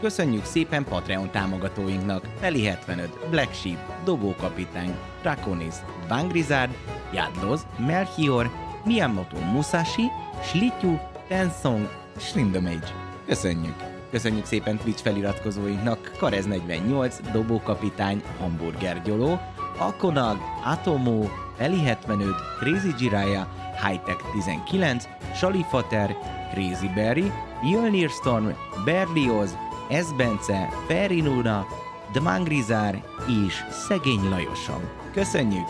Köszönjük szépen Patreon támogatóinknak! Feli 75, Black Sheep, Dobókapitány, Draconis, Vangrizard, Jadloz, Melchior, Miyamoto Musashi, Slityu, Tensong, Shrindamage. Köszönjük! Köszönjük szépen Twitch feliratkozóinknak Karez48, Dobókapitány, Hamburger Gyoló, Akonag, Atomó, Feli 75, Crazy Jiraya, Hightech 19, Salifater, Crazy Berry, Jölnir Storm, Berlioz, ez Bence, Ferinuna, Dmangrizár és Szegény Lajosom. Köszönjük!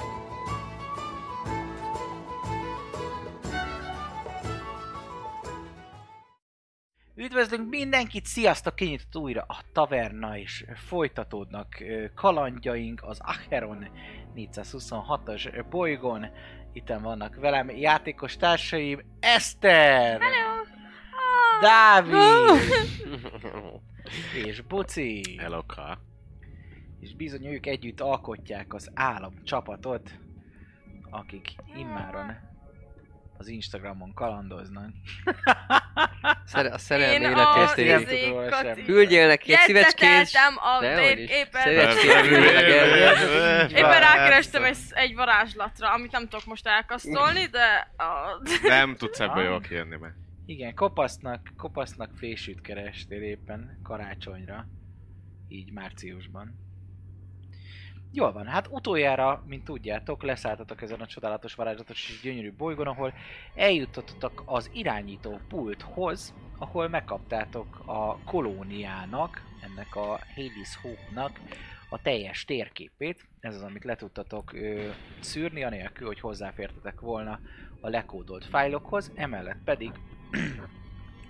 Üdvözlünk mindenkit, sziasztok, kinyitott újra a taverna, és folytatódnak ö, kalandjaink az Acheron 426-as bolygón. Itten vannak velem játékos társaim, Eszter, Hello! Dávid és Buci. Eloka. És bizony ők együtt alkotják az állam csapatot, akik immáron az Instagramon kalandoznak. Szere, a Én szerelmi a életért érjük. izé- izékat Tudod, sem. így Küldjél neki egy szívecskés. jegyzeteltem a Dehogy is. éppen. Szívecskés küldjél neki. Éppen rákerestem egy, egy varázslatra, amit nem tudok most elkasztolni, de a... Nem tudsz ebből jól kijönni, mert Igen, kopasznak, kopasznak fésűt kerestél éppen karácsonyra, így márciusban. Jól van, hát utoljára, mint tudjátok, leszálltatok ezen a csodálatos, varázslatos és gyönyörű bolygón, ahol eljutottatok az irányító pulthoz, ahol megkaptátok a kolóniának, ennek a Hades Hope-nak a teljes térképét. Ez az, amit le tudtatok ö, szűrni, anélkül, hogy hozzáfértetek volna a lekódolt fájlokhoz, emellett pedig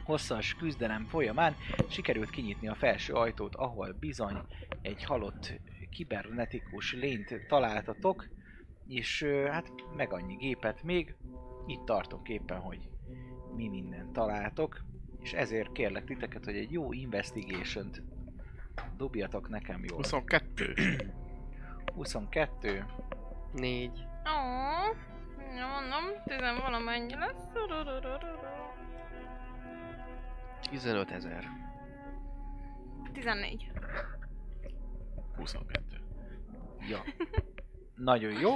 hosszas küzdelem folyamán sikerült kinyitni a felső ajtót, ahol bizony egy halott kibernetikus lényt találtatok, és ö, hát meg annyi gépet még, itt tartunk éppen, hogy mi mindent találtok, és ezért kérlek titeket, hogy egy jó investigation dobjatok nekem jól. 22. 22, Négy. Ó, nem mondom, tizen valamennyi lesz. 15 ezer. 14. 22. Ja. Nagyon jó.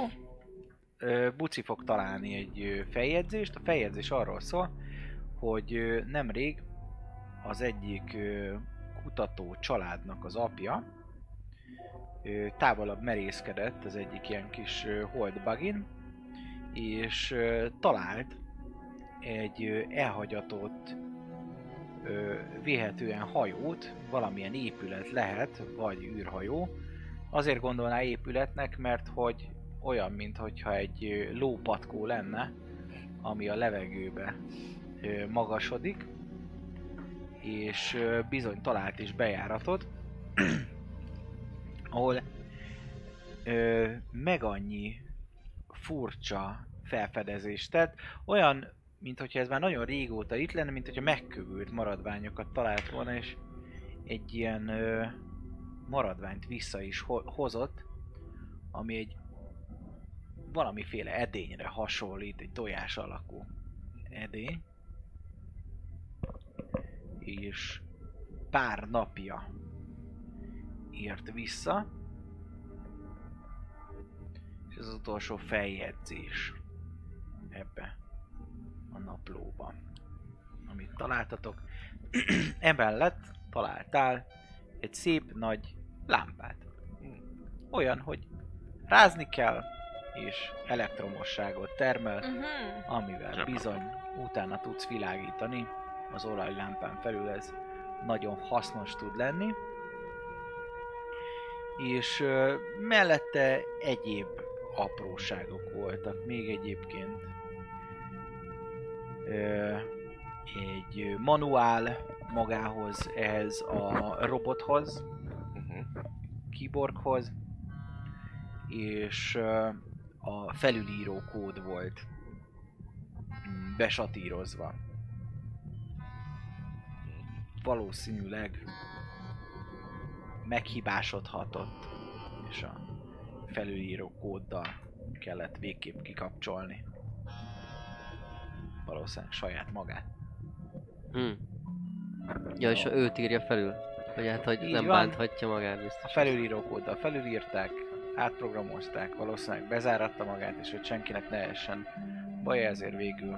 Ö, Buci fog találni egy ö, feljegyzést. A feljegyzés arról szól, hogy ö, nemrég az egyik ö, kutató családnak az apja ö, távolabb merészkedett az egyik ilyen kis ö, holdbagin, és ö, talált egy ö, elhagyatott ö, véhetően hajót, valamilyen épület lehet, vagy űrhajó, azért gondolná épületnek, mert hogy olyan, mintha egy ö, lópatkó lenne, ami a levegőbe ö, magasodik, és ö, bizony talált is bejáratot, ahol ö, meg annyi furcsa felfedezést tett, olyan, mint hogyha ez már nagyon régóta itt lenne, mint hogyha megkövült maradványokat talált volna, és egy ilyen ö, maradványt vissza is ho- hozott, ami egy valamiféle edényre hasonlít, egy tojás alakú edény. És pár napja ért vissza. És ez az utolsó feljegyzés ebbe a naplóban, amit találtatok. Emellett találtál egy szép nagy lámpát. Olyan, hogy rázni kell, is elektromosságot termel, Uh-huh. amivel Zsebben. bizony utána tudsz világítani, az olajlámpán felül ez nagyon hasznos tud lenni. És ö, mellette egyéb apróságok voltak, még egyébként ö, egy ö, manuál magához, ehhez a robothoz, Uh-huh. kiborghoz, és ö, a felülíró kód volt mm, besatírozva. Valószínűleg meghibásodhatott, és a felülíró kóddal kellett végképp kikapcsolni. Valószínűleg saját magát. Hm. Ja, és őt írja felül. Hogy hát, hogy Így nem van. bánthatja magát A biztos. felülíró kóddal felülírták, átprogramozták, valószínűleg bezáratta magát, és hogy senkinek ne essen baj, ezért végül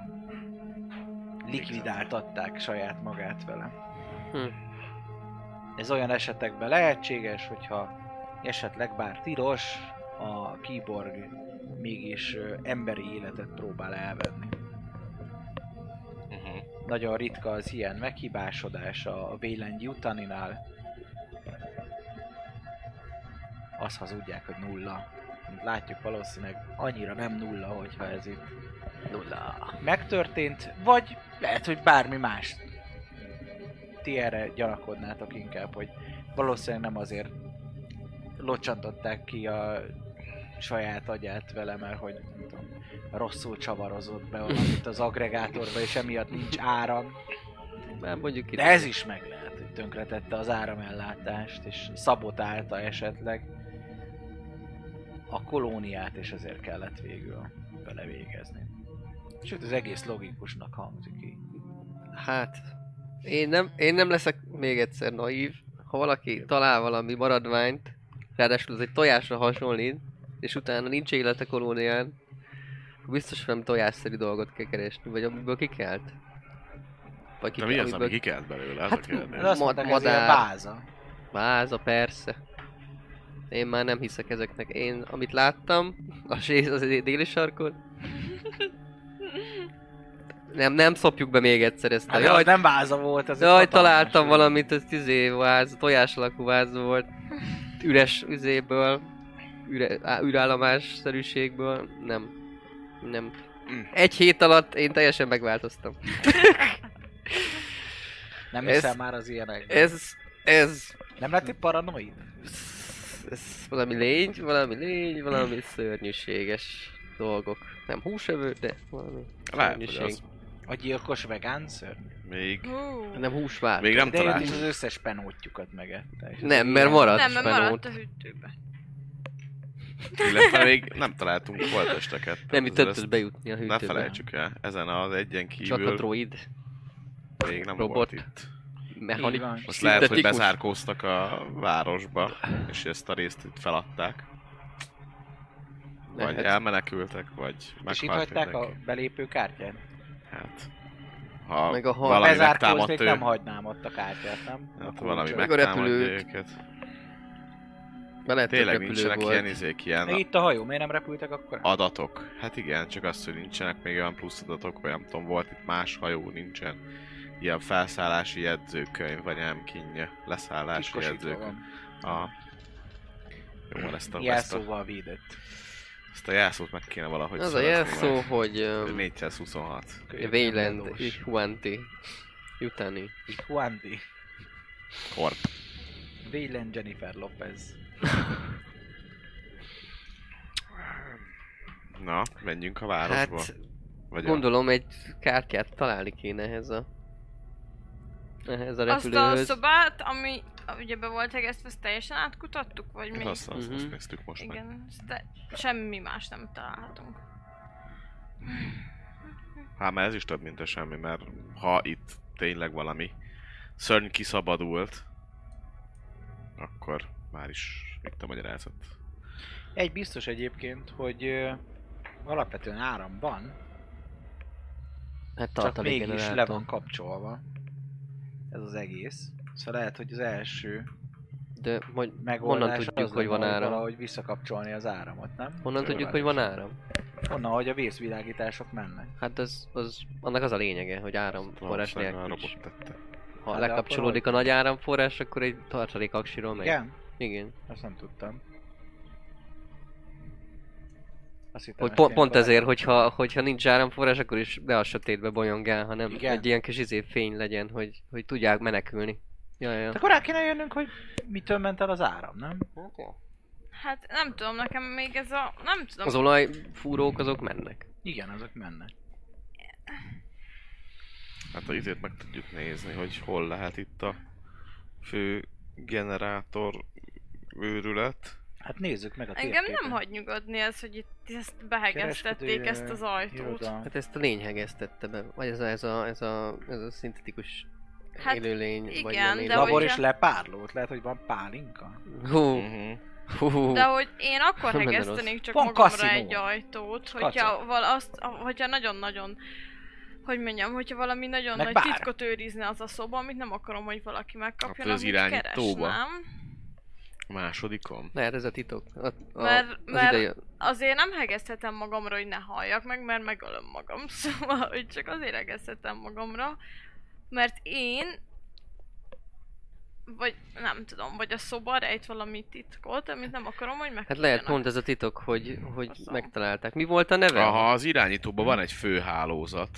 likvidáltatták saját magát vele. Hm. Ez olyan esetekben lehetséges, hogyha esetleg bár tilos, a kiborg mégis ö, emberi életet próbál elvenni. Uh-huh. Nagyon ritka az ilyen meghibásodás a Vélendi utaninál. Azt hazudják, hogy nulla. Mint látjuk valószínűleg annyira nem nulla, hogyha ez itt Nulla. megtörtént, vagy lehet, hogy bármi más. Ti erre gyanakodnátok inkább, hogy valószínűleg nem azért locsantották ki a saját agyát vele, mert hogy nem tudom, rosszul csavarozott be valamit az agregátorba, és emiatt nincs áram. Már mondjuk itt. De ez is meg lehet, hogy tönkretette az áramellátást, és szabotálta esetleg a kolóniát, és ezért kellett végül vele végezni. Sőt, az egész logikusnak hangzik így. Hát, én nem, én nem leszek még egyszer naív. Ha valaki talál valami maradványt, ráadásul ez egy tojásra hasonlít, és utána nincs élet a kolónián, akkor biztos hogy valami tojásszerű dolgot kell keresni, vagy amiből kikelt. Vagy De mi az, ami kikelt belőle? Ez Hát, a kérdés. De azt Ma- mondták, ez ilyen madár. váza. Váza, persze. Én már nem hiszek ezeknek. Én, amit láttam, a séz az déli sarkon, nem, nem szopjuk be még egyszer ezt a... Hát, Jaj, jaj, nem váza volt, az egy Jaj, hatalmas találtam ügy. valamit, ez izé váz, tojás alakú váz volt. Üres üzéből, üre, á, űrállomás szerűségből, nem. Nem. Egy hét alatt én teljesen megváltoztam. Nem Ez- hiszel már az ilyenekben. Ez, ez, Nem lettél paranoid? ez valami lény, valami lény, valami szörnyűséges dolgok. Nem húsevő, de valami Lehet, hogy szörnyűség. az A gyilkos vegán szörny? még, Hú. Nem húsvár. még nem De én is az találtam. összes penótjukat megette. és Nem, az mert ilyen- maradt Nem, mert maradt spenót. a hűtőbe. Illetve még nem találtunk holtesteket. Nem Azért jutott ezt bejutni a Ne hűtőbe. felejtsük el, ezen az egyen Csak a kívül droid, még nem robot. volt itt. Így van. mechanikus, Most lehet, hogy szintetikus. bezárkóztak a városba, és ezt a részt itt feladták. Vagy Lehet. elmenekültek, vagy És itt meghalt hagyták a mindenki. belépő kártyát? Hát, ha Meg a hal. valami Bezárkóznék, megtámadt ő, nem hát, hagynám ott a kártyát, nem? A ha valami kulcsot. meg- Meg a megtámadja repülőt. őket. Be lehet, Tényleg hogy Hát repülő nincsenek volt. ilyen izék, ilyen Meg itt a hajó, miért nem repültek akkor? adatok. Hát igen, csak az, hogy nincsenek még olyan plusz adatok, vagy nem tudom, volt itt más hajó, nincsen ilyen felszállási jegyzőkönyv, vagy nem kinnye, leszállási Kiskosítva jegyzőkönyv. van. Aha. Jó, van, ezt a, ezt a, Jelszóval szóval védett. ezt a jelszót meg kéne valahogy Az a szerezni, jelszó, vagy- hogy vagy um, 426. Wayland Ihuanti Jutani. Juandi. Korp. Wayland Jennifer Lopez. Na, menjünk a városba. Hát vagy a- gondolom egy kártyát találni kéne ehhez a ehhez a Azt a repülőhöz. szobát, ami ugye be volt hegesztve, azt teljesen átkutattuk, vagy mi? Azt, azt, azt Mhm. néztük most meg. Igen, azt te- semmi más nem találhatunk. Hát már ez is több, mint a semmi, mert ha itt tényleg valami szörny kiszabadult, akkor már is itt a magyarázat. Egy biztos egyébként, hogy ö, alapvetően áram van, Hát csak tartalék mégis le van generátor. kapcsolva. Ez az egész. Szóval lehet, hogy az első De majd megoldás Honnan az tudjuk, hogy lenne, van áram? Valahogy visszakapcsolni az áramot, nem? honnan tudjuk, hogy van áram? Honnan, hogy a vészvilágítások mennek. Hát az, az, annak az a lényege, hogy áramforrás Valószínűleg nélkül a is. robot tette. Ha Hát de lekapcsolódik a nagy áramforrás, akkor egy tartalék aksiról megy. Igen? Igen. Azt nem tudtam. Azt hittem, Hogy ez pont, ilyen pont korábbi- ezért, hogyha, hogyha nincs áramforrás, akkor is ne a sötétbe bolyongál, hanem Igen. egy ilyen kis izé fény legyen, hogy, hogy tudják menekülni. Ja, ja. De akkor rá kéne jönnünk, hogy mitől ment el az áram, nem? Hát nem tudom, nekem még ez a... Nem tudom. Az olajfúrók azok mennek. Igen, azok mennek. Hát a izét meg tudjuk nézni, hogy hol lehet itt a fő generátor őrület. Hát nézzük meg a Engem térképen. nem hagy nyugodni ez, hogy itt ezt behegeztették ezt az ajtót. Iroda. Hát ezt a lény hegeztette be, vagy ez a, ez a, ez a, ez a szintetikus Hát élőlény, vagy igen, nem de élőlény. Labor hogy- is lepárlót, lehet, hogy van pálinka. Hú, Uh-huh. hú, hú. De hogy én akkor Minden rossz. hegesztenék csak Van magamra kaszinó. egy ajtót, Kaca. hogyha, val azt, hogyha nagyon-nagyon hogy mondjam, hogyha valami nagyon Meg nagy bár. titkot őrizne az a szoba, amit nem akarom, hogy valaki megkapjon, Akkor az amit irányítóba. keresnem. Másodikon. Mert ez a titok. A, a, Mert- az mert- ideje- Azért nem hegezhetem magamra, hogy ne halljak meg, mert megölöm magam. Szóval, hogy csak azért hegezhetem magamra, mert én vagy nem tudom, vagy a szoba rejt valami titkot, amit nem akarom, hogy meg. Hát lehet pont ez a titok, hogy, hogy Azt mondom. megtalálták. Mi volt a neve? Aha, az irányítóban van egy főhálózat.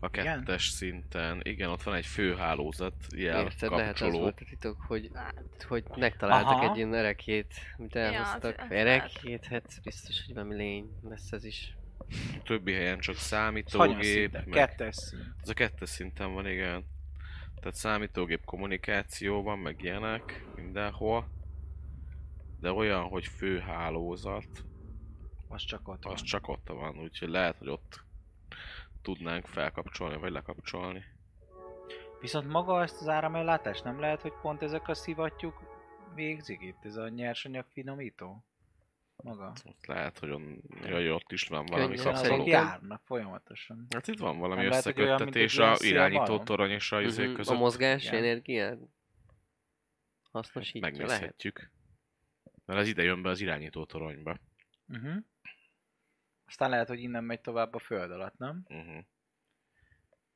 A Igen? kettes szinten. Igen, ott van egy főhálózat, jel Érted, lehet az kapcsoló. volt a titok, hogy, Hát. hogy megtaláltak Aha. egy ilyen erekét, amit elhoztak. az- az erekét? Hát biztos, hogy valami lény lesz ez is. Többi helyen csak Hanyas számítógép. szinten? Meg... Kettes szint. Ez a kettes szinten van, igen. Tehát számítógép kommunikáció van, meg ilyenek mindenhol. De olyan, hogy főhálózat, Az csak ott az van. csak ott van, úgyhogy lehet, hogy ott tudnánk felkapcsolni, vagy lekapcsolni. Viszont maga ezt az áramellátást nem lehet, hogy pont ezek a szivattyúk végzik itt, ez a nyersanyag finomító? Maga. Ott lehet, hogy on... Jaj, ott is van valami Könnyen azok Azok kapcsoló. jár. járnak folyamatosan. Hát itt van valami Nem lehet, hogy olyan, mint egy összeköttetés ilyen a szél irányító balon? torony és a izék Mhm, a között. mozgás, Igen. energiát hasznosítja lehet. Megnézhetjük. Mert az ide jön be az irányító toronyba. Uh-huh. Aztán lehet, hogy innen megy tovább a föld alatt, nem? Uh-huh.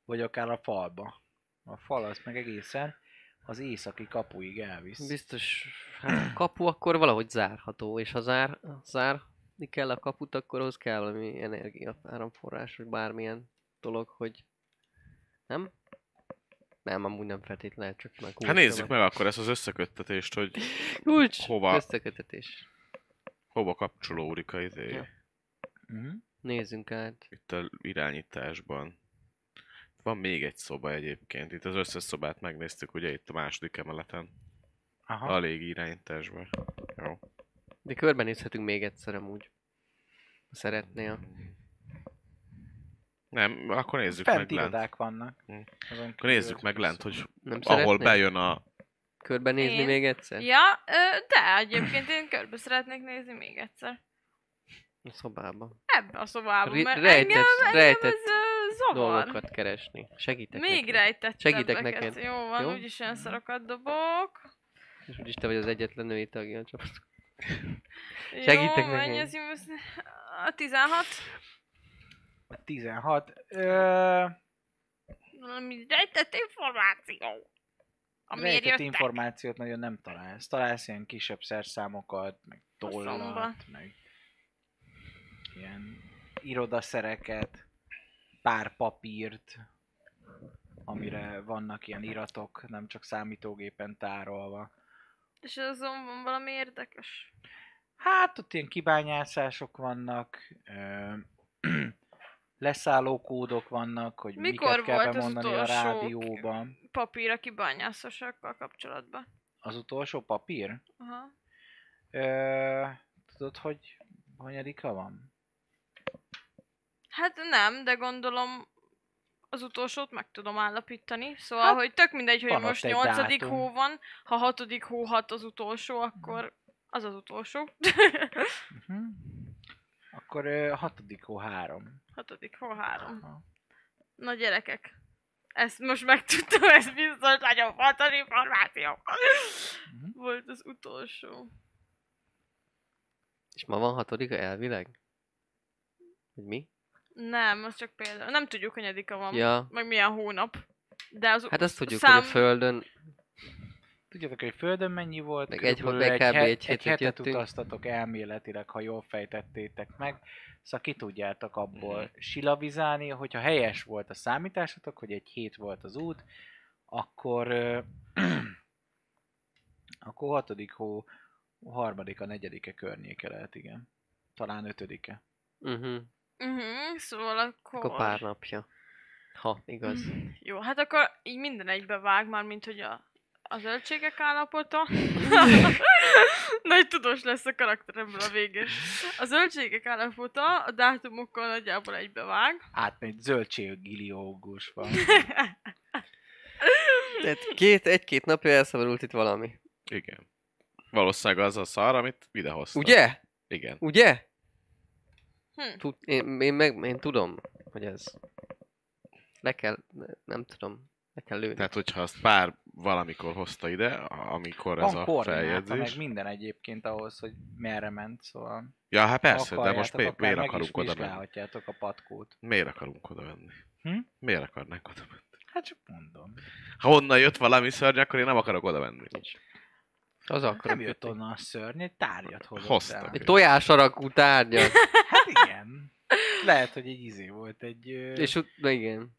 Vagy akár a falba. A fal az meg egészen az északi kapuig elvisz. Biztos, hát a kapu akkor valahogy zárható, és ha zár, zárni kell a kaput, akkor ahhoz kell valami energia, áramforrás, vagy bármilyen dolog, hogy... Nem? Nem, amúgy nem feltétlenül, csak meg Hát nézzük meg akkor ezt az összeköttetést, hogy Kulcs! hova- Összekötetés. hova kapcsolódik a izé. Ja. Uh-huh. Nézzünk át. Itt a irányításban. Van még egy szoba egyébként. Itt az összes szobát megnéztük, ugye itt a második emeleten. Aha. A légi irányításban. Jó. De körbenézhetünk még egyszer amúgy. Ha szeretnél. Nem, akkor nézzük Fent meg lent. irodák vannak. Hm. Azon Akkor nézzük meg lent, hogy Nem ahol szeretnél? bejön a... Körbenézni Én? még egyszer? Ja, ö, de egyébként én körbe szeretnék nézni még egyszer. A szobába. Ebbe a szobába, Ri- mert rejtett- engem, engem rejtett ez ö, zavar. Dolgokat keresni. Segítek Még neked. rejtett Segítek neked. Jó van, Jó? úgyis olyan szarokat dobok. És úgyis te vagy az egyetlen női tagja a csapat. Jó, Segítek neked. mennyi az immusz... A 16. A 16. Ö... Valami rejtett információ. Amiért Rejtett jöttek. információt nagyon nem találsz. Találsz ilyen kisebb szerszámokat, meg Faszomba. tollat, meg ilyen irodaszereket, pár papírt, Hmm. amire vannak ilyen iratok, nem csak számítógépen tárolva. És azon van valami érdekes. Hát ott ilyen kibányászások vannak, ö, leszálló kódok vannak, hogy Mikor miket kell volt az bemondani a utolsó? rádióban. Papír a kibányászosakkal kapcsolatban. Az utolsó papír? Aha. Ö, tudod, hogy hanyadika van? Hát nem, de gondolom az utolsót meg tudom állapítani. Szóval, Hát, hogy tök mindegy, hogy van most ott egy 8. dátum. hó van, ha 6. hó 6 az utolsó, akkor az az utolsó. Uh-huh. Akkor ö, hatodik hó három. 6. hó 3. Aha. Na gyerekek, ezt most megtudtam, ez biztos nagyon fontos információ. Mhm. Volt az utolsó. És ma van hatodika elvileg? Hogy mi? Nem, az csak példa. Nem tudjuk, hanyadika van. Ja. Meg milyen hónap. De az Hát azt tudjuk, Szám- hogy a Földön Tudjátok, hogy Földön mennyi volt? Meg egy- körülbelül meg kb. he- egy egy hetet hetet jöttünk. utaztatok elméletileg, ha jól fejtettétek meg. Szóval ki tudjátok abból Mhm. silavizálni, hogyha helyes volt a számításotok, hogy egy hét volt az út, akkor ö, akkor hatodik hó, harmadika, negyedike környéke lehet, igen. Talán ötödike. Uh-huh. Uh-huh, szóval akkor... Akkor pár napja. Ha, igaz. Mm, Jó, hát akkor így minden egybe vág már, mint hogy a, a zöldségek állapota. Nagy tudós lesz a karakteremből a végén. A zöldségek állapota a dátumokkal nagyjából egybe vág. Átmegy zöldséggiliógus van. Tehát két, egy-két napja elszabadult itt valami. Igen. Valószínűleg az a szar, amit idehoztak. Ugye? Igen. Ugye? Hm. Tud, én, én, meg, én tudom, hogy ez... Le kell, nem tudom, le kell lőni. Tehát, hogyha azt pár valamikor hozta ide, a- amikor ez Van a koordináta, feljegyzés. meg minden egyébként ahhoz, hogy merre ment, szóval... Ja, hát ha persze, de most akarjátok, mi, akár miért meg is akarunk oda menni? vizsgálhatjátok a patkót. Miért akarunk oda menni? Hm? Miért akarnánk oda menni? Hát csak mondom. Ha onnan jött valami szörny, akkor én nem akarok oda menni. Az Akkor akkor. nem jött onnan a szörny, egy tárgyat hozott Hoztam. el. Egy tojás alakú tárgyat. Hát igen. Lehet, hogy egy izé volt, egy és és ut- na igen.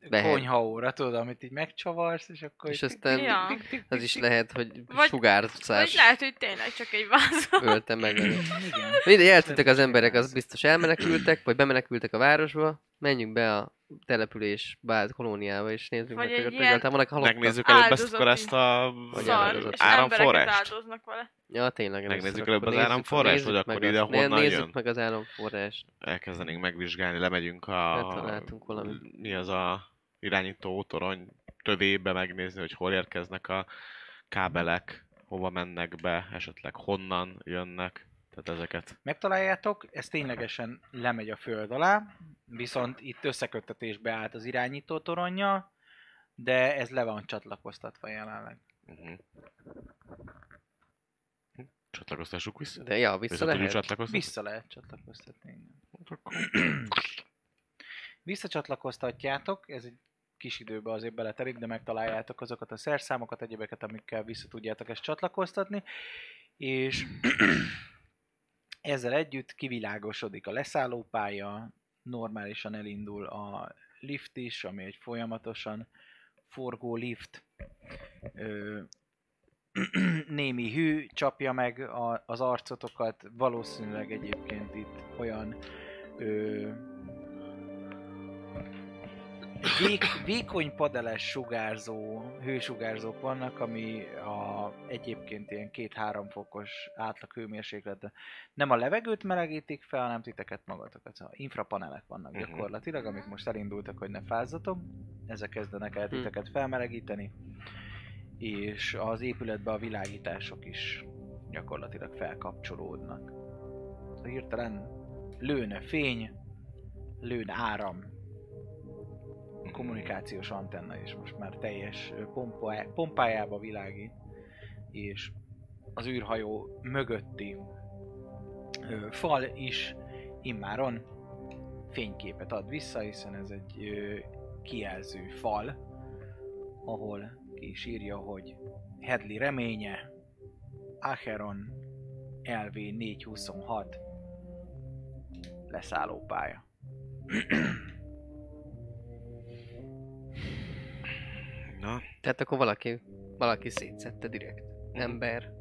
lehet. konyhaóra, tudod, amit így megcsavarsz, és akkor... És így- aztán Ja. az is lehet, hogy Vagy- Vagy sugárzás lehet, hogy tényleg csak egy váz. ölte meg. vele. Igen. Mindegy, eltűntek az emberek, az biztos elmenekültek, vagy bemenekültek a városba. Menjünk be a település báz kolóniába, és Vagy nézzük meg, hogy egy ott ilyen- egyáltalán vannak halottak. Megnézzük előbb ezt, Áldozati. akkor ezt a Vagy Szar, elárulod. és embereket áramforrást. áldoznak vele. Ja, tényleg. először Megnézzük akkor előbb az nézzük- áramforrást, nézzük vagy akkor meg ide azt. Ne- honnan Nézzük jön? meg az áramforrást. Elkezdenénk megvizsgálni, lemegyünk a... Betaláltunk valamit. Mi az a irányító torony tövébe megnézni, hogy hol érkeznek a kábelek, hova mennek be, esetleg honnan jönnek. Tehát ezeket. Megtaláljátok, ez ténylegesen lemegy a föld alá, viszont itt összeköttetésbe állt az irányító toronja, de ez le van csatlakoztatva jelenleg. Uh-huh. Csatlakoztassuk vissza? De ja, vissza Vissza tudjuk lehet. csatlakozni? Vissza lehet csatlakoztatni. igen. Visszacsatlakoztatjátok, ez egy kis időbe azért beletelik, de megtaláljátok azokat a szerszámokat, egyebeket, amikkel vissza tudjátok ezt csatlakoztatni, és ezzel együtt kivilágosodik a leszállópálya, normálisan elindul a lift is, ami egy folyamatosan forgó lift. Ö, némi hű csapja meg a, az arcotokat, valószínűleg egyébként itt olyan ö, vék, vékony padeles sugárzó, hősugárzók vannak, ami a, egyébként ilyen két-három fokos átlag hőmérséklet. Nem a levegőt melegítik fel, hanem titeket magatokat. Szóval infrapanelek vannak Mhm. gyakorlatilag, amik most elindultak, hogy ne fázzatok. Ezek kezdenek el Hm. titeket felmelegíteni, és az épületbe a világítások is gyakorlatilag felkapcsolódnak. Szóval Hirtelen lőne fény, lőn áram, Mm-hmm. kommunikációs antenna is most már teljes ö, pompa- pompájába világít, és az űrhajó mögötti ö, fal is immáron fényképet ad vissza, hiszen ez egy ö, kijelző fal, ahol ki is írja, hogy Hedley reménye, Acheron LV 426 leszállópálya. Na, Tehát akkor valaki, valaki szétszette direkt. Ember.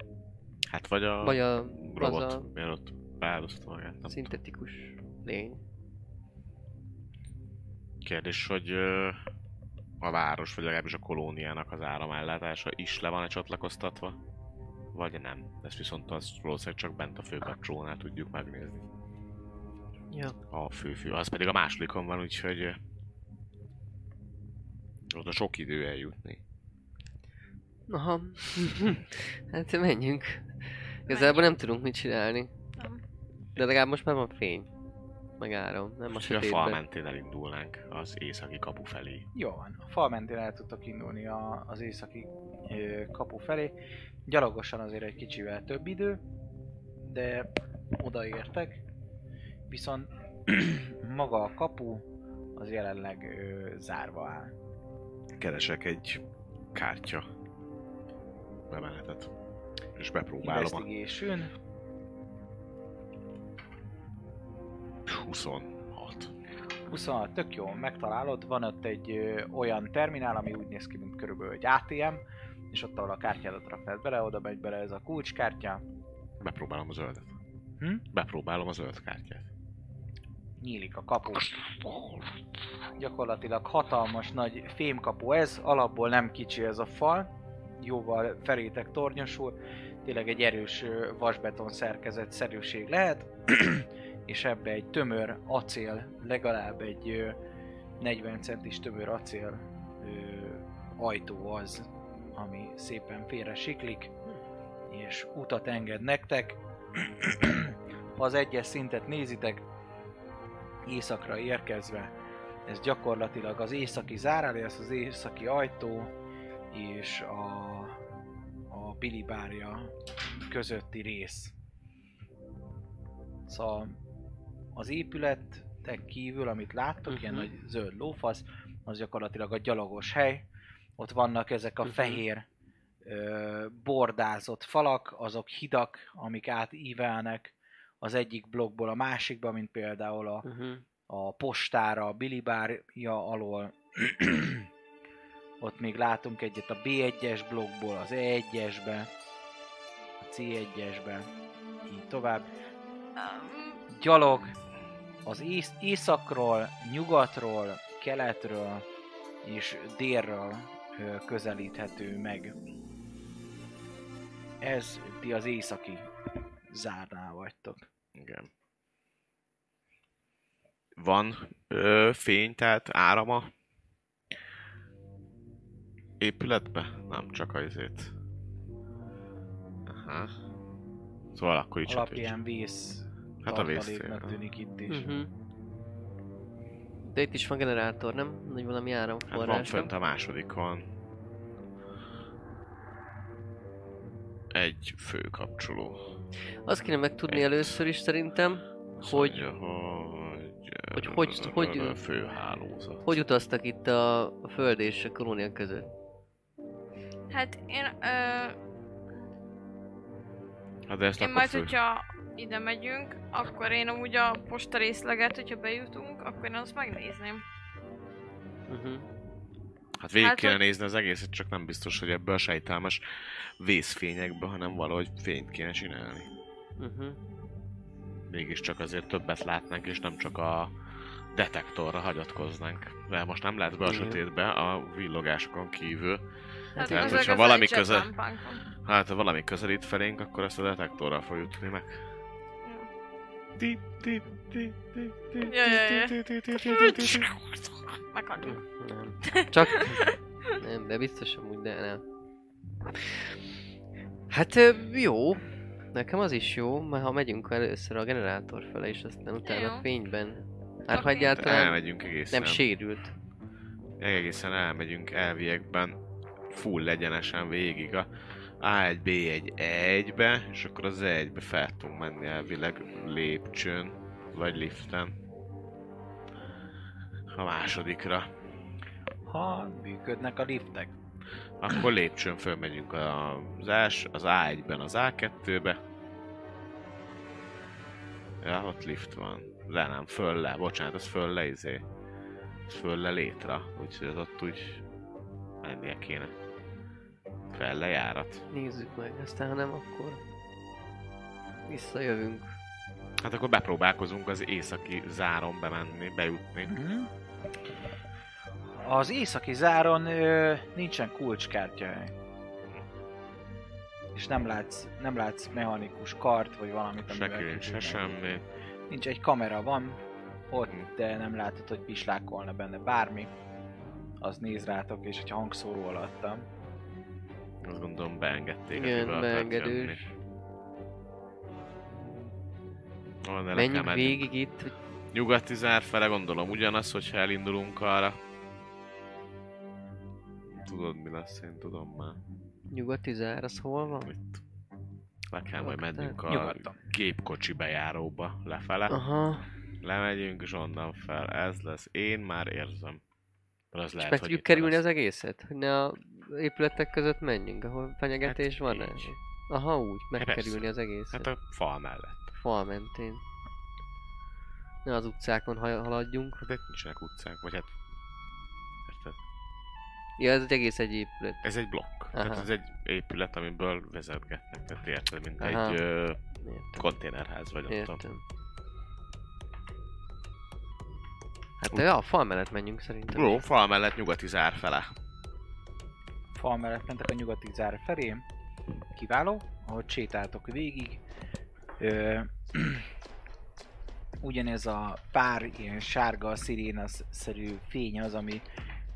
hát vagy a... Vagy a, robot, az a mielőtt beáldozta magát. Nem Szinte... szintetikus lény. Kérdés, hogy ö, a város, vagy legalábbis a kolóniának az áramellátása is le van-e csatlakoztatva? Vagy nem? Ezt viszont azt valószínűleg csak bent a főkapcsolónál tudjuk megnézni. Ja. A főfő, az pedig a másodikon van, úgyhogy ö, oda sok idő eljutni. Aha. hát menjünk. Igazából nem tudunk mit csinálni. Nem. De legalább most már van fény. meg áram, nem a Most a fal sötétben. mentén elindulnánk az északi kapu felé. Jó van, a fal mentén el tudtok indulni a, az északi ö, kapu felé. Gyalogosan azért egy kicsivel több idő, de odaértek. Viszont maga a kapu az jelenleg ö, zárva áll. Keresek egy kártya bemenetet. És bepróbálom a Investigation. 26. 26, tök jó, megtalálod, van ott egy ö, olyan terminál, ami úgy néz ki, mint körülbelül egy ATM, és ott, ahol a kártyádat raktad bele, oda megy bele ez a kulcskártya, Bepróbálom a zöldet. Hm? Bepróbálom a zöld kártyát. nyílik a kapu. Gyakorlatilag hatalmas nagy fémkapu ez, alapból nem kicsi ez a fal, jóval felétek tornyosul, tényleg egy erős ö, vasbeton szerkezet szerűség lehet, és ebbe egy tömör acél, legalább egy ö, 40 centis tömör acél ö, ajtó az, ami szépen félre siklik, és utat enged nektek. Ha az egyes szintet nézitek, északra érkezve. Ez gyakorlatilag az északi zárálás, az északi ajtó és a, a bilibárja közötti rész. Szóval az épületek kívül, amit láttok, uh-huh. ilyen Mhm. nagy zöld lófasz, az gyakorlatilag a gyalogos hely. Ott vannak ezek a Mhm. fehér ö, bordázott falak, azok hidak, amik átívelnek az egyik blokkból a másikba, mint például a Uh-huh. a postára, a bilibárja alól. Ott még látunk egyet a B1-es blokkból, az E1-esbe, a C1-esbe, így tovább. Um, Gyalog az ész- északról, nyugatról, keletről és délről ö, közelíthető meg. Ez ti az északi zárnál vagytok. Igen. Van ö, fény, tehát árama épületbe? Nem, csak a izét. Aha. Szóval akkor is sötét. Alapján vész Hát a tartaléknak vésztérben. tűnik itt is. Uh-huh. De itt is van generátor, nem? Vagy valami Hát van áramforrás, fönt nem? a másodikon. Egy főkapcsoló. Azt kéne megtudni Egy. először is szerintem, Azt Hogy- mondja, hogy... eh, hogy hogy- hogy- Főhálózat. hogy utaztak itt a a föld és a kolónia között. hát én, ö, Hát de ezt én akkor majd, fő... hogyha ide megyünk, akkor én amúgy a posta részleget, hogyha bejutunk, akkor én azt megnézném. Uh-huh. Hát végig Hát, kéne hogy- nézni az egészet, csak nem biztos, hogy ebből a sejtelmes vészfényekből, hanem valahogy fényt kéne csinálni. Uh-huh. Mégiscsak azért többet látnánk, és nem csak a detektorra hagyatkoznánk. Mert most nem lehet be a Igen. sötétbe, a villogásokon kívül. Hát Tehát, az hogyha az valami egy köze- zseblámpánk van. Hát, ha valami közelít felénk, akkor ezt a detektorral fogjuk tudni meg. Ti, ti, ti, ti, ti, ti, Ja, ja, ja. ti, ti, ti, ti, ti, ti, ti. Mm. Meghaltunk. Nem. Csak... Nem, de biztos amúgy, de nem. Hát ö, jó. Nekem az is jó, mert ha megyünk először a generátor fele, és aztán utána Jó. fényben. Hát ha Oké. egyáltalán Elmegyünk egészen. nem sérült. egészen elmegyünk elviekben full egyenesen végig a A1, B1, E1-be, és akkor az E1-be fel tudunk menni elvileg lépcsőn, vagy liften. A másodikra. Ha működnek a liftek. Akkor lépcsőn fölmegyünk az, els, az A1-ben, az A2-be. Ja, ott lift van. De nem, föl le, bocsánat, az föl le izé. Az föl le létre, úgyhogy az ott úgy mennie kéne. Fel lejárat. Nézzük meg, aztán ha nem, akkor visszajövünk. Hát akkor bepróbálkozunk az északi záron bemenni, bejutni. Mhm. Az északi záron ö, nincsen kulcskártya. És nem látsz, nem látsz mechanikus kart, vagy valamit, Se amivel kő, se kicsit- semmi. Nincs, egy kamera van Mhm. ott, de nem látod, hogy pislákolna benne bármi. Az néz rátok, és egy hangszóró alattam. Azt gondolom beengedték. Igen, akiből akart beengedős. jönni. Ó, de le kell Menjünk mennünk. végig itt, hogy Nyugati zár fele gondolom ugyanaz, hogyha elindulunk arra. Tudod mi lesz, én tudom már. Nyugati zár, az hol van? Itt. Le kell majd Nyugodtan. mennünk a Nyugodtan. gépkocsi bejáróba lefele. Aha. Lemegyünk, és onnan fel. Ez lesz. Én már érzem. De az És lehet, hogy meg tudjuk itt kerülni lesz. az egészet? Hogy ne a épületek között menjünk, ahol fenyegetés Hát van így. Hát -e? Aha, úgy, megkerülni persze. az egészet. Hát a fal mellett. Fal mentén. Ne az utcákon haj- haladjunk. De itt nincsenek utcák, vagy hát... Érted? Ja, ez egy egész egy épület. Ez egy blokk. Tehát Aha. ez egy épület, amiből vezetgetnek. Tehát érted, mint Aha. egy ö, Értem. konténerház, vagy nem tudom. Értem. Hát de a fal mellett menjünk szerintem. Jó, fal mellett nyugati zár fele. fal mellett mentek a nyugati zár felé. Kiváló, ahogy sétáltok végig. Ö, ugyanez a pár ilyen sárga sziréna-szerű fény az, ami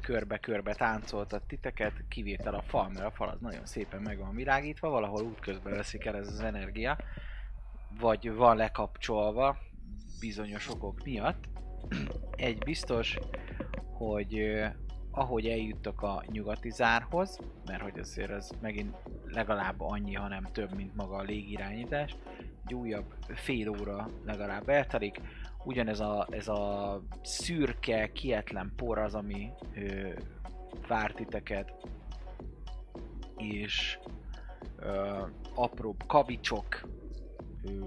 körbe-körbe táncoltat titeket, kivétel a fal, mert a fal az nagyon szépen meg van világítva, valahol útközben veszik el ez az energia, vagy van lekapcsolva bizonyos okok miatt. Egy biztos, hogy ö, ahogy eljuttok a nyugati zárhoz, mert hogy azért ez megint legalább annyi, hanem több, mint maga a légirányítás, egy újabb fél óra legalább eltelik. Ugyanez a, ez a szürke, kietlen por az, ami ö, vár titeket, és ö, apróbb kavicsok, ö,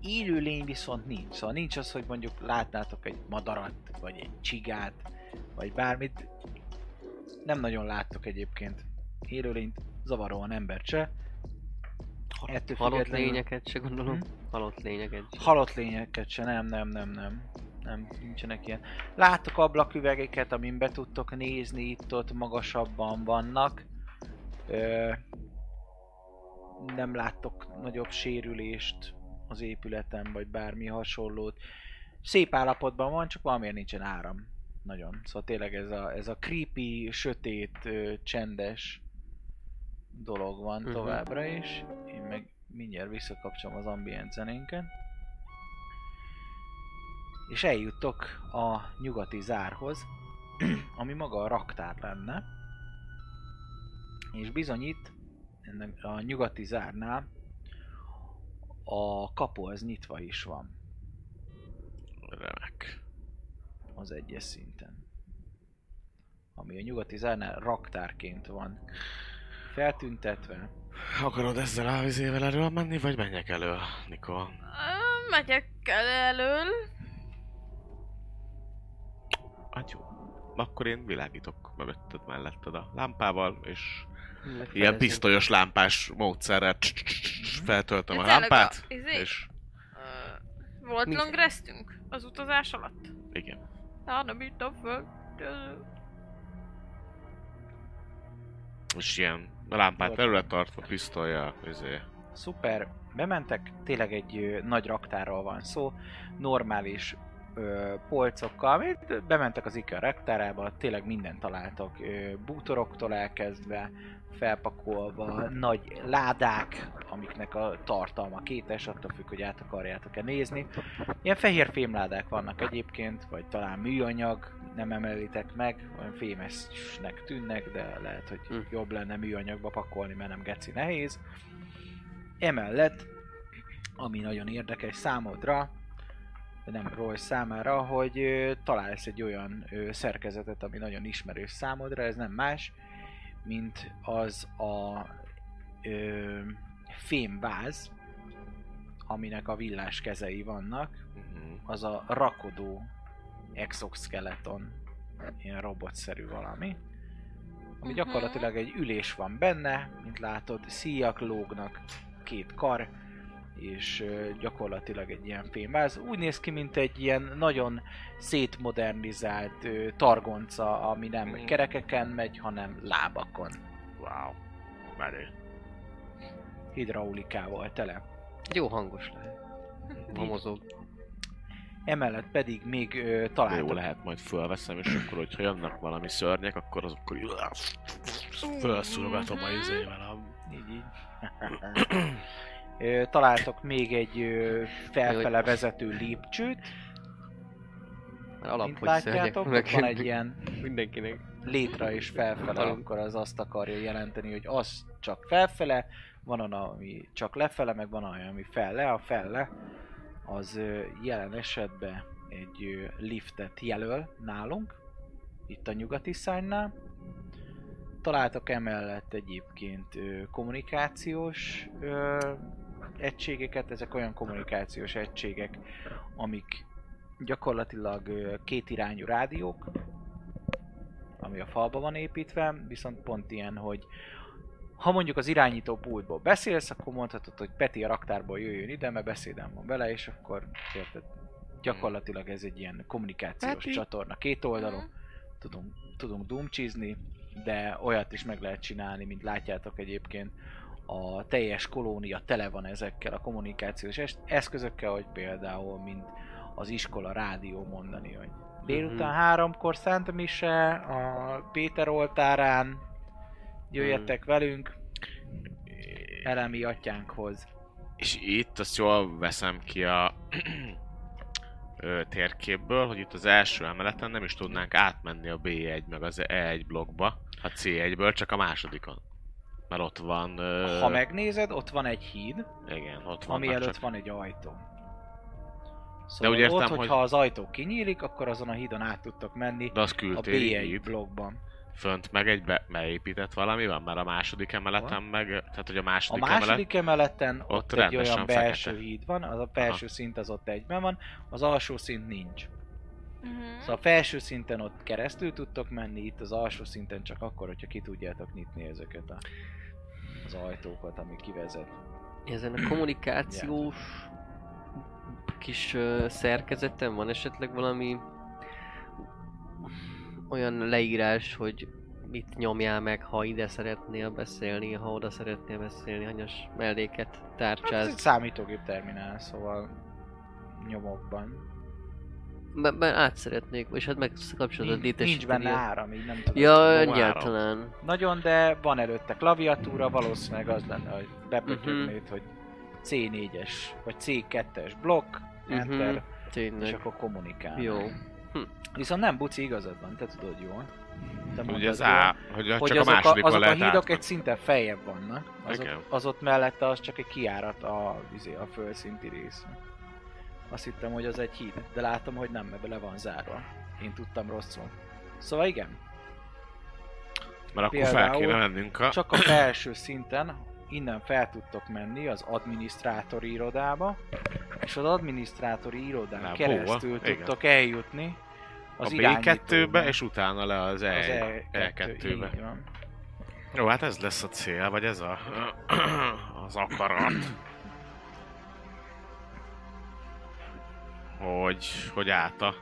élőlény viszont nincs. Szóval nincs az, hogy mondjuk látnátok egy madarat, vagy egy csigát, vagy bármit. Nem nagyon láttok egyébként élőlényt, zavaróan embert se. Ettől Halott függetlenül- lényeket se gondolom. Mhm. Halott lényeket se. Halott lényeket se, nem, nem, nem, nem. Nem, nincsenek ilyen. Láttok ablaküvegeket, amin be tudtok nézni, itt-ott magasabban vannak. Ö, nem láttok nagyobb sérülést az épületen, vagy bármi hasonlót. Szép állapotban van, csak valamiért nincsen áram. Nagyon. Szóval tényleg ez a, ez a creepy, sötét, ö, csendes dolog van Mhm. továbbra is. Én meg mindjárt visszakapcsolom az ambient zenénket. És eljuttok a nyugati zárhoz, ami maga a raktár lenne. És bizony itt, ennek a nyugati zárnál, a kapu az nyitva is van Remek. az egyes szinten. Ami a nyugati zárnál raktárként van feltüntetve. Akarod ezzel a vizével elől menni, vagy menjek elő, Nikó? Ö, Megyek el elől. Hát jó. Akkor én világítok mögötted melletted a lámpával, és ilyen Lefedezünk. pisztolyos lámpás módszerrel cs- cs- cs- cs- feltöltöm a De tényleg a- lámpát, izé? és Ö, Volt Mi- long restünk az utazás alatt? igen. Á, nem írtam föl. Ö, És ilyen lámpát Volt. előre tartva, pisztolyjal, izé. Szuper, bementek, tényleg egy ö, nagy raktárról van szó, normális ö, polcokkal, mint bementek az IKEA raktárába, tényleg mindent találtak, ö, bútoroktól elkezdve, felpakolva, nagy ládák, amiknek a tartalma kétes, attól függ, hogy át akarjátok-e nézni. Ilyen fehér fémládák vannak egyébként, vagy talán műanyag, nem emelitek meg, olyan fémesnek tűnnek, de lehet, hogy Hm. jobb lenne műanyagba pakolni, mert nem geci nehéz. Emellett, ami nagyon érdekes számodra, nem Roy számára, hogy ö, találsz egy olyan ö, szerkezetet, ami nagyon ismerős számodra, ez nem más, mint az a ö, fémváz, aminek a villás kezei vannak, Mhm. az a rakodó exoskeleton, ilyen robotszerű valami, ami Mhm. gyakorlatilag egy ülés van benne, mint látod, szíjak lógnak, két kar, és ö, gyakorlatilag egy ilyen fémváz. Úgy néz ki, mint egy ilyen nagyon szétmodernizált ö, targonca, ami nem Mhm. kerekeken megy, hanem lábakon, Wow. Menő. hidraulikával tele. Jó hangos lehet. Ha mozog. Emellett pedig még ö, De jó, találtak lehet majd fölveszem, és akkor, hogyha jönnek valami szörnyek, akkor azokkal így felszúrogatom a izével a... Így, így. Ö, Találtok még egy ö, felfele vezető lépcsőt, Mert Mint alaphogyszergyek látjátok, ott van egy ilyen mindenkinek. létre is felfele, Talán. akkor az azt akarja jelenteni, hogy az csak felfele, van olyan, ami csak lefele, meg van olyan, ami felle, a felle az ö, jelen esetben egy ö, liftet jelöl nálunk, itt a nyugati szárnynál. Találtak emellett egyébként ö, kommunikációs ö, egységeket, ezek olyan kommunikációs egységek, amik gyakorlatilag ö, kétirányú rádiók, ami a falba van építve, viszont pont ilyen, hogy ha mondjuk az irányító pultból beszélsz, akkor mondhatod, hogy Peti a raktárból jöjjön ide, mert beszédem van vele, és akkor érted, gyakorlatilag ez egy ilyen kommunikációs Peti. csatorna, két oldalú, tudunk, tudunk dumcsizni, de olyat is meg lehet csinálni, mint látjátok egyébként, a teljes kolónia tele van ezekkel a kommunikációs es- eszközökkel, hogy például, mint az iskola rádió mondani, hogy délután Mhm. háromkor Szent Mise, a Péter oltárán, jöjjetek Mhm. velünk, elemi atyánkhoz. És itt azt jól veszem ki a ö, térképből, hogy itt az első emeleten nem is tudnánk átmenni a B1 meg az E1 blokkba, a C1-ből, csak a másodikon. Mert ott van... Ö, Ha megnézed, ott van egy híd, Igen, ott van. ami már előtt csak... van egy ajtó. Szóval úgy De értem, ott, hogy- hogyha az ajtó kinyílik, akkor azon a hídon át tudtok menni De az a kültéri B1 híd, blokkban. fönt meg egy be, beépített valami van, mert a második emeleten Van. meg, tehát hogy a A második, emelet, második emeleten ott egy rendesen olyan belső fekete. híd van, az a felső szint az ott egyben van, az alsó szint nincs. Hm? Mhm. Szóval a felső szinten ott keresztül tudtok menni, itt az alsó szinten csak akkor, hogyha ki tudjátok nyitni ezeket a, az ajtókat, ami kivezet. Hát Ezen a kommunikációs kis ö, szerkezeten van esetleg valami olyan leírás, hogy mit nyomjál meg, ha ide szeretnél beszélni, ha oda szeretnél beszélni, hanyas melléket Hát ez egy tárcsáz. számítógép terminál, szóval nyomokban. Mert át szeretnék, és hát megkapcsolod a Nincs, nincs benne létesítmény. áram, így nem tudom. Ja, áram. egyáltalán. Nagyon, de van előtte klaviatúra, valószínűleg az lenne, hogy Mhm. bepötyögnéd, hogy C4-es vagy C2-es blokk, enter, Mhm, és Tényleg. akkor kommunikál. Jó. Viszont nem buci igazad van, te tudod jól. Te ugye mondtad az jól. A, hogy, Hogy csak a azok a, másodikon azok a lehet hídok átmenni. egy szinten feljebb vannak. Azok, Igen. az ott mellette az csak egy kiárat a, izé, a földszinti rész. Azt hittem, hogy az egy híd, de látom, hogy nem, mert le van zárva. Én tudtam rosszul. Szóval igen, Mert akkor fel például kéne mennünk a... csak a felső szinten innen fel tudtok menni az adminisztrátori irodába, és az adminisztrátori irodán Na, Na, bóva, keresztül igen. tudtok eljutni a az irányítóba. B2-be, és utána le az, az E, E2-be. E2-be. Így van. Jó, hát ez lesz a cél, vagy ez a... az akarat. Hogy... hogy át a...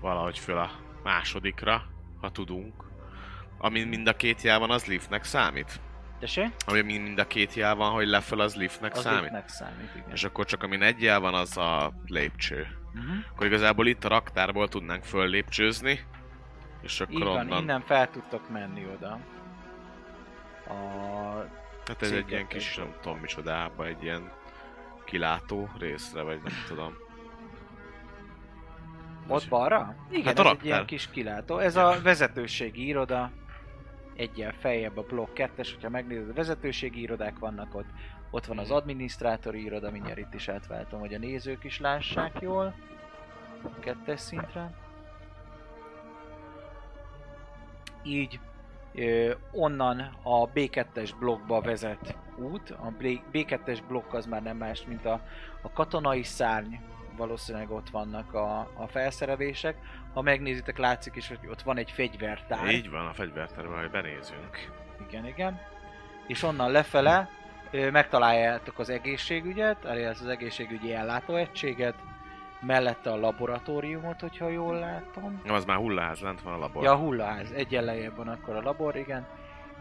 Valahogy föl a másodikra, ha tudunk. Amin mind a két jel van, az liftnek számít? Tessék? Ami min- mind a két jel van, hogy leföl, az liftnek Az számít? liftnek számít, igen. És akkor csak amin egy jel van, az a lépcső. Mhm. Akkor igazából itt a raktárból tudnánk föllépcsőzni, és akkor Így van, onnan... innen fel tudtok menni oda. A... Hát ez egy ilyen Székekkel kis, nem tudom micsodába, egy ilyen kilátó részre, vagy nem tudom. Ott balra? Igen, Hát hát a ez egy raktár. ilyen kis kilátó. Ez a vezetőségi iroda. Egyen feljebb a blokk 2 hogyha megnézed, a vezetőségi irodák vannak ott. Ott van Mhm. az adminisztrátori iroda, mindjárt itt is átváltom, hogy a nézők is lássák jól. Kettes szintre. Így ö, onnan a B2-es blokkba vezet út. A B- B2-es blokk az már nem más, mint a, a katonai szárny. Valószínűleg ott vannak a, a felszerelések. Ha megnézitek, látszik is, hogy ott van egy fegyvertár. Így van, a fegyverterben, hogy benézünk. Igen, igen. És onnan lefele ö, megtaláljátok az egészségügyet, elég az egészségügyi ellátóegységet, mellette a laboratóriumot, hogyha jól látom. Nem, az már hullaház, lent van a labor. Ja, a hullaház, egyen lejjebb van akkor a labor, igen.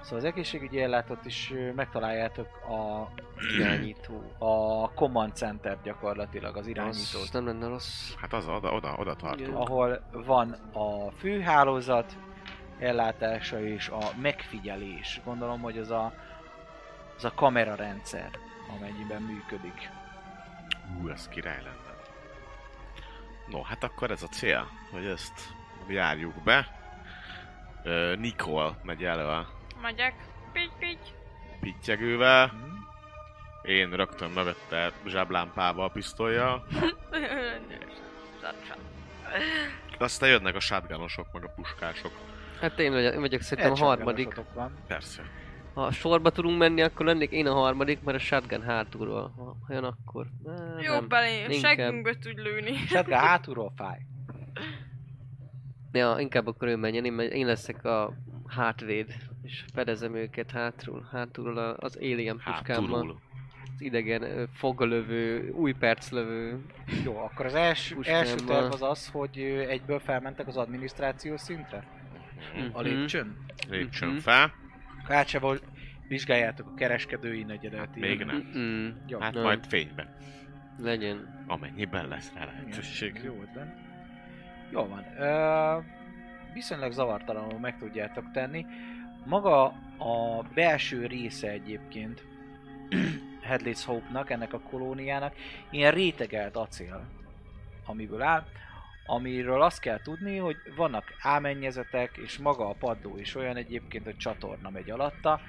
Szóval az egészségügyi ellátót is ö, megtaláljátok a, Irányító. a command center gyakorlatilag, az irányítót. Az nem lenne rossz. Hát az, oda, oda, oda tartunk. Igen. ahol van a főhálózat ellátása és a megfigyelés. Gondolom, hogy az a, az a kamerarendszer, amennyiben működik. Hú, ez király lenne. No, hát akkor ez a cél, hogy ezt járjuk be. Ö, Nikol megy elő a Megyek. Pigy, pigy. pittyegővel. Hm? Én rögtön bevette zseblámpával, a pisztolyjal. Aztán jönnek a shotgunosok, meg a puskások. Hát én vagyok, én vagyok szerintem Egy a harmadik. shotgunosotok Van. Persze. Ha a sorba tudunk menni, akkor lennék én a harmadik, mert a shotgun hátulról. Ha ha jön, akkor... Á, Jó nem. belé, Inkább. segünkbe tud lőni. Shotgun hátulról fáj. Ja, inkább akkor ő menjen, én, megy- én leszek a hátvéd. És fedezem őket hátról, hátulról a- az alien Hát, puskámmal. Hátulul. Az idegen ö, fogalövő, új perclövő. Jó, akkor az első, Puskám első terv van. az az, hogy ö, egyből felmentek az adminisztráció szintre. Mhm. A Mhm. lépcsőn. Lépcsön Mhm. fel. Akkor át Hát se volt, vizsgáljátok a kereskedői negyedet. még ilyen. nem. Mm-mm, Jó, Hát Nem. majd fénybe. Mm, legyen. Amennyiben lesz rá igen, lehetőség. Jó ötlet. Jó van. Ö, viszonylag zavartalanul meg tudjátok tenni. Maga a belső része egyébként Headless Hope-nak, ennek a kolóniának, ilyen rétegelt acél, amiből áll, amiről azt kell tudni, hogy vannak ámennyezetek, és maga a padló is olyan egyébként, hogy csatorna megy alatta,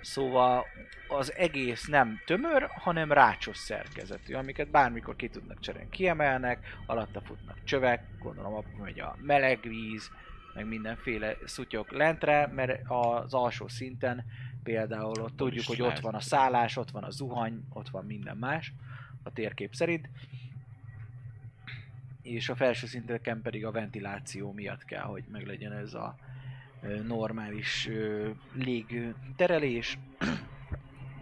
szóval az egész nem tömör, hanem rácsos szerkezetű, amiket bármikor ki tudnak cserélni, kiemelnek, alatta futnak csövek, gondolom abban megy a meleg víz, meg mindenféle szutyok lentre, mert az alsó szinten például ott tudjuk, is hogy lehet. ott van a szállás, ott van a zuhany, ott van minden más a térkép szerint, és a felső szinteken pedig a ventiláció miatt kell, hogy meglegyen ez a ö, normális ö, légterelés,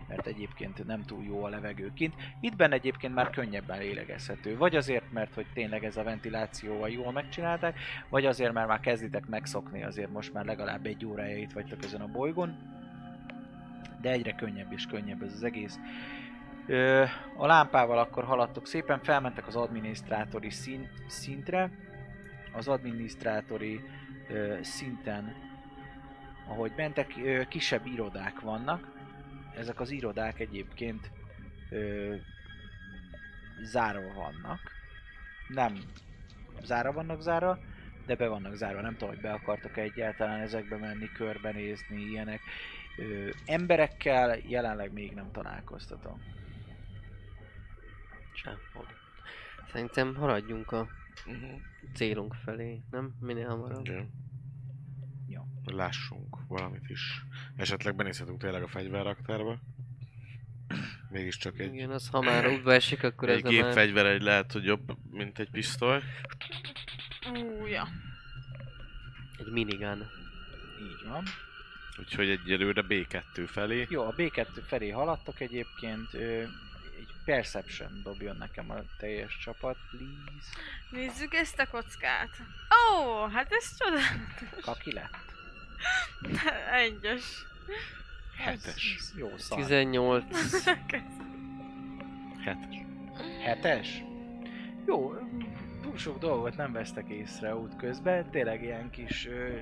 mert egyébként nem túl jó a levegő kint. Itt benne egyébként már könnyebben lélegezhető. Vagy azért, mert hogy tényleg ez a ventilációval jól megcsinálták, vagy azért, mert már kezditek megszokni, azért most már legalább egy órája itt vagytok ezen a bolygón. De egyre könnyebb és könnyebb ez az egész. Ö, a lámpával akkor haladtok szépen, felmentek az adminisztrátori szín, szintre. Az adminisztrátori ö, szinten, ahogy mentek, ö, kisebb irodák vannak. Ezek az irodák egyébként ö, zárva vannak. Nem zárva vannak zárva, de be vannak zárva. Nem tudom, hogy be akartok egyáltalán ezekbe menni, körbenézni, ilyenek. Ö, emberekkel jelenleg még nem találkoztatom. Csápol. Szerintem haradjunk a célunk felé, nem? Minél hamarabb. Jó. Jó. Lássunk valamit is. Esetleg benézhetünk tényleg a fegyverraktárba. Mégiscsak egy, Igen, az ha már útba esik, akkor ez egy nem már... gépfegyver egy lehet, hogy jobb, mint egy pisztoly. Úja. Egy minigun. Így van. Úgyhogy egyelőre B2 felé. Jó, a B2 felé haladtok egyébként. Ö, egy perception dobjon nekem a teljes csapat, please. Nézzük ezt a kockát. Ó, oh, hát ez csodálatos. Kaki lett. Egyes. Hetes. Ez Jó szar. 18. Hetes. Hát Hetes? Jó, túl sok dolgot nem vesztek észre útközben, tényleg ilyen kis ö,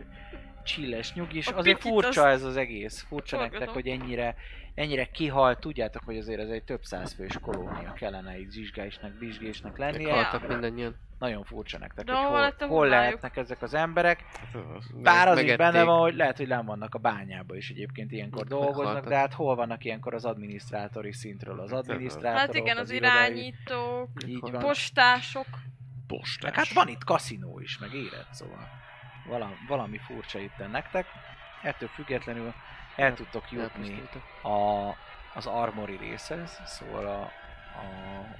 csilles nyugis. A azért pikit furcsa azt ez az egész, furcsa forgatom. nektek, hogy ennyire, ennyire kihalt. Tudjátok, hogy azért ez egy több száz fős kolónia kellene itt zsizsgásnak, bizsgésnek lennie. Meghalt. Haltak mindannyian. Nagyon furcsa nektek, De hogy hol hol, lett a hol hullájuk? lehetnek ezek az emberek. Hát ez az. Bár az is Megették. benne van, hogy lehet, hogy nem vannak a bányába is egyébként ilyenkor dolgoznak, Meghaltak. de hát hol vannak ilyenkor az adminisztrátori szintről az Hát ez az. adminisztrátorok, Hát igen, az irodai- irányítók, Így van. postások. Postás. Meg hát van itt kaszinó is, meg élet, szóval valami, valami furcsa itt nektek. Ettől függetlenül el tudtok jutni Elpusztultak. a, az armori részhez, szóval a, a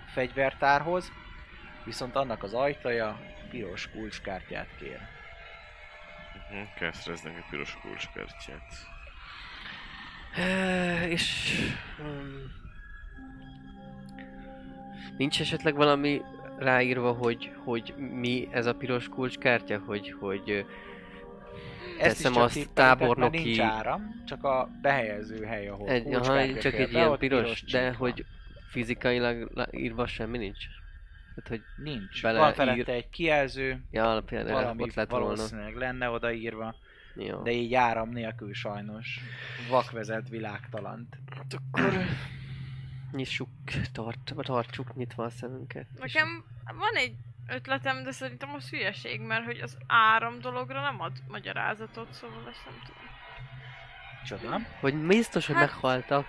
fegyvertárhoz, viszont annak az ajtaja piros kulcskártyát kér. Uh-huh. Kell szereznem egy piros kulcskártyát. Eh, És... mm, Nincs esetleg valami ráírva, hogy, hogy mi ez a piros kulcskártya, hogy, hogy ö, Ezt is Teszem csak azt tippeltek, mert tábornoki- Nincs áram, csak a behelyező hely, ahol egy, aha, kulcskártya csak kell egy be, ilyen ott piros, csík de van. hogy fizikailag lá- írva semmi nincs. Tehát, hogy Nincs. bele Van ír- felette egy kijelző, ja, alapján erre valami ott lett volna. valószínűleg lenne odaírva, Jó. de így áram nélkül sajnos. Vakvezet világtalant. akkor... Nyissuk, tart, vagy tartsuk nyitva a szemünket. Nekem van egy ötletem, de szerintem az hülyeség, mert hogy az áram dologra nem ad magyarázatot, szóval ezt nem tudom. Csoda. Hogy biztos, hogy Hát- meghaltak.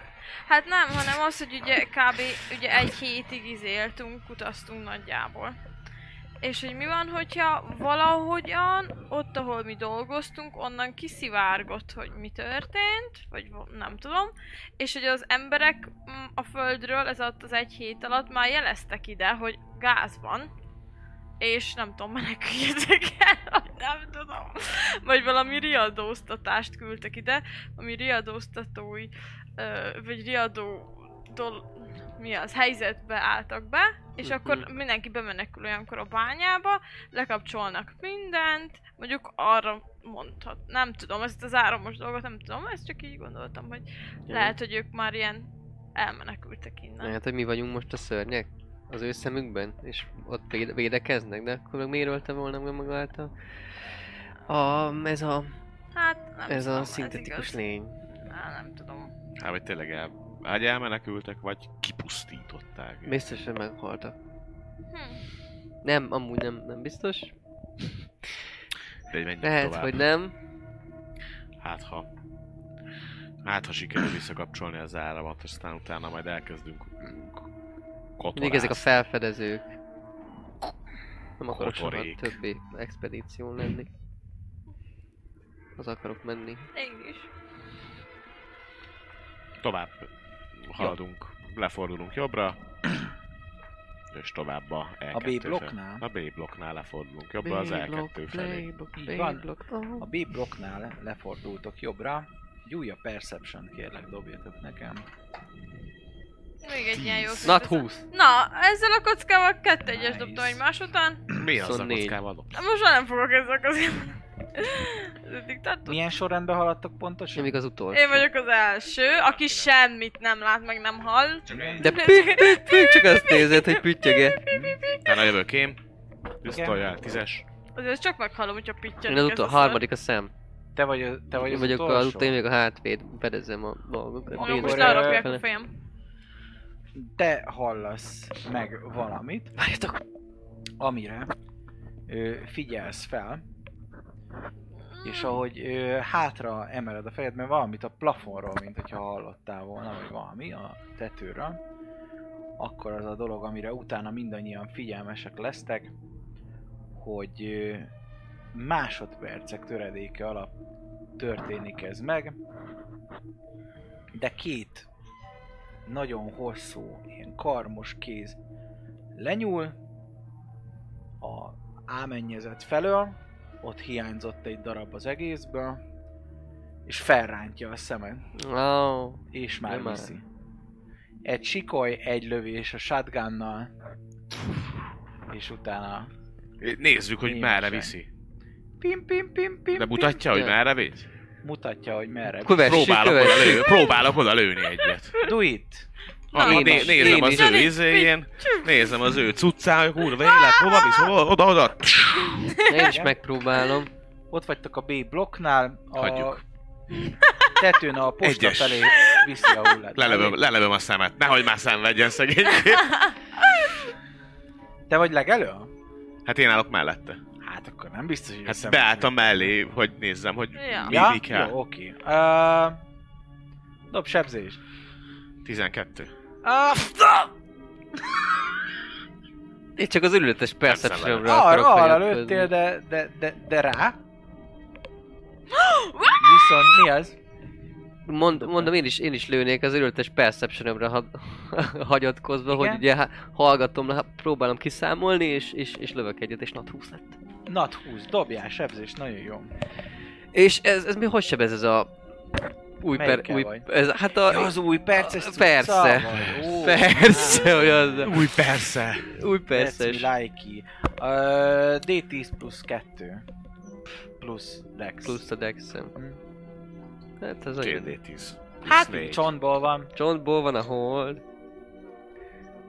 Hát nem, hanem az, hogy ugye kb. Ugye egy hétig izéltünk, utaztunk nagyjából. És hogy mi van, hogyha valahogyan, ott, ahol mi dolgoztunk, onnan kiszivárgott, hogy mi történt, vagy vo- nem tudom, és hogy az emberek mm, a földről, ez alatt az egy hét alatt már jeleztek ide, hogy gáz van, és nem tudom, meneküljetek el, vagy nem tudom. Vagy valami riadóztatást küldtek ide, ami riadóztatói ö, vagy riadó dol- mi az, helyzetbe álltak be, és Mhm. akkor mindenki bemenekül olyankor a bányába, lekapcsolnak mindent, mondjuk arra mondhat, nem tudom, ezt az áramos dolgot nem tudom, ezt csak így gondoltam, hogy lehet, hogy ők már ilyen elmenekültek innen. Hát, hogy mi vagyunk most a szörnyek? Az ő szemükben? És ott véde- védekeznek, de akkor meg miért ölte volna meg magát a... a... ez a... Hát nem ez tudom, a szintetikus igaz. lény. Á, nem tudom. Hát, vagy tényleg el, vagy elmenekültek, vagy kipusztították. őket. Biztos, hogy meghaltak. Hm. Nem, amúgy nem, nem biztos. De menjünk Lehet, tovább. hogy nem. Hát ha... Hát ha sikerül visszakapcsolni az áramat, aztán utána majd elkezdünk Mindig ezek a felfedezők. Nem akarok soha Kotorék. többé expedíción lenni. Az akarok menni. Én is. Tovább haladunk, lefordulunk jobbra, és tovább a A E2 B felé. blokknál, A B blokknál lefordulunk jobbra, az E2 felé. Így van. a Oh. B blokknál lefordultok jobbra. Egy újabb perception kérlek dobjatok nekem. Még egy ilyen jó Not szint. 20. Na, ezzel a kockával kettő egyes Nice. dobtam egymás után. Mi az a 24. kockával dobsz? Most már nem fogok ezzel közében. Ez eddig tartott. Milyen sorrendben haladtok pontosan? Mindig az utolsó. Én vagyok az első, aki semmit nem lát, meg nem hall. De De- pük, pük, pük, csak azt nézed, hogy püttyöge. Utána jövök én. Pisztolyjal, tízes. Azért csak meghallom, hogyha pittyenek. Én az ez utol, a harmadik a szem. Te vagy, a- te vagy Én az vagyok az utolsó. utol, én vagyok a hátvéd, fedezem a dolgokat. szar. Akkor, Na, most előre, arra arra a fele. fejem. Te hallasz meg valamit, Várjatok! amire ö, figyelsz fel, Mm. és ahogy ö, hátra emeled a fejed, mert valamit a plafonról, mint hogyha hallottál volna, vagy valami a tetőről, akkor az a dolog, amire utána mindannyian figyelmesek lesztek, hogy ö, másodpercek töredéke alap történik ez meg, de két nagyon hosszú, ilyen karmos kéz lenyúl a ámennyezet felől, ott hiányzott egy darab az egészből, és felrántja a szemed, Wow. és De már már. viszi. Egy sikoly, egy lövés a shotgunnal, és utána Nézzük, hogy Németság. merre viszi. pim pim pim pim De mutatja, hogy de. merre visz? pim, mutatja, hogy merre. Kövessük, Próbálok oda kövessük. lőni, próbálok oda lőni egyet. Do it! Na, Ami, né- én nézem is. az ő izéjén, nézem az ő cuccán, hogy kurva élet, hova visz, hova, oda, oda. Én is megpróbálom. Ott vagytok a B blokknál, a Hagyjuk. tetőn a posta Egyes. felé viszi a hullát. Lelövöm, lelövöm a szemet, nehogy már szenvedjen szegényként. Te vagy legelő? Hát én állok mellette. Hát akkor nem biztos, hogy Hát összem- beálltam mellé, hogy nézzem, hogy Ja. mi, Ja? mi kell. Jó, oké. Uh, dob sebzést. 12. Ah, Én csak az ürületes perceptionra akarok arra, arra hagyatkozni. lőttél, de, de, de, de rá. Viszont mi az? Mond, mondom, én is, én is lőnék az örültes perceptionömre ha, hagyatkozva, Igen. hogy ugye há- hallgatom, há- próbálom kiszámolni, és, és, és lövök egyet, és nat 20 lett. Nat 20, dobjál sebzést, nagyon jó. És ez, ez mi, hogy sebez ez a új per, Melyikkel új, vagy? ez, hát a, Ja, az új perces a- cucca persze. vagy. Ó, Persze, hogy az Új, persze. új Persze. perces. Like uh, D10 plusz 2. Plusz Dex. Plusz a dexem. Hm. Hát ez olyan. 2D10. Hát, Plusz négy. csontból van. Csontból van a hold.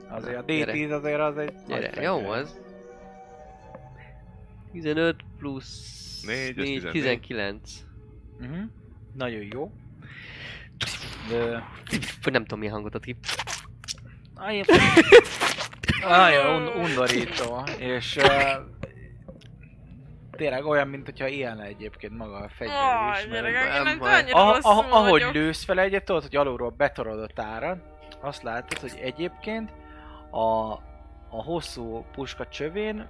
Azért a Gyere. D10 azért az egy... Gyere, nagy jó fegyver. az. 15 plusz Négy, az 4, 14. 19. Mhm. Nagyon jó. De... Vagy nem tudom milyen hangot ad ki. Aj, Aj, un- undorító, és uh, tényleg olyan, mint hogyha ilyen egyébként maga a fegyver Aj, is. mert- gyerekek, én nem ettől baj. annyira Ah, rosszul ah, ahogy vagyok. lősz fel egyet, tudod, hogy alulról betorodott ára, azt látod, hogy egyébként a, a hosszú puska csövén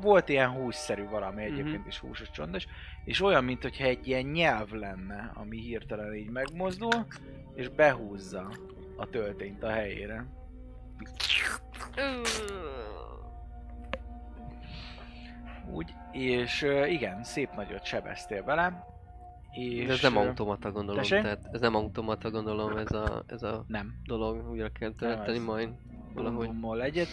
volt ilyen hússzerű valami egyébként Mhm. is húsos csontos, és olyan, mint hogyha egy ilyen nyelv lenne, ami hirtelen így megmozdul, és behúzza a töltényt a helyére. Ú, Úgy, és ö, igen, szép nagyot sebeztél vele. És, És ez nem ö, automata gondolom, tessék? tehát ez nem automata gondolom ez a, ez a Nem, dolog, újra kell tölteni ez- majd valahogy. Valahogy. egyet.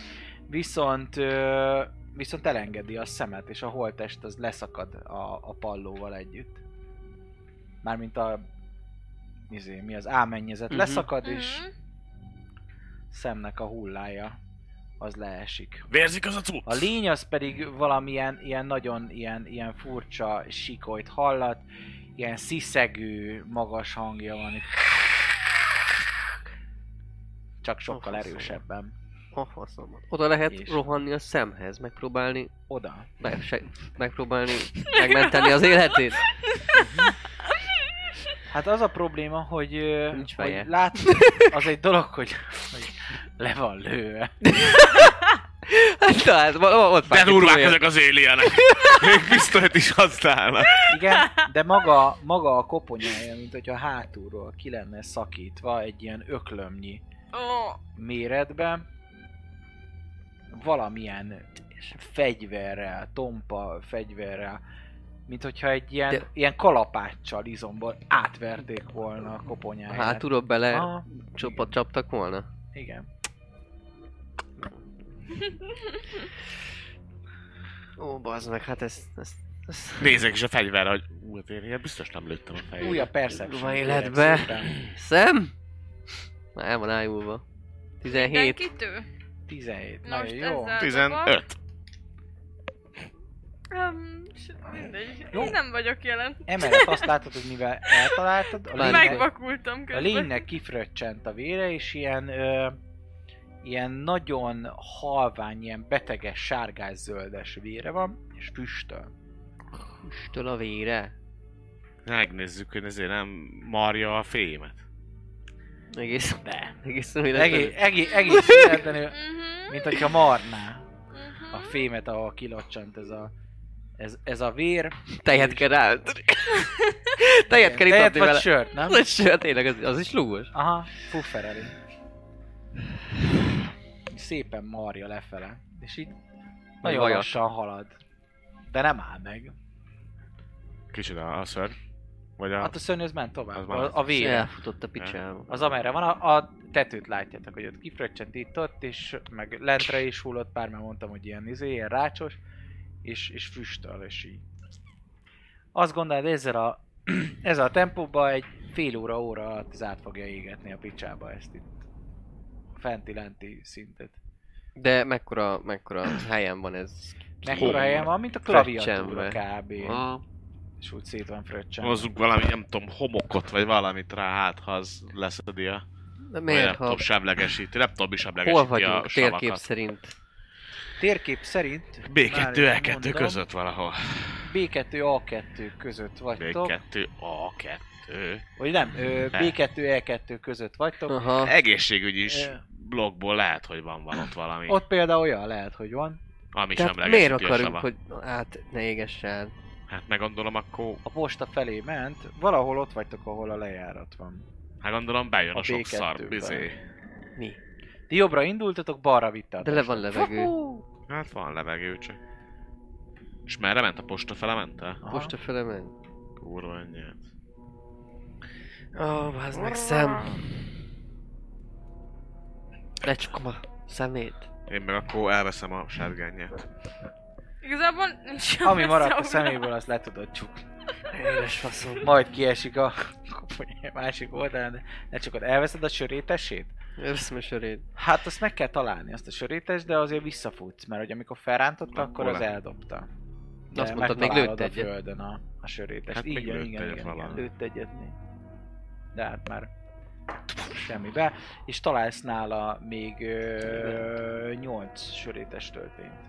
Viszont, ö, viszont elengedi a szemet, és a holtest az leszakad a, a pallóval együtt. Mármint a... Izé, mi az ámennyezet Mhm. uh-huh. leszakad, és mhm. szemnek a hullája az leesik. Vérzik az acu! A lény az pedig valamilyen ilyen nagyon ilyen, ilyen furcsa sikolyt hallat, ilyen sziszegő, magas hangja van. Csak sokkal Aha, szóval. erősebben. A faszomat. Oda lehet És- rohanni a szemhez, megpróbálni, Oda. meg, se, megpróbálni megmenteni az életét. Hát az a probléma, hogy, ö, Nincs hogy feje. lát, az egy dolog, hogy, hogy le van lőve. Hát na, hát va- va- ott De van egy durvák olyan. ezek az alienek! Még pisztolyt is használnak! Igen, de maga, maga a koponyája, mint hogyha hátulról ki lenne szakítva egy ilyen öklömnyi Ó, méretben, valamilyen fegyverrel, tompa fegyverrel, mint hogyha egy ilyen, De- ilyen kalapáccsal izomból átverték volna a koponyáját. Hátulról bele Aha, csopat csaptak volna. igen. Ó, bazd meg, hát ezt... ezt, ezt. Nézek is a fegyverre, hogy ú, hát én ilyet biztos nem lőttem a fejét. Új a perception. Durva kérek életbe. szépen. Szem? Már el van ájulva. 17. kitő. 17. Na Nagyon most jó. ezzel- 15. Um, mindegy. Jó. Én nem vagyok jelen. Emellett azt látod, hogy mivel eltaláltad, a Bár- lénynek, Megvakultam a közben. lénynek kifröccsent a vére, és ilyen, ö, ilyen nagyon halvány, ilyen beteges, sárgás-zöldes vére van, és füstöl. Füstöl a vére. Megnézzük, hogy ezért nem marja a fémet. Egész... De. Egészen véletlenül. Egész, egész, egész véletlenül, Mhm, mint hogyha marná mhm. a fémet, ahol kilocsant ez a, ez, ez a vér. Tejet kell ráölteni. Tejet kell Tejet itatni vagy vele. sört, nem? Az, sőt, tényleg, az, az is lúgos. Aha, puffereli. Szépen marja lefele, és így nagyon vaja. lassan halad. De nem áll meg. Kicsoda a ször. Vagy a... Hát a szörnyű az ment tovább, Az már a, a És vére. elfutott a picsába. Az amerre van, a, a tetőt látjátok, hogy ott kifröccsent itt ott, és meg lentre is hullott, bár már mondtam, hogy ilyen izé, ilyen rácsos, és, és füstöl, és így. Azt gondolod, ezzel a, ezzel a tempóban egy fél óra, óra alatt ez át fogja égetni a picsába ezt itt. A fenti-lenti szintet. De mekkora, mekkora helyen van ez? Mekkora Hol? helyen van, mint a klaviatúra kb. És úgy szét van fröccsen. Hozzuk valami, nem tudom, homokot vagy valamit rá, hát ha az leszedi a... De Vagy nem miért, tudom, ha... semlegesíti, nem tudom, mi semlegesíti Hol vagyunk a térkép savakat. szerint? Térkép szerint Már is B2, E2 mondom. E között valahol. B2, A2 között vagytok. B2, A2. Vagy nem, ö, Ne. B2, E2 között vagytok. Aha. Egészségügyi is Ö. blogból lehet, hogy van valott valami, Ott például olyan lehet, hogy van. ami Tehát semlegesíti miért a akarunk, savat. hogy hát ne égess el? Hát meggondolom, akkor A posta felé ment, valahol ott vagytok, ahol a lejárat van. Hát gondolom bejön a, A a sok B2-ben. szar, bizé. Mi? Ti jobbra indultatok, balra vittátok. De le van levegő. Hát van levegő csak. És merre ment? A posta fele ment el? Aha. Most a fele ment. Kurva anyját. Ó, oh, bazd meg szem. Lecskom a szemét. Én meg akkor elveszem a sárgányát. Igazából nincs Ami maradt a messze abban. szeméből, azt le tudod csukni. Édes faszom. Majd kiesik a koponya másik oldalán, de ne csak ott elveszed a sörétesét? Összmesörét. Hát azt meg kell találni, azt a sörétes, de azért visszafutsz, mert hogy amikor felrántotta, Akkor akkor az le- eldobta. De Azt mondtad, még megtalálod lőtt a egyet. földön a, a sörétest. Hát így még igen, lőtt igen, egyet igen, igen, valahol. lőtt egyet még. De hát már semmibe, és találsz nála még ö, 8 sörétes töltényt.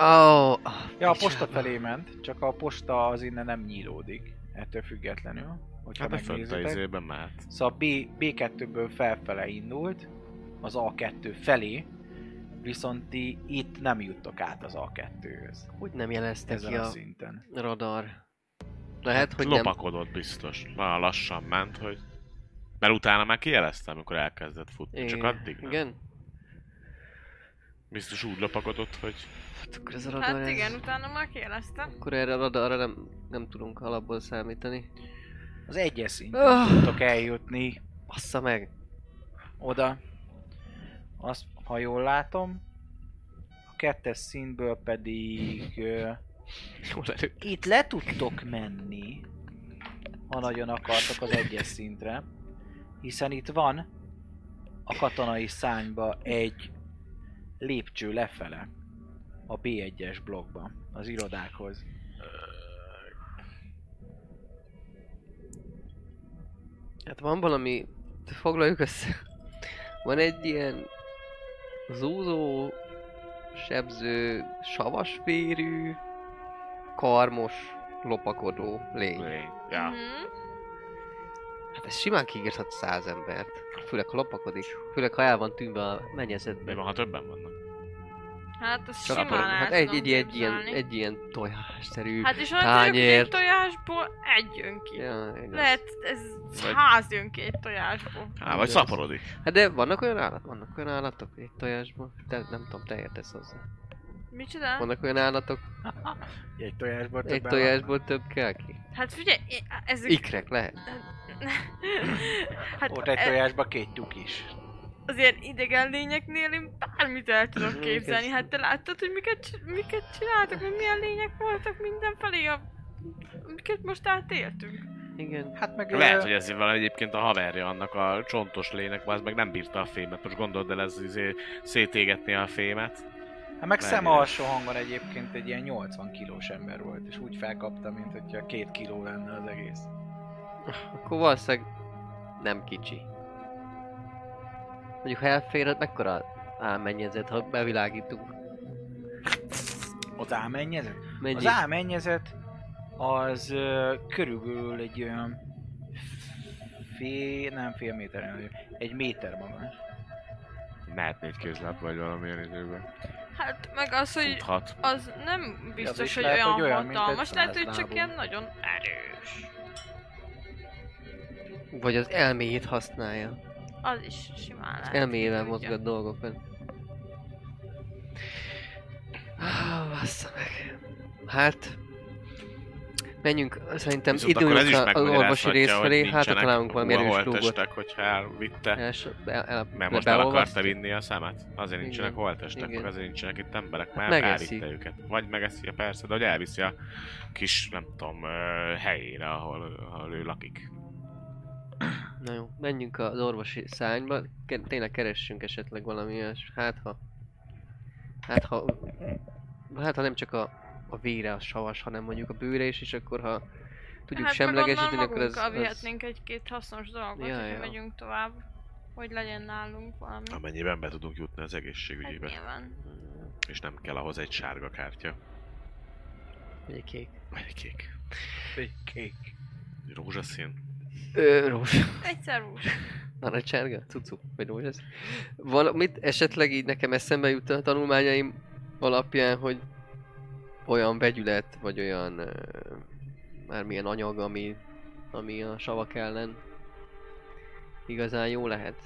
Ó, oh, Ja, a posta felé ment, csak a posta az innen nem nyílódik, ettől függetlenül. Hogyha Hát a fönt a megnézitek. izében mehet. Szóval B, B2-ből felfele indult, az A2 felé, viszont ti itt nem juttok át az A2-höz. Hogy nem jelezte Ezen ki a Hát a szinten. radar? Lehet, hogy nem. Lopakodott biztos. Nagyon lassan ment, hogy... Mert utána már kijeleztem, amikor elkezdett futni. Csak Igen. addig nem. Igen? Biztos úgy lopakodott, hogy Hát akkor ez a radar Hát ez... igen, utána már kérdeztem. Akkor erre a radarra nem, nem tudunk alapból számítani. Az egyes szinten Ah. tudtok eljutni Bassza meg! oda. Azt, ha jól látom, a kettes szintből pedig ö, Jól elő. itt le tudtok menni, ha nagyon akartok az egyes szintre, hiszen itt van a katonai szányba egy lépcső lefele a B1-es blokkba, az irodákhoz. Hát van valami... Foglaljuk össze. Van egy ilyen... Zúzó... Sebző... Savasvérű... Karmos... Lopakodó lény. lény. Ja. Mhm. Hát ez simán kiírhat száz embert. Főleg ha lopakodik. Főleg ha el van tűnve a Mi mennyezetbe. van, ha többen vannak? Hát az Csak simán akkor, el hát egy, tudom egy, egy, ilyen, képzelni. egy ilyen tojásszerű Hát és olyan tegyük, hogy egy tányért. tojásból egy jön ki. Ja, igaz. Lehet, ez Vagy- ház jön ki egy tojásból. Á, vagy szaporodik. Hát de vannak olyan állat, vannak olyan állatok egy tojásban. Te, nem tudom, te értesz hozzá. Micsoda? Vannak olyan állatok, Egy tojásból egy többen tojásból több kell ki. Hát figyelj, én- ezek... Ikrek lehet. hát vannak. Hát Ott egy e- tojásba két tyúk is. azért idegen lényeknél én bármit el tudok Mhm, Ők képzelni. ezt- Hát te láttad, hogy miket, c- miket csináltak, hogy milyen lények voltak mindenfelé, a... miket most átéltünk. Igen. Hát meg Lehet, ö, hogy ezért van egyébként a haverja annak a csontos lénynek, az meg nem bírta a fémet. Most gondold el, ez izé szétégetni a fémet. Hát meg Mennyire? szem alsó hangon egyébként egy ilyen 80 kilós ember volt, és úgy felkapta, mint hogyha két kiló lenne az egész. Akkor valószínűleg nem kicsi. Mondjuk ha elfér, hát mekkora álmennyezet, ha bevilágítunk. Az ámennyezet? Mennyi? Az ámennyezet az ö, körülbelül egy olyan fél, nem fél méter, hanem egy méter magas. Mehet négy kézláb vagy valamilyen időben. Hát meg az, hogy Futhat. az nem Az biztos, is hogy lehet, olyan, hogy olyan, mint egy hatalmas, lehet, hogy csak százlábú. ilyen nagyon erős. Vagy az elméjét használja. Az is simán Az lehet. elméjével ki tudja. mozgat dolgokon. Ah, bassza meg. Hát... Menjünk, szerintem Viszont akkor ez induljunk is a- az megmagyarázhatja, orvosi rész hogy felé, hát ha nincsenek találunk valami hol erős dolgot. holttestek, hogyha elvitte. El, so- el, el, Mert be- most el akarta beolvasztja. vinni a szemet. Azért nincsenek Igen. holtestek, meg Igen. azért nincsenek itt emberek, Hát mert megeszi. elvitte őket. Vagy megeszi, persze, de hogy elviszi a kis, nem tudom, ö, helyére, ahol, ahol ő lakik. Na jó, menjünk az orvosi szányba, Ke- tényleg keressünk esetleg valami olyas, hát ha... Hát ha... Hát ha nem csak a, a vére a savas, hanem mondjuk a bőre is, és akkor ha tudjuk hát semlegesíteni, meg akkor onnan ez... magunkkal ez... vihetnénk egy-két hasznos dolgot, Ja, ja, hogyha ja. megyünk tovább, hogy legyen nálunk valami. Amennyiben be tudunk jutni az Hát egészségügyibe, nyilván. és nem kell ahhoz egy sárga kártya, Vagy egy kék. vagy egy kék, Egy kék. egy rózsaszín. Ö, rózs. Egyszer úgy. Narancsárga? Cucu? Vagy rózsasz? Valamit esetleg így nekem eszembe jut a tanulmányaim alapján, hogy olyan vegyület, vagy olyan ö, bármilyen anyag, ami, ami a savak ellen igazán jó lehet.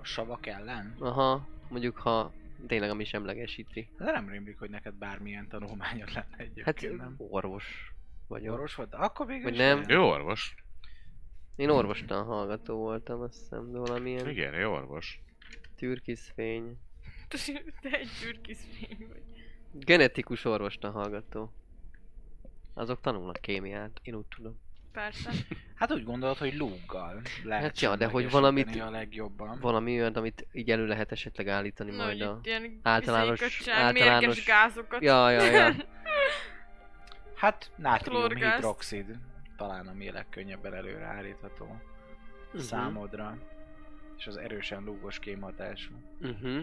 A savak ellen? Aha, mondjuk ha tényleg ami semlegesíti. De nem rémlik, hogy neked bármilyen tanulmányod lenne Hát egyébként, nem? orvos vagyok. Orvos volt? Akkor végül Vagy is nem. olyan. Jó orvos. Én orvostan hallgató voltam, azt hiszem, de valamilyen Igen, jó orvos. türkiszfény. Te egy gyürkis fény vagy. Genetikus orvostan hallgató. Azok tanulnak kémiát, én úgy tudom. persze. Hát úgy gondolod, hogy lúggal lehet Hát ja, de hogy semlegesíteni valamit- a legjobban. Valami olyan, amit így elő lehet esetleg állítani Na, hogy majd a... itt ilyen általános- izékat csinál, általános- mérges gázokat. Ja, ja, ja. Mhm, Hát nátrium Klórgázt. hidroxid talán ami a legkönnyebben előre állítható számodra. És az erősen lúgos kémhatású. Uh-huh.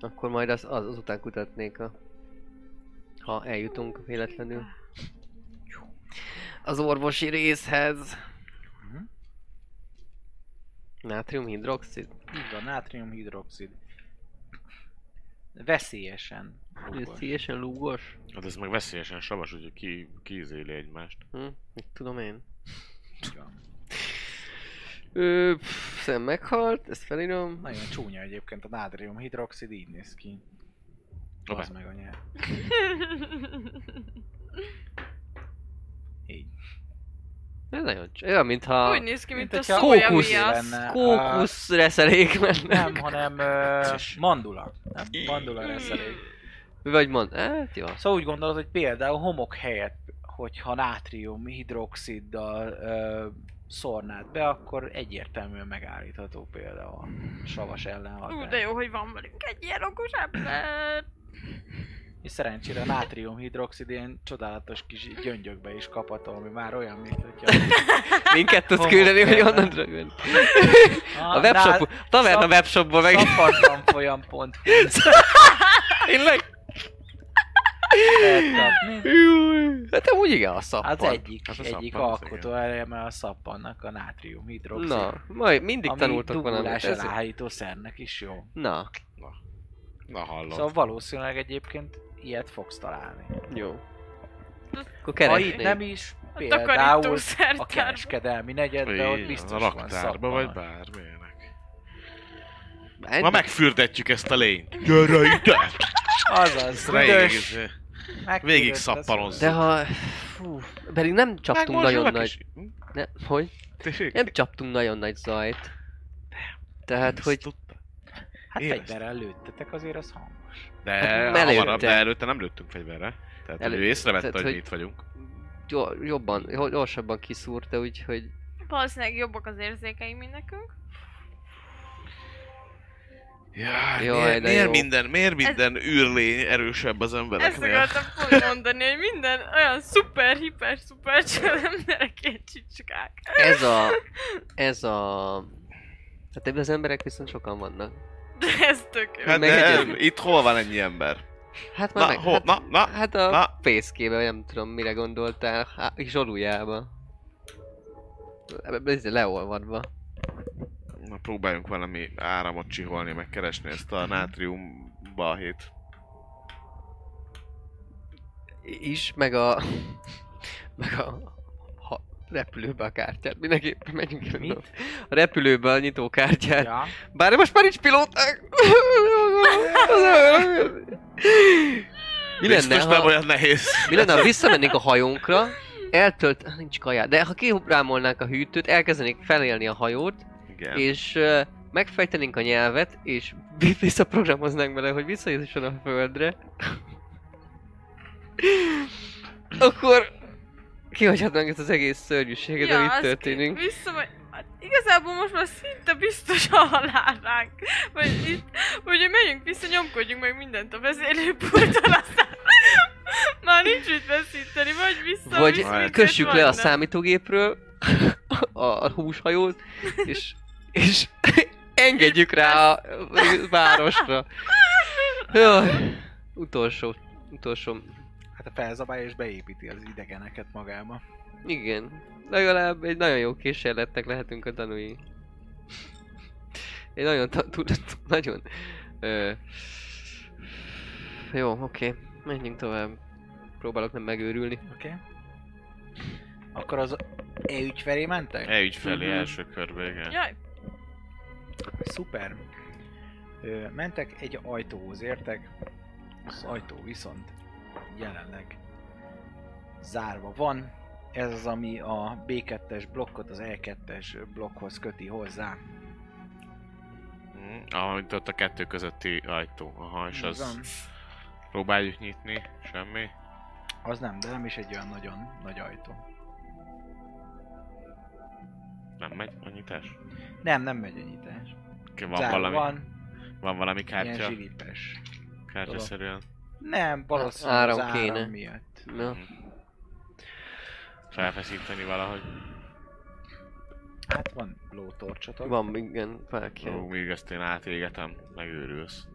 Akkor majd az, az, azután kutatnék, a, ha eljutunk véletlenül. Az orvosi részhez. Mhm. Nátriumhidroxid? Így van, nátriumhidroxid. Veszélyesen lúgos. Veszélyesen lúgos? Hát ez meg veszélyesen savas, úgyhogy ki, kiizéli egymást. Hm? Mit tudom én? Így van. Ő, pff, szem meghalt, ezt felírom. Nagyon csúnya egyébként a nátriumhidroxid, így néz ki. Hoppá. Az meg a nyelv. Így. Ez nagyon cs- olyan, mintha Úgy néz ki, mint, Mint a hogyha szója kókusz miasz. lenne. kókusz reszelék menne. Nem, hanem ö, mandula. Nem, Mm. mandula reszelék. Vagy mond, hát jó. Szóval úgy gondolod, hogy például homok helyett, hogyha nátrium hidroxiddal ö, szornád be, akkor egyértelműen megállítható például a savas ellenhatás. Ú, de jó, hogy van velünk egy ilyen okos ember. És szerencsére a nátriumhidroxid ilyen csodálatos kis gyöngyökbe is kapható, ami már olyan, mint hogyha... Minket tudsz Homok küldeni, hogy kellene. onnan drögön. A webshop, a taverna szap- webshopból meg... Szapatlanfolyam.hu Tényleg? lehet kapni. Júj. Hát te úgy igen, a szappan. Az egyik, Az a egyik szappan, az alkotó eleme a szappannak a nátriumhidroxid. Na, majd mindig ami tanultok valamit. duguláson Ez... állító szernek is jó. Na, Na hallom. Szóval valószínűleg egyébként ilyet fogsz találni. jó. Akkor Ha itt keresnék. nem is, A például a takarítószertár. kereskedelmi negyedben, ott Így, biztos a van raktárba szappan. vagy bármilyenek. Egy- Ma megfürdetjük ezt a lényt. Gyere ide! Azaz, üdös, végig megtudod, szappanozz. azt De mondod. ha... Fú, pedig nem csaptunk nagyon nagy... Hm? Ne, hogy? Tényleg? Nem csaptunk nagyon nagy zajt. Tehát, Ezt hogy... tudta. Hát Érezd. fegyverrel lőttetek, azért az hangos. De Hát melőtte. hamarabb, de előtte nem lőttünk fegyverre. Tehát Elő- ő észrevette, tehát, hogy, hogy- mi itt vagyunk. gyor- Jobban, gyorsabban kiszúrta, úgyhogy... Valószínűleg jobbak az érzékeim, mint nekünk. Jaj, Jaj, miért, de miért jó. minden, miért minden űrlény erősebb az Ezt embereknél? akartam pont mondani, hogy minden olyan szuper, hiper, szuper emberek ilyen csicskák. Ez a... Ez a... Hát ebben az emberek viszont sokan vannak. De ez tök jó. Hát Meg de, egyedül. itt hol van ennyi ember? Hát már Na, meg... ho, hát, na, na, hát a na. fészkébe, vagy nem tudom mire gondoltál. Há, zsoluljába. Ez leolvadva. na, próbáljunk valami áramot csiholni, meg keresni ezt a nátrium balhét. Is, meg a... Meg a... Ha, repülőbe a kártyát. Mindenképpen megyünk el. Mit? A repülőbe a nyitókártyát. Ja. Bár most már nincs pilóták. Mi Biztos lenne, nem ha, olyan nehéz. mi lenne, ha visszamennénk a hajónkra, eltölt... Ah, Nincs kajá. De ha kihubrámolnánk a hűtőt, elkezdenék felélni a hajót, Igen. és ö, megfejtenénk a nyelvet, és vi- visszaprogramoznánk bele, hogy visszajusson a földre. Akkor kihagyhatnánk ezt az egész szörnyűséget, ja, ami az itt történik. ki- Vissza, hát igazából most már szinte biztos a halál ránk. Vagy itt, ugye megyünk vissza, nyomkodjunk meg mindent a vezérlőpulton, aztán már nincs mit veszíteni, vagy vissza, Vagy vissza, mindent kössük le a vannak. számítógépről a, a húshajót, és, és engedjük rá a városra. Jaj, utolsó, utolsó. Hát a felzabálja és beépíti az idegeneket magába. Igen, legalább egy nagyon jó kísérletnek lehetünk a tanúi. Egy nagyon, ta, tu- tu- nagyon... Ö, jó, oké, menjünk tovább. Próbálok nem megőrülni. Oké? Okay? Akkor az E ügyfelé mentek? E ügy felé Mhm. első körbe, igen. Jaj, Szuper. Ö, mentek egy ajtóhoz, értek? Az ajtó viszont jelenleg zárva van. Ez az, ami a B2-es blokkot az E2-es blokkhoz köti hozzá. Mm, Amint ott a kettő közötti ajtó. Aha, és Így van. az próbáljuk nyitni, semmi. Az nem, de nem is egy olyan nagyon nagy ajtó. Nem megy a nyitás? Nem, nem megy a nyitás. Ki Van Zárva valami, van, van van valami ilyen kártya, zsilipes. kártyaszerűen? Nem, valószínűleg Áram Hát, áram az áram kéne. kéne. miatt. Na, Mm. Felfeszíteni valahogy. Hát van lótorcsatok. van igen, fákja. Ó, míg ezt én átégetem, megőrülsz.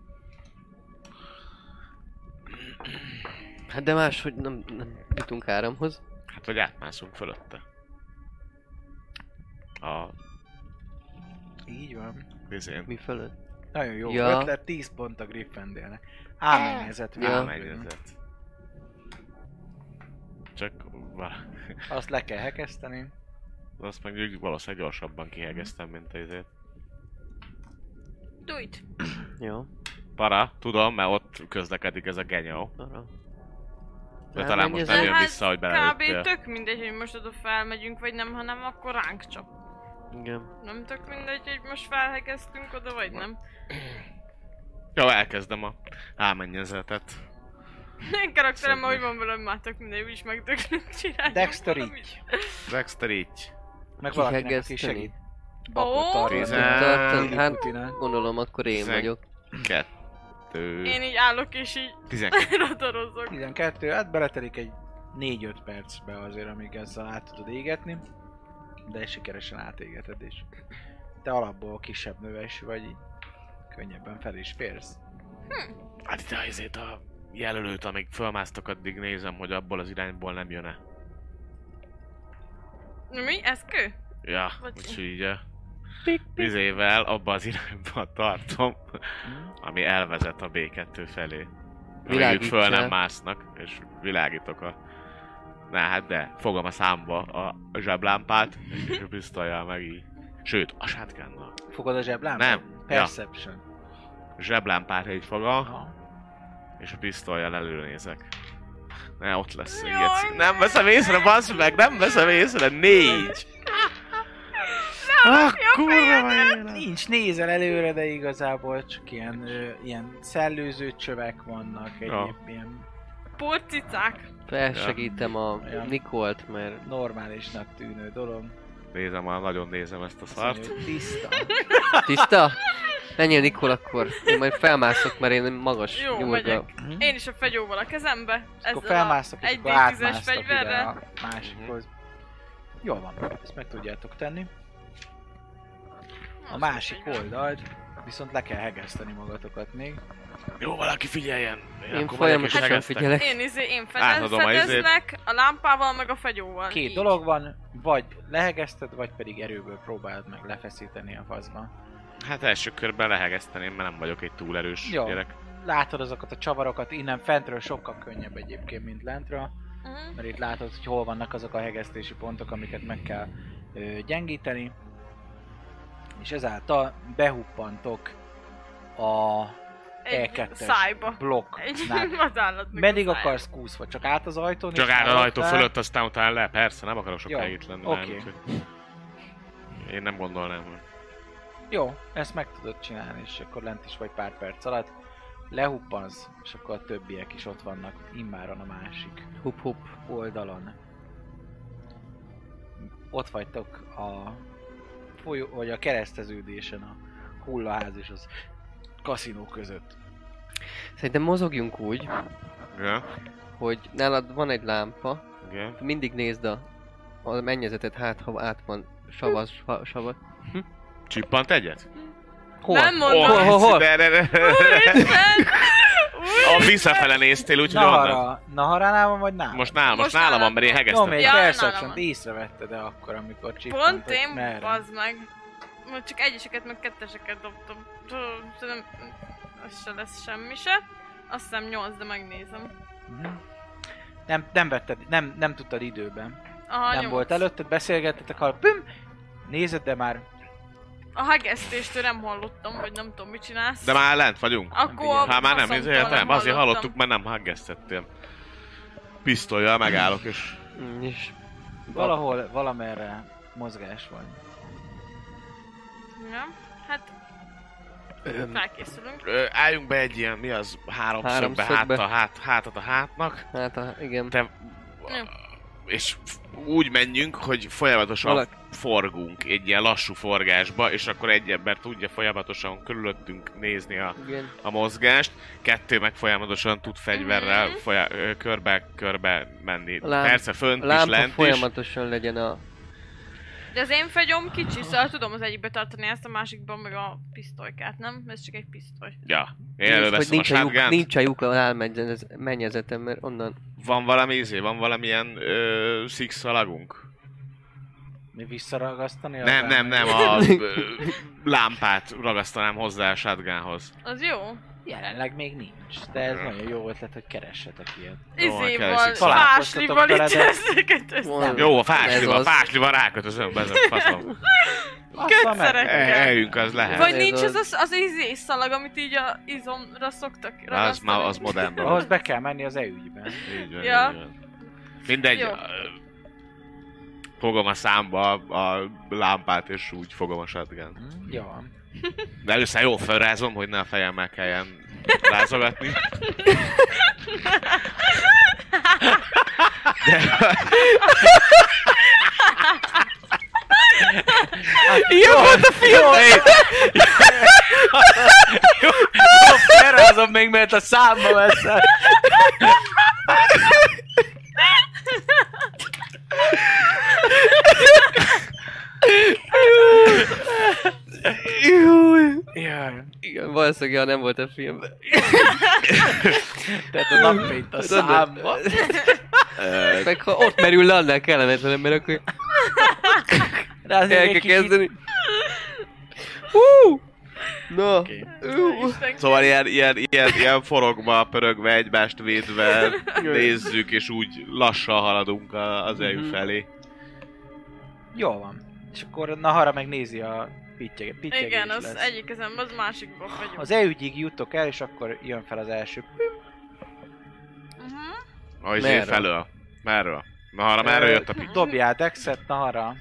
Hát de máshogy nem, nem jutunk áramhoz. Hát vagy átmászunk fölötte. A izé, Így van. vizén. Mi fölött? Nagyon jó Ja. ja. ötlet, 10 pont a Gryffindornek. Ámenyezett Ja. Elmegyezett. Csak vala- Azt le kell hekeszteni. azt meg úgy valószínűleg gyorsabban kihegeztem, mint izé- ezért. Do it. Jó, Para, tudom, mert ott közlekedik ez a genyó. arra. De talán most nem Elmenjezett. jön Hát, vissza, hogy Kb. belelőttél. tök mindegy, hogy most oda felmegyünk, vagy nem, hanem akkor ránk csap. Igen. Nem tök mindegy, hogy most felhegeztünk oda, vagy nem. Jó, elkezdem a ámennyezetet. Én karakterem, Szegény. ahogy van velem, már tök mindegy, úgyis meg tök csinálni. Dexter így. Dexter így. Meg valakinek, aki Kihegeszteni. segít. Ó. Bakot tartani. Tizen- Tartani, Lili hát Putinál. gondolom akkor én Tizen- vagyok. Kettő. Én így állok és így 12. rotorozok. 12, hát beletelik egy 4-5 percbe azért, amíg ezzel át tudod égetni. De sikeresen átégeted is. Te alapból kisebb növes vagy, így könnyebben fel is férsz. Hát itt azért a jelölőt, amíg fölmásztok, addig nézem, hogy abból az irányból nem jön-e. Mi? Ez kő? Ja, Vagy- úgyhogy így a vizével abba az irányba tartom, Hm? ami elvezet a B2 felé. Amíg Világíts föl nem el. másznak, és világítok a... Na hát de, fogom a számba a zseblámpát, és a pisztolyjal meg így. Sőt, a sátkánnak. Fogod a zseblámpát? Nem. Ja, Perception. zseblámpát így fogom, Aha. és a pisztolyjal előnézek. Ne, ott lesz Jaj, egy geci. Nem ne. veszem észre, bassz meg, nem veszem észre, négy! Ah, kurva élet. Nincs, nézel előre, de igazából csak ilyen, ö, ilyen szellőző csövek vannak, Ja. egyéb ilyen Porcicák. Felsegítem a Ja. Nikolt, mert normálisnak tűnő dolog. Nézem, már nagyon nézem ezt a szart. Szóval Tiszta. Tiszta? Menjél Nikol akkor, én majd felmászok, mert én magas Jó, nyúlga. megyek. Én is a fegyóval a kezembe. Ezzel Mhm. akkor ezzel a felmásztok, és akkor 1D10-es átmásztok ide fegyverrel. a másikhoz. Jól van, ezt meg tudjátok tenni. A másik oldalt viszont le kell hegeszteni magatokat még. Jó, valaki figyeljen! Én akkor megyek és folyamatosan segeztek. figyelek. Én izé, én Átadom a izét. fedezlek, a lámpával, meg a fegyóval. Két Így. dolog van, vagy lehegeszted, vagy pedig erőből próbáld meg lefeszíteni a faszba. Hát első körben lehegezteném, mert nem vagyok egy túl erős Jó. gyerek. Látod azokat a csavarokat, innen fentről sokkal könnyebb egyébként, mint lentről, Mhm. mert itt látod, hogy hol vannak azok a hegesztési pontok, amiket meg kell ö, gyengíteni. És ezáltal behuppantok a Egy E2-es szájba. Egy blokknál. vadállatnak a Meddig szájába. akarsz kúszva? Csak át az ajtón? Csak és áll az mellett ajtó fel? fölött, aztán utána le. Persze, nem akarok sokáig Jó, itt lenni. oké. Okay. én nem gondolnám, hogy... Jó, ezt meg tudod csinálni, és akkor lent is vagy pár perc alatt. Lehuppansz, és akkor a többiek is ott vannak, immáron a másik Hup hup. oldalon. Ott vagytok a folyó, vagy a kereszteződésen a hullaház és az kaszinó között. Szerintem mozogjunk úgy, Ja, hogy nálad van egy lámpa, igen. mindig nézd a, a mennyezetet, hát ha át van savas, ha, savas. Csippant egyet? Hol? Nem mondom. Hol, hol, hol? De, de, de. Úristen! A visszafele néztél, úgyhogy onnan. Nahara, Naharánál van, vagy nálam? Most nálam, most Most nálam van, nálam mert én van. Nyomj hegeztem. egy Ja, nálam perception van. észrevette, de akkor, amikor csippantott. Pont én, merre. bazd meg. Most csak egyeseket, meg ketteseket dobtam. Tudom, Tudom, az se lesz semmi se. Azt hiszem 8, de megnézem. Mhm. Nem, nem vetted, nem, nem tudtad időben. Aha, nem nyolc. volt előtted, beszélgettetek arra, püm, nézed, de már A hegesztéstől nem hallottam, vagy nem tudom, mit csinálsz. De már lent vagyunk. Akkor Hát már nem, faszomtól ezért nem, azért hallottam. hallottuk, mert nem haggesztettél. Pisztolyjal megállok, és Mm, És valahol, valamerre mozgás van. Ja, hát Öm, Felkészülünk. ö, álljunk be egy ilyen, mi az, háromszögbe, Háromszögbe. háttal, hát, hátat a hátnak, Hát, a, igen. te... Jó. És f- úgy menjünk, hogy folyamatosan Valak, forgunk egy ilyen lassú forgásba, és akkor egy ember tudja folyamatosan körülöttünk nézni a, igen. a mozgást, kettő meg folyamatosan tud fegyverrel Mhm. folya- ö, körbe-körbe menni. A lám- Persze fönt A is, lámpa lent is. folyamatosan legyen a... De az én fegyom kicsi, szóval tudom az egyikbe tartani ezt, a másikban meg a pisztolykát, nem? Ez csak egy pisztoly. Ja, én előveszem a nincs a, lyuk, shotgun nincs a lyuk a lálmennyezetem, mennyezeten, mert onnan... Van valami izé, van valamilyen ö, six szalagunk? Mi visszaragasztani? a Nem, nem, vámot? nem, a ö, lámpát ragasztanám hozzá a shotgunhoz. Az jó? Jelenleg még nincs, de ez nagyon jó ötlet, hogy keressetek ilyet. Izéval, elhiszik. Találkoztatok fáslival itt vele, de- ezeket össze. Van. Jó, a Ez fáslival, az. fáslival rákötözöm, bezem, faszom. Bassza meg! Kötszerek. E- Eljünk, az lehet. Vagy Ez nincs az az. az, az izé szalag, amit így a izomra szoktak Na, az már az modern dolog. Ahhoz be kell menni az EU-ben. Így van, Ja. így van. Mindegy. Jó. ö, Fogom a számba a lámpát, és úgy fogom a shotgun. Hm, Jó van. De először jól felrázom, hogy ne a fejemmel kelljen rázogatni. Ilyen volt a Jó, jó, felrázom még, mert a számba veszel. Jaj, Igen, valószínűleg ja, nem volt a film. tehát a napfényt a számba. Ö, Meg ha ott merül le, annál kellemetlen, mert akkor De Hát azért el egy kell kicsit- kezdeni. Hú! Na, Oké. Ú, Szóval ilyen, ilyen, ilyen, ilyen forogva, pörögve, egymást védve nézzük, és úgy lassan haladunk a- az EU Mhm. felé. Jó van. És akkor Nahara megnézi a pittyeg, pittyeg Igen, az lesz. egyik kezemben, az másikban vagyok. Az EU-ig jutok el, és akkor jön fel az első. Mhm. Az én Merről? izé, felől. Merről? Na, arra merről Ö, jött a pi... Dobjál Dexet, Nahara.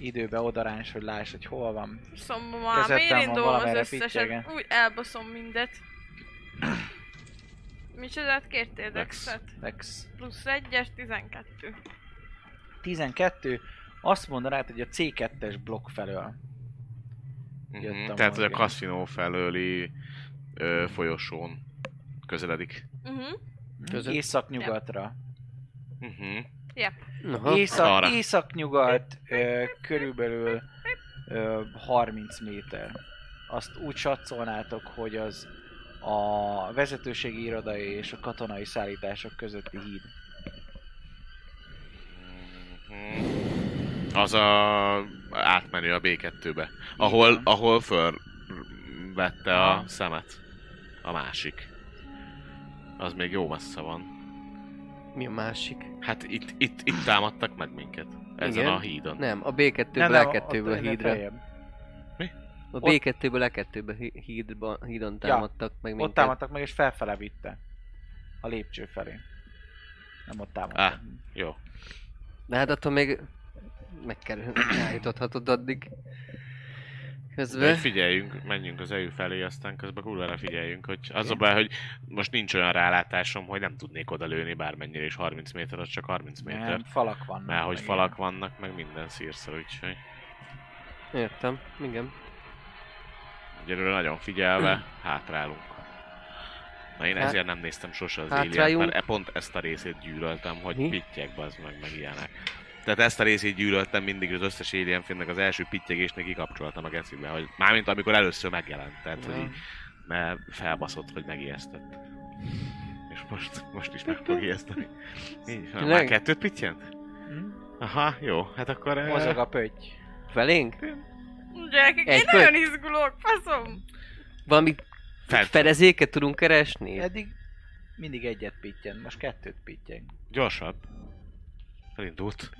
Időbe odaráns, hogy láss, hogy hol van. Szóval már Közepben miért van, én dolgom az valamelyre összeset? pittyegen. Úgy elbaszom mindet. Micsodát kértél Dex. Dexet? Dex. Plusz egyes, 12. 12, azt mondanád, hogy a C2-es blokk felől. Mhm, Jöttem Tehát, hogy a volna, kaszinó felőli ö, folyosón közeledik. Mhm. Között. Észak-nyugatra. Mhm. Aha. Észak, Arra. észak-nyugat ö, körülbelül ö, 30 méter. Azt úgy satszolnátok, hogy az a vezetőségi irodai és a katonai szállítások közötti híd. Mhm. Az a átmenő a B2-be, ahol, ahol föl vette a Aha. szemet. A másik. Az még jó messze van. Mi a másik? Hát itt, itt, itt támadtak meg minket. Ezen Igen? a hídon. Nem, a B2-ből ott- E2-ből ennél hídre. feljebb. A Ott- B2-ből E2-be hí- hídba, hídon támadtak meg minket. Ott támadtak meg, és felfele vitte. A lépcső felé. Nem ott támadtak. Á. Jó. De hát attól még meg kell eljuthatod addig. De Közben. figyeljünk, menjünk az EU felé, aztán közben kurvára figyeljünk, hogy az a baj, hogy most nincs olyan rálátásom, hogy nem tudnék oda lőni bármennyire is 30 méter, az csak 30 méter. Nem, falak vannak. Mert hogy meg falak vannak, meg minden szírszal, úgyhogy Értem, igen. egyelőre nagyon figyelve hátrálunk. Na én Hát- ezért nem néztem sose az alien Hátráljunk. mert e- pont ezt a részét gyűlöltem, hogy Mi? pittyek, bazd meg, meg ilyenek. Tehát ezt a részét gyűlöltem mindig az összes Alien filmnek az első pittyegésnek kikapcsoltam a gecibe, hogy mármint amikor először megjelent, Hát, tehát hogy így, mert felbaszott, hogy megijesztett. És most, most is meg fog ijeszteni. Így, van. már Tényleg? kettőt pittyent? Hm? Aha, jó, hát akkor... eh, Mozog a pötty. Felénk? Gyerekek, én Egy nagyon izgulok, faszom! Valami Fent. fedezéket tudunk keresni? Eddig mindig egyet pittyen, most kettőt pittyen. Gyorsabb. Elindult.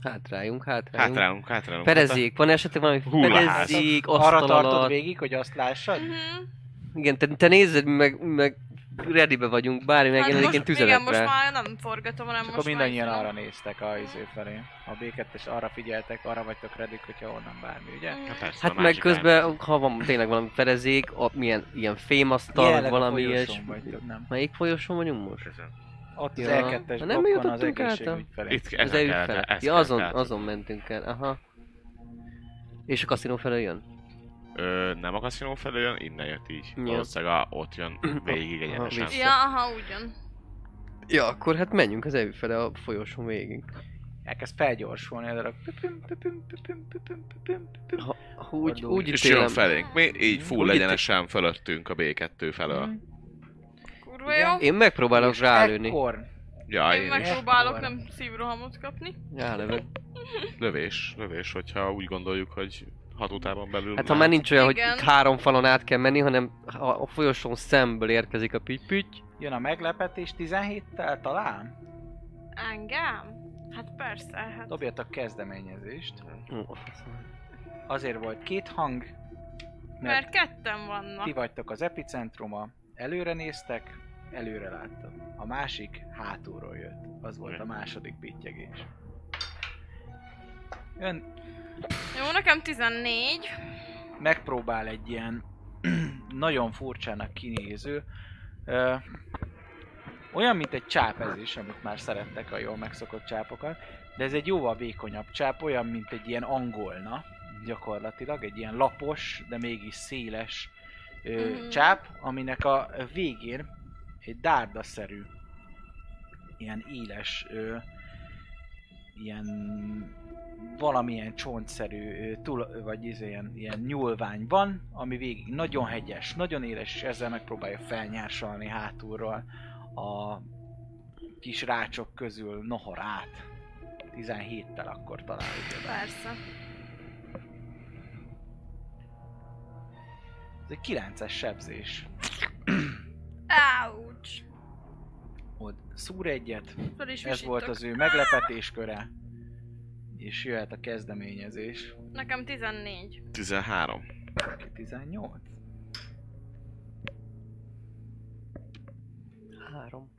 Hátráljunk, hátráljunk. Hátrálunk, hát. hátrálunk. Fedezék, van esetleg valami Hullaház. fedezék, Arra asztal tartod alatt. végig, hogy azt lássad? Mhm. Igen, te, te nézed, mi meg, mi meg readybe vagyunk, bármi Hát megjelenik, én Hát most, igen, tüzelek most rá. már nem forgatom, hanem És akkor most mindannyian már... arra néztek a izé felé. A B2-es arra figyeltek, arra vagytok redik, hogyha onnan bármi, ugye? Mm. Hát, persze, Hát a meg másik közben, ha van tényleg valami fedezék, a, milyen ilyen fémasztal, Jelenleg a valami folyosón ilyesmi. vagytok, nem? Melyik folyosón vagyunk most? Ezen. Ott az Ja. E2-es Nem blokkon az jutottunk át a- egészségügy felé. Itt Ez ezen ügy kellett, fele. ezt Ja, azon, kellett. azon mentünk el, aha. És a kaszinó felől jön? Ö, nem a kaszinó felől jön, innen jött így. Ja. Valószínűleg a, ott jön végig Aha, egyenesen. vissza. Ja, aha, ugyan. Ja, akkor hát menjünk az EU fele a folyosón végig. Elkezd felgyorsulni a darab. Püpüm, püpüm, püpüm, püpüm, püpüm, püpüm. Ha, ha úgy, Fordulj. úgy És jön ítélem, felénk, mi így full Úgy itt- Mhm. egyenesen fölöttünk a B2 felől. Kurva jó. én megpróbálok Mm. És rálőni. Ekkor Ja, Én én is. megpróbálok Ekkor. nem szívrohamot kapni. Rálövök. Lövés, lövés, hogyha úgy gondoljuk, hogy hat utában belül Hát ha már nincs olyan, hogy Igen. itt három falon át kell menni, hanem ha a folyosón szemből érkezik a pitty jön a meglepetés 17-tel talán? Engem? Hát persze, hát... Dobjatok kezdeményezést. Azért volt két hang, mert Mert ketten ti vannak. vagytok az epicentruma. Előre néztek, előre láttam. A másik hátulról jött. Az volt a második pittyegés. Ön Jó, nekem 14. megpróbál egy ilyen nagyon furcsának kinéző, ö, olyan, mint egy csáp ez is, amit már szerettek a jól megszokott csápokat, de ez egy jóval vékonyabb csáp, olyan, mint egy ilyen angolna, gyakorlatilag, egy ilyen lapos, de mégis széles ö, Mhm. csáp, aminek a végén egy dárdaszerű, ilyen éles, ö, ilyen valamilyen csontszerű, ö, túl, vagy izé, ilyen, ilyen nyúlvány van, ami végig nagyon hegyes, nagyon éles, és ezzel megpróbálja felnyársalni hátulról a kis rácsok közül noharát. 17-tel akkor találjuk. ebben. Persze. Ez egy 9-es sebzés. Ouch. Ott szúr egyet, Fel is ez volt visítok. az ő meglepetésköre. És jöhet a kezdeményezés. Nekem 14. 13. Oké, 18. Három.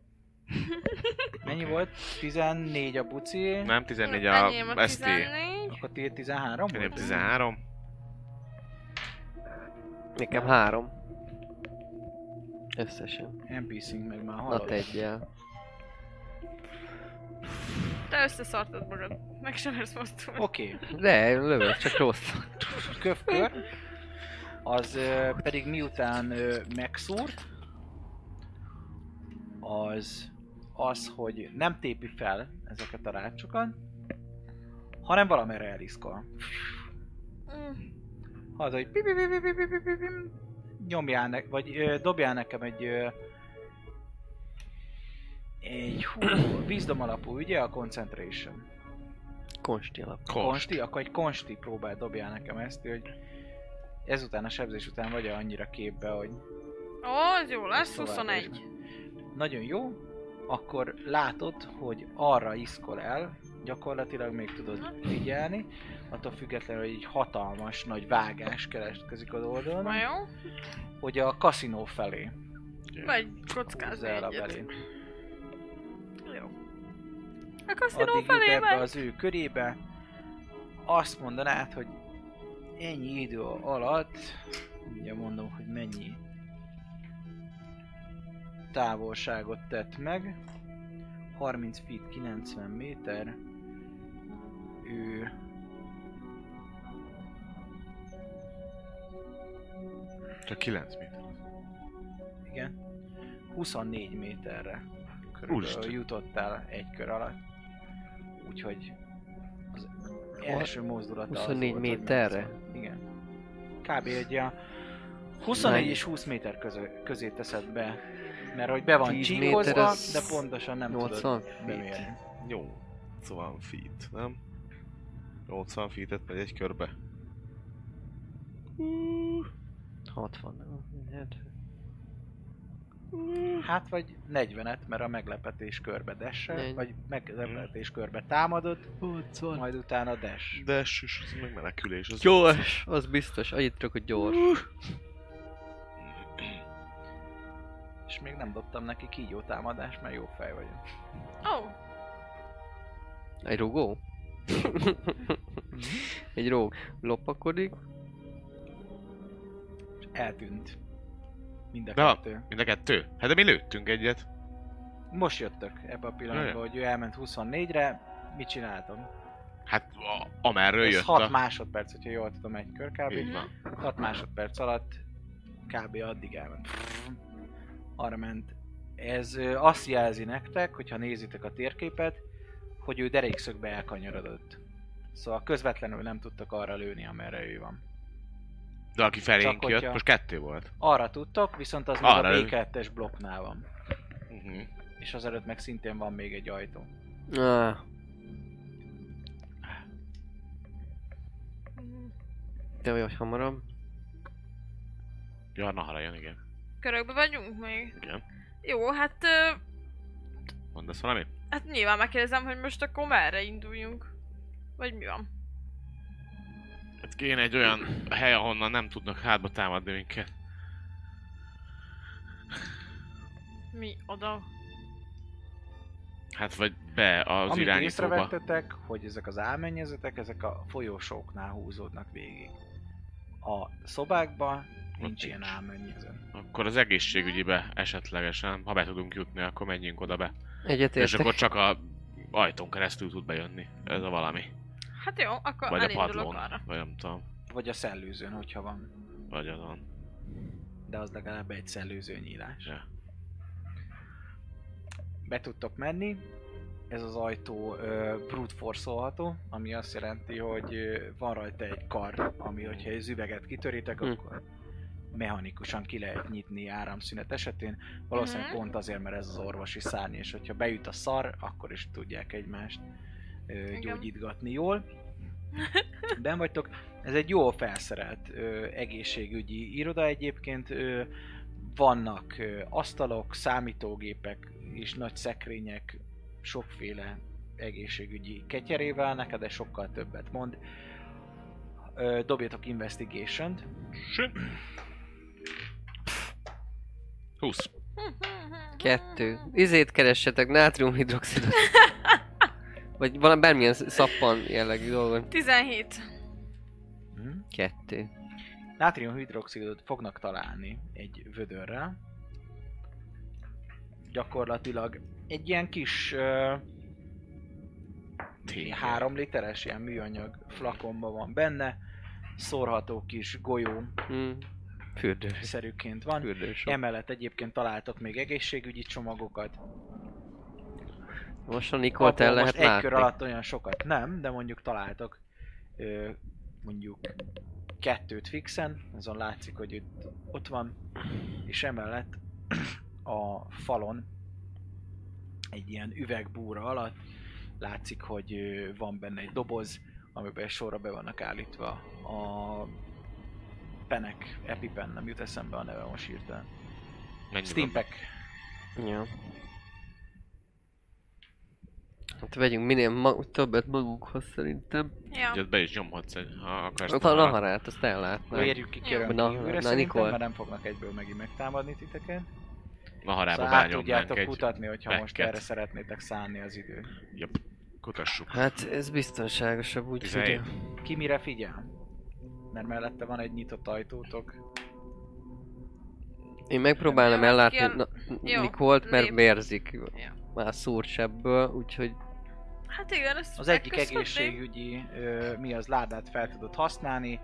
Mennyi Oké. volt? 14 a buci. Nem, 14 a... Enyém a ST. 14. Akkor tiéd 13 Enyém volt? 13. Nekem három. Összesen. NPC-nk meg már Na halott. tegyel. Te összeszartad magad. Meg sem lesz mozdulni. Oké, De, lövök, csak rossz. kövkör. Az ö, pedig miután ö, megszúrt, az az, hogy nem tépi fel ezeket a rácsokat, hanem valamerre eliszkol. Mm. Az, hogy pi- pi- pi- pi- pi- pi- pi- pi- pi- nyomjál ne- vagy ö, dobjál nekem egy ö, egy hú, vízdom alapú, ugye? A concentration. Konsti alap. Kost. Konsti, akkor egy konsti próbál dobjál nekem ezt, hogy ezután a sebzés után vagy annyira képbe, hogy Ó, az jó lesz, Tovább 21. nagyon jó, akkor látod, hogy arra iszkol el, gyakorlatilag még tudod figyelni, attól függetlenül, hogy egy hatalmas nagy vágás keletkezik az Na oldalon, jó? hogy a kaszinó felé Vagy kockázni húzza el a belé. egyet. Jó. A kaszinó Addig jut felé ebbe megy. az ő körébe, azt mondanád, hogy ennyi idő alatt, ugye mondom, hogy mennyi távolságot tett meg, 30 feet 90 méter, ő Csak 9 méter. igen, 24 méterre Úristen. körülbelül jutott el egy kör alatt. Úgyhogy az első mozdulata az 24 volt, hogy méterre? megszállt. Igen. Kb. egy a 24 és 20 méter közö, közé teszed be. Mert hogy be van 10 csíkozva, méter az de pontosan nem 80 tudod feet. bemérni. 80 Szóval feet, nem? 80 feet-et megy egy körbe. 60. nem? Hát, Hát vagy 40-et, mert a meglepetés körbe dessel, Négy. vagy meglepetés körbe támadod, 80. majd utána des. De ez is, az meg menekülés. Az Gyors, az biztos. Annyit csak, hogy gyors. És és még nem dobtam neki kígyó támadást, mert jó fej vagyok. Ó, oh, Egy rugó? Mhm. Egy róg lopakodik. És eltűnt. Mind a Na. kettő. Mind a kettő? Hát de mi lőttünk egyet. Most jöttök ebbe a pillanatba, hogy ő elment 24-re, mit csináltam? Hát a, amerről Ez jött 6 a... másodperc, hogyha jól tudom, egy kör kb. Így Mhm. van. 6 másodperc alatt kb. addig elment. Arra ment. Ez ö, azt jelzi nektek, hogyha nézitek a térképet, hogy ő derékszögbe elkanyarodott. Szóval közvetlenül nem tudtak arra lőni, amerre ő van. De aki Csak felénk hogyha- jött, most kettő volt. Arra tudtok, viszont az még Arra a lő. B2-es blokknál van. Uh-huh. És az előtt meg szintén van még egy ajtó. Ah, de vagy hamarabb. Ja, na jön, igen. körökbe vagyunk még. Igen. Jó, hát... ö, Mondasz valami? Hát nyilván megkérdezem, hogy most akkor merre induljunk. Vagy mi van? Hát kéne egy olyan hely, ahonnan nem tudnak hátba támadni minket. Mi oda? Hát vagy be az Amit irányítóba. észrevettetek, hogy ezek az álmennyezetek, ezek a folyosóknál húzódnak végig. A szobákban nincs nincs. ilyen álmennyezet. Akkor az egészségügyibe esetlegesen, ha be tudunk jutni, akkor menjünk oda be. És Egyetértek. akkor csak a ajtón keresztül tud bejönni. Ez a valami. Hát jó, akkor Vagy a elindulok padlón. arra. Vagy nem tudom. Vagy a szellőzőn, hogyha van. Vagy azon. De az legalább egy szellőző nyílás. Ja. Be tudtok menni. Ez az ajtó ö, brute force-olható, ami azt jelenti, hogy ö, van rajta egy kar, ami hogyha egy üveget kitöritek, Hm. akkor mechanikusan ki lehet nyitni áramszünet esetén. Valószínűleg Mhm. pont azért, mert ez az orvosi szárny, és hogyha beüt a szar, akkor is tudják egymást ö, gyógyítgatni jól. Ben vagytok. Ez egy jól felszerelt ö, egészségügyi iroda egyébként. Ö, vannak ö, asztalok, számítógépek és nagy szekrények sokféle egészségügyi ketyerével, neked ez sokkal többet mond. Ö, dobjatok investigation-t. Ső. 20. Kettő. Izét keressetek, nátriumhidroxidot. Vagy valami bármilyen sz- szappan jellegű dolgon. 17. Hm? Kettő. nátriumhidroxidot fognak találni egy vödörrel. Gyakorlatilag egy ilyen kis ö, Tényleg. három literes ilyen műanyag flakonban van benne, szórható kis golyó Mm. Fürdő. szerűként van. Fürdős. Emellett egyébként találtok még egészségügyi csomagokat. Most a Nikolt Abból el most lehet egy kör látni. alatt olyan sokat nem, de mondjuk találtok ö, mondjuk kettőt fixen, azon látszik, hogy itt, ott van, és emellett a falon egy ilyen üvegbúra alatt látszik, hogy ö, van benne egy doboz, amiben sorra be vannak állítva a penek, epipen, nem jut eszembe a neve most hirtelen. Mennyi van? Steampack. Ja. Hát vegyünk minél ma- többet magunkhoz szerintem. Ja. Ugye, be is nyomhatsz, egy- ha akarsz. Ott a talán. naharát, azt ellátnám. Érjük ki Na, körön na, kívülre na, szerintem, Nikol. mert nem fognak egyből megint megtámadni titeket. Naharába Szóval át bányomnánk tudjátok egy... kutatni, hogyha most pekket. erre szeretnétek szállni az időt. Jop. Kutassuk. Hát ez biztonságosabb úgy, hogy... Tizenhét. Ki mire figyel? Mert mellette van egy nyitott ajtótok. Én megpróbálnám Jó, hát ellátni ilyen- na, jó, Nikolt, mert lép. mérzik. Ja. Már szúrt sebből, úgyhogy Hát igen, ezt Az egyik megköszönném. egészségügyi, ö, mi az ládát fel tudod használni,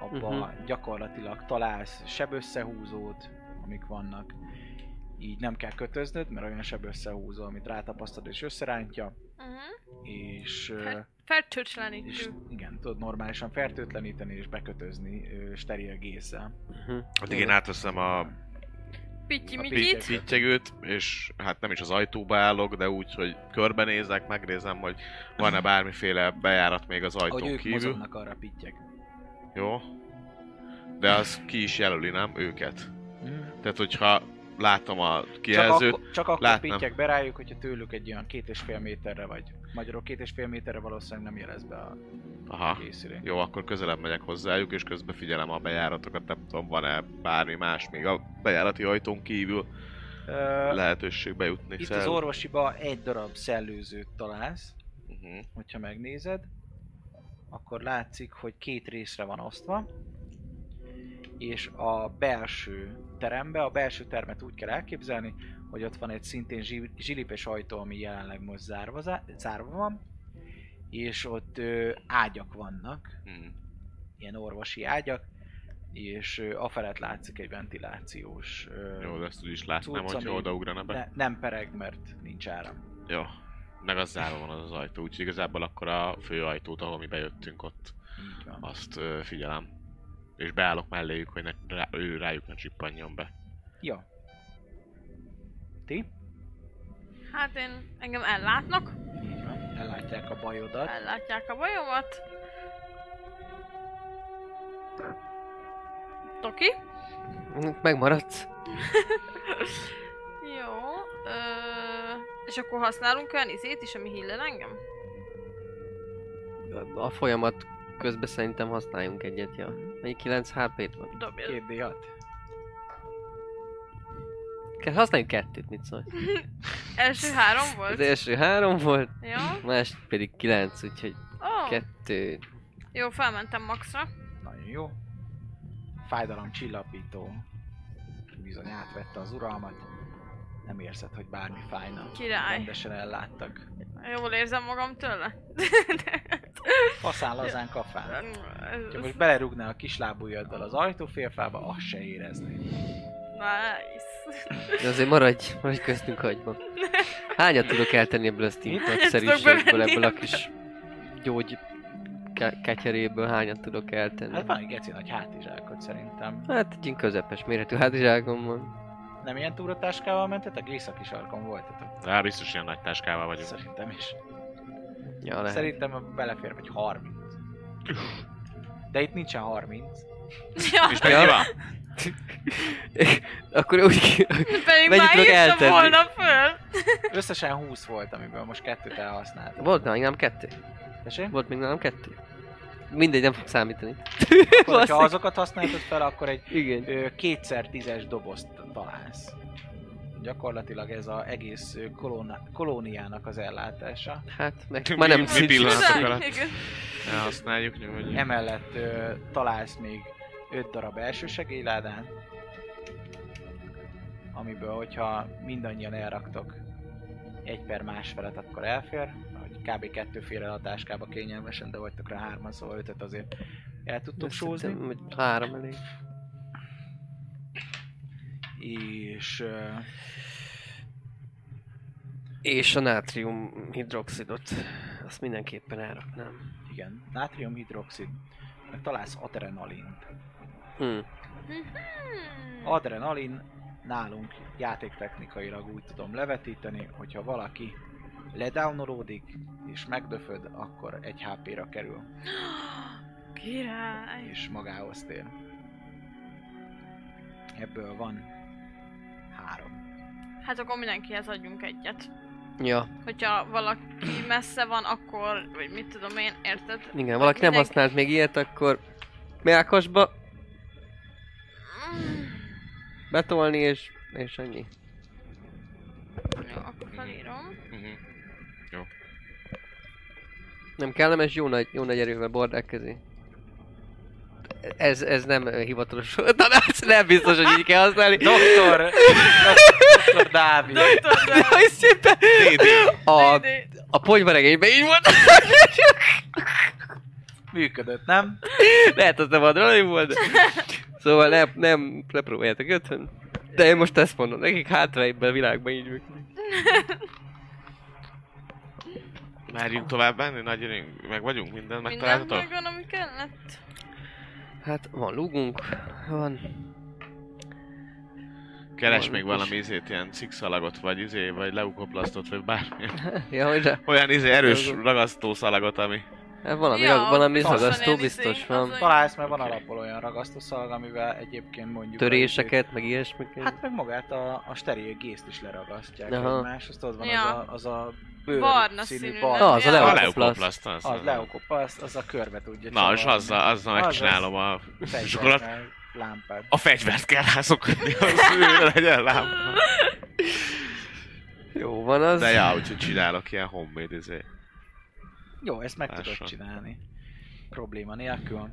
abban Mhm. gyakorlatilag találsz sebösszehúzót, amik vannak. Így nem kell kötöznöd, mert olyan sebösszehúzó, amit rátapasztod és összerántja, Mhm. és... ö, Hát, Fertőtlenítő. és igen, tudod normálisan fertőtleníteni és bekötözni ö, steril gézzel. uh-huh. Addig én átveszem a Pityi a Mikit. pityi. pittyegőt, és hát nem is az ajtóba állok, de úgy, hogy körbenézek, megnézem, hogy van-e bármiféle bejárat még az Ahogy ajtón ők kívül. mozognak arra pittyek. Jó. De az ki is jelöli, nem? Őket. Mm. Tehát, hogyha látom a Csak, kijelzőt, akkor, csak akkor látnám. pittyek be rájuk, hogyha tőlük egy olyan két és fél méterre vagy. Magyarul két és fél méterre valószínűleg nem jelez be a aha, készülék. jó, akkor közelebb megyek hozzájuk, és közben figyelem a bejáratokat, nem tudom, van-e bármi más még a bejárati ajtón kívül. Ö, lehetőség bejutni. itt szel- az orvosiba egy darab szellőzőt találsz, Mhm. hogyha megnézed, akkor látszik, hogy két részre van osztva, és a belső terembe, a belső termet úgy kell elképzelni, hogy ott van egy szintén zsi- zsilipes ajtó, ami jelenleg most zárva, zá- zárva van, és ott ö, ágyak vannak, Mhm. ilyen orvosi ágyak, és ö, afelett látszik egy ventilációs... Ö, Jó, de ezt úgyis látnám, Cucca hogyha még. odaugrana be. ne, nem pereg, mert nincs áram. Jó. Meg az zárva van az az ajtó, úgyhogy igazából akkor a fő ajtót, ahol mi bejöttünk ott, Így van. azt ö, figyelem. És beállok melléjük, hogy ne, rá, ő rájuk ne csippanjon be. Jó. Ti? Hát én, engem ellátnak, Így van. Ellátják a bajodat. ellátják a bajomat. Toki? Megmaradsz. Jó. Ö, és akkor használunk olyan izét is, ami hillel engem? A folyamat közben szerintem használjunk egyet, ja. Még 9 HP-t van. Dobjál. 2D6. Kell használjunk kettőt, mit szólsz? Első három Az volt. első három volt, Jó. más pedig kilenc, úgyhogy Oh, kettő. jó, felmentem maxra. Nagyon jó. Fájdalom csillapító. Bizony átvette az uralmat. Nem érzed, hogy bármi fájna. Király. Rendesen elláttak. Jól érzem magam tőle. Faszán lazán kafán. Ha most belerúgnál a kislábújaddal az ajtófélfába, azt se érezni. Nice. De azért maradj, maradj köztünk agyban. Hányat tudok eltenni ebből a Steam Hányat tudok szerűségből, bevenni ebből a ebből? kis gyógy ke- ketyerébből hányat tudok eltenni? Hát van egy geci nagy hátizsákot szerintem. Hát egy ilyen közepes méretű hátizsákom van. Nem ilyen túratáskával mentetek? Északi sarkon voltatok. Rá hát biztos ilyen nagy táskával vagyunk. Szerintem is. Ja, lehet. Szerintem belefér vagy 30. De itt nincsen 30. Ja, És meg ki van? Akkor úgy ki... pedig Mennyit már tudok írtam eltenni? volna föl. Összesen 20 volt, amiből most kettőt elhasználtam. Volt még nem kettő? Tessék? Volt még nem kettő? Mindegy, nem fog számítani. Akkor, ha Basszik. azokat használtad fel, akkor egy Igen. ö, kétszer tízes dobozt találsz. Gyakorlatilag ez az egész ö, kolóna, kolóniának az ellátása. Hát, meg Mi- már nem mi szint- pillanat? Pillanatok Tudod? alatt. Igen. Ne használjuk, nyugodj. Emellett ö, találsz még 5 darab első segélyládán, amiből, hogyha mindannyian elraktok egy per másfelet, akkor elfér. Hogy kb. kettőféle a táskába kényelmesen, de vagytok rá hárman, szóval ötöt azért el tudtok Azt sózni. hittem, hogy Három elég. És ö, És a nátrium hidroxidot. Azt mindenképpen elraknám. igen, nátriumhidroxid, meg találsz adrenalint. Hm. Hmm. Adrenalin nálunk játéktechnikailag úgy tudom levetíteni, hogyha valaki ledownolodik és megdöföd, akkor egy HP-ra kerül, Király. és magához tér. Ebből van három. Hát akkor mindenkihez adjunk egyet. Ja, Hogyha valaki messze van, akkor, vagy mit tudom én, érted? igen, valaki nem Mindenki- használt még ilyet, akkor Melkosba Mm. betolni, és, és annyi. Jó, akkor felírom. Mhm. Nem kellemes, jó nagy, jó nagy erővel bordák közé. Ez, ez nem ö, hivatalos tanács, nem biztos, hogy így kell használni. Doktor! Doktor Dávid! Tudod, De hogy szépen a, de- a ponyvaregényben így volt. Működött, nem? Lehet az nem adrenalin volt, de... Szóval nem, nem lepróbáljátok ötön. De én most ezt mondom, nekik hátra ebben a világban így működik. Merjünk tovább menni, nagy ring. Meg vagyunk, minden Minden megtaláltatok? megvan, ami kellett. Hát van lugunk, van... Keres Van még is. valami izét, ilyen cikszalagot, vagy izé, vagy leukoplasztot, vagy bármi. Ja, hogy rá... Olyan izé erős ragasztószalagot, ami... Hát valami, Ja, ja, valami biztos van ragasztó ilyen izé, biztos az van. olyan- Találsz, mert van alapból olyan ragasztószalag, amivel egyébként mondjuk... Töréseket, meg ilyesmiket. Hát meg magát a, a steril gézt is leragasztják Aha. egymáshoz, tudod van Ja. az a, az a bőr Barna színű, színű, barna. nem? Na, az a Ja. A leokoplaszt. leukoplaszt, az. Az leokop, az, az a körbe tudja Szóval. Na, és csavarni. azzal, azzal Az megcsinálom a... Fegyvert, És akkor azt- meg lámpát. A fegyvert kell rászokodni, az ő legyen lámpa. Jó van az. De já, úgyhogy csinálok ilyen homemade izé. Jó, ezt meg tudod Lássam. csinálni. Probléma nélkül.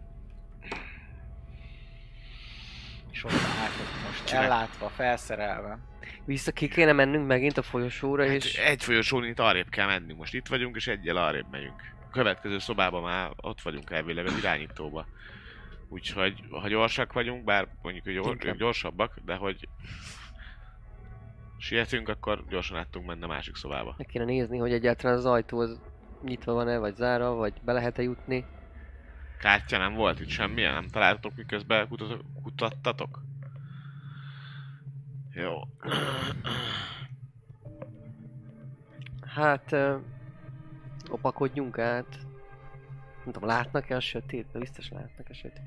És ott álltok most, Csinál- ellátva, felszerelve. Vissza ki kéne mennünk megint a folyosóra, Hát és... egy folyosón itt arrébb kell mennünk. Most itt vagyunk, és egyel arrébb megyünk. A következő szobában már ott vagyunk elvileg az irányítóba. Úgyhogy, ha gyorsak vagyunk, bár mondjuk, hogy gyor- Inkább. ők gyorsabbak, de hogy sietünk, akkor gyorsan át tudunk menni a másik szobába. Meg kéne nézni, hogy egyáltalán az ajtó az nyitva van-e, vagy zárva, vagy be lehet-e jutni. Kártya nem volt itt semmilyen, nem találtatok, miközben kutatok, kutattatok? Jó. Hát... ö, Opakodjunk át. Nem tudom, látnak-e a sötét? De biztos látnak a sötét.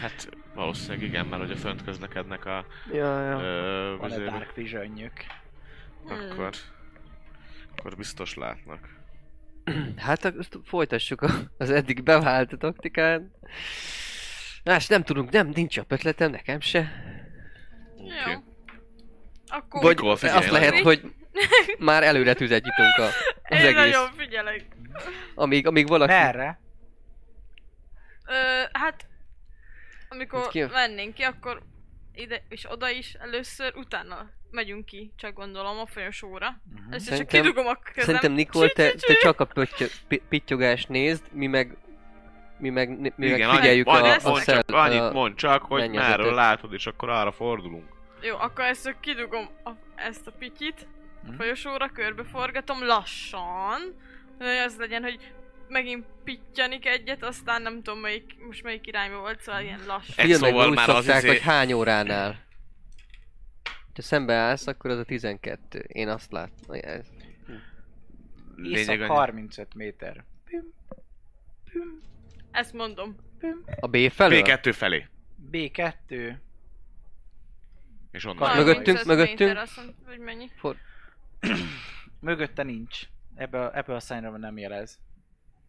Hát valószínűleg igen, mert hogy a fönt közlekednek a... Ja, ja. Ö, Van egy vizébe. Dark Visionjük. Akkor... Hmm. Akkor biztos látnak. Hát ak- azt folytassuk a- az eddig bevált taktikát. Más nem tudunk, nem, nincs jobb ötletem, nekem se. Oké. Jó. Akkor Vagy- Mikor figyelj, azt lehet, nagyon. hogy már előre tüzet nyitunk a, az Én egész. nagyon figyelek. Amíg, amíg valaki... Merre? Ö, hát, amikor Hát ki- mennénk ki, akkor ide és oda is először, utána megyünk ki, csak gondolom, a folyosóra. Mhm. Ezt csak Szerintem- kidugom a kezem. Szerintem Nikol, te, Csü-csü-csü. te csak a pöttyö, pi- pittyogást nézd, mi meg, mi meg, mi meg annyit- figyeljük a, annyit, a, mond szel, csak, annyit a, mond csak, hogy mennyezetet. merről látod, és akkor arra fordulunk. Jó, akkor először kidugom a, ezt a pityit, a Mhm. folyosóra körbeforgatom lassan, hogy az legyen, hogy megint pittyanik egyet, aztán nem tudom melyik, most melyik irányba volt, szóval ilyen lassan. Egy filmekben szóval úgy már az szokták, izé- hogy hány óránál. Ha szembe állsz, akkor az a 12. Én azt látom. Ez- Észak annyi- 35 méter. Ezt mondom. A B felől? B2 felé. B2. És Kar- onnan. Mögött- mögöttünk, 35 mögöttünk. méter, azt mondom, hogy mennyi. Mögötte nincs. Ebből, ebből a szájra nem jelez.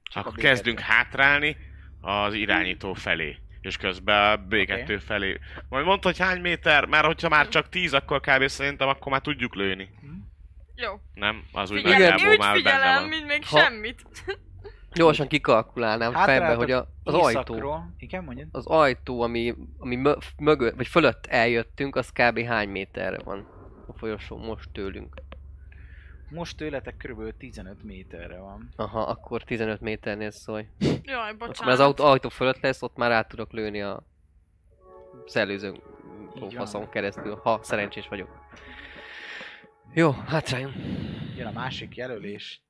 Csak a Akkor B2. kezdünk hátrálni az irányító Hmm. felé. És közben a B2 Oké. felé. Majd mondd, hogy hány méter, mert hogyha Hmm. már csak 10, akkor kb. szerintem akkor már tudjuk lőni. Jó. Nem? Az úgy Figyelem, nagyjából úgy már benne figyelem, van. mint még Ha- semmit. Gyorsan kikalkulálnám Hátráltak fejbe, hogy a, az ajtó, Északról. Igen, mondjad? az ajtó, ami, ami mö, mögött, vagy fölött eljöttünk, az kb. hány méterre van a folyosó most tőlünk. Most tőletek körülbelül 15 méterre van. Aha, akkor 15 méternél szólj. Jaj, bocsánat. Akkor már az autó, ajtó fölött lesz, ott már át tudok lőni a szellőző van. faszon keresztül, ha szerencsés vagyok. Jó, hát hátráljunk. Jön a másik jelölés.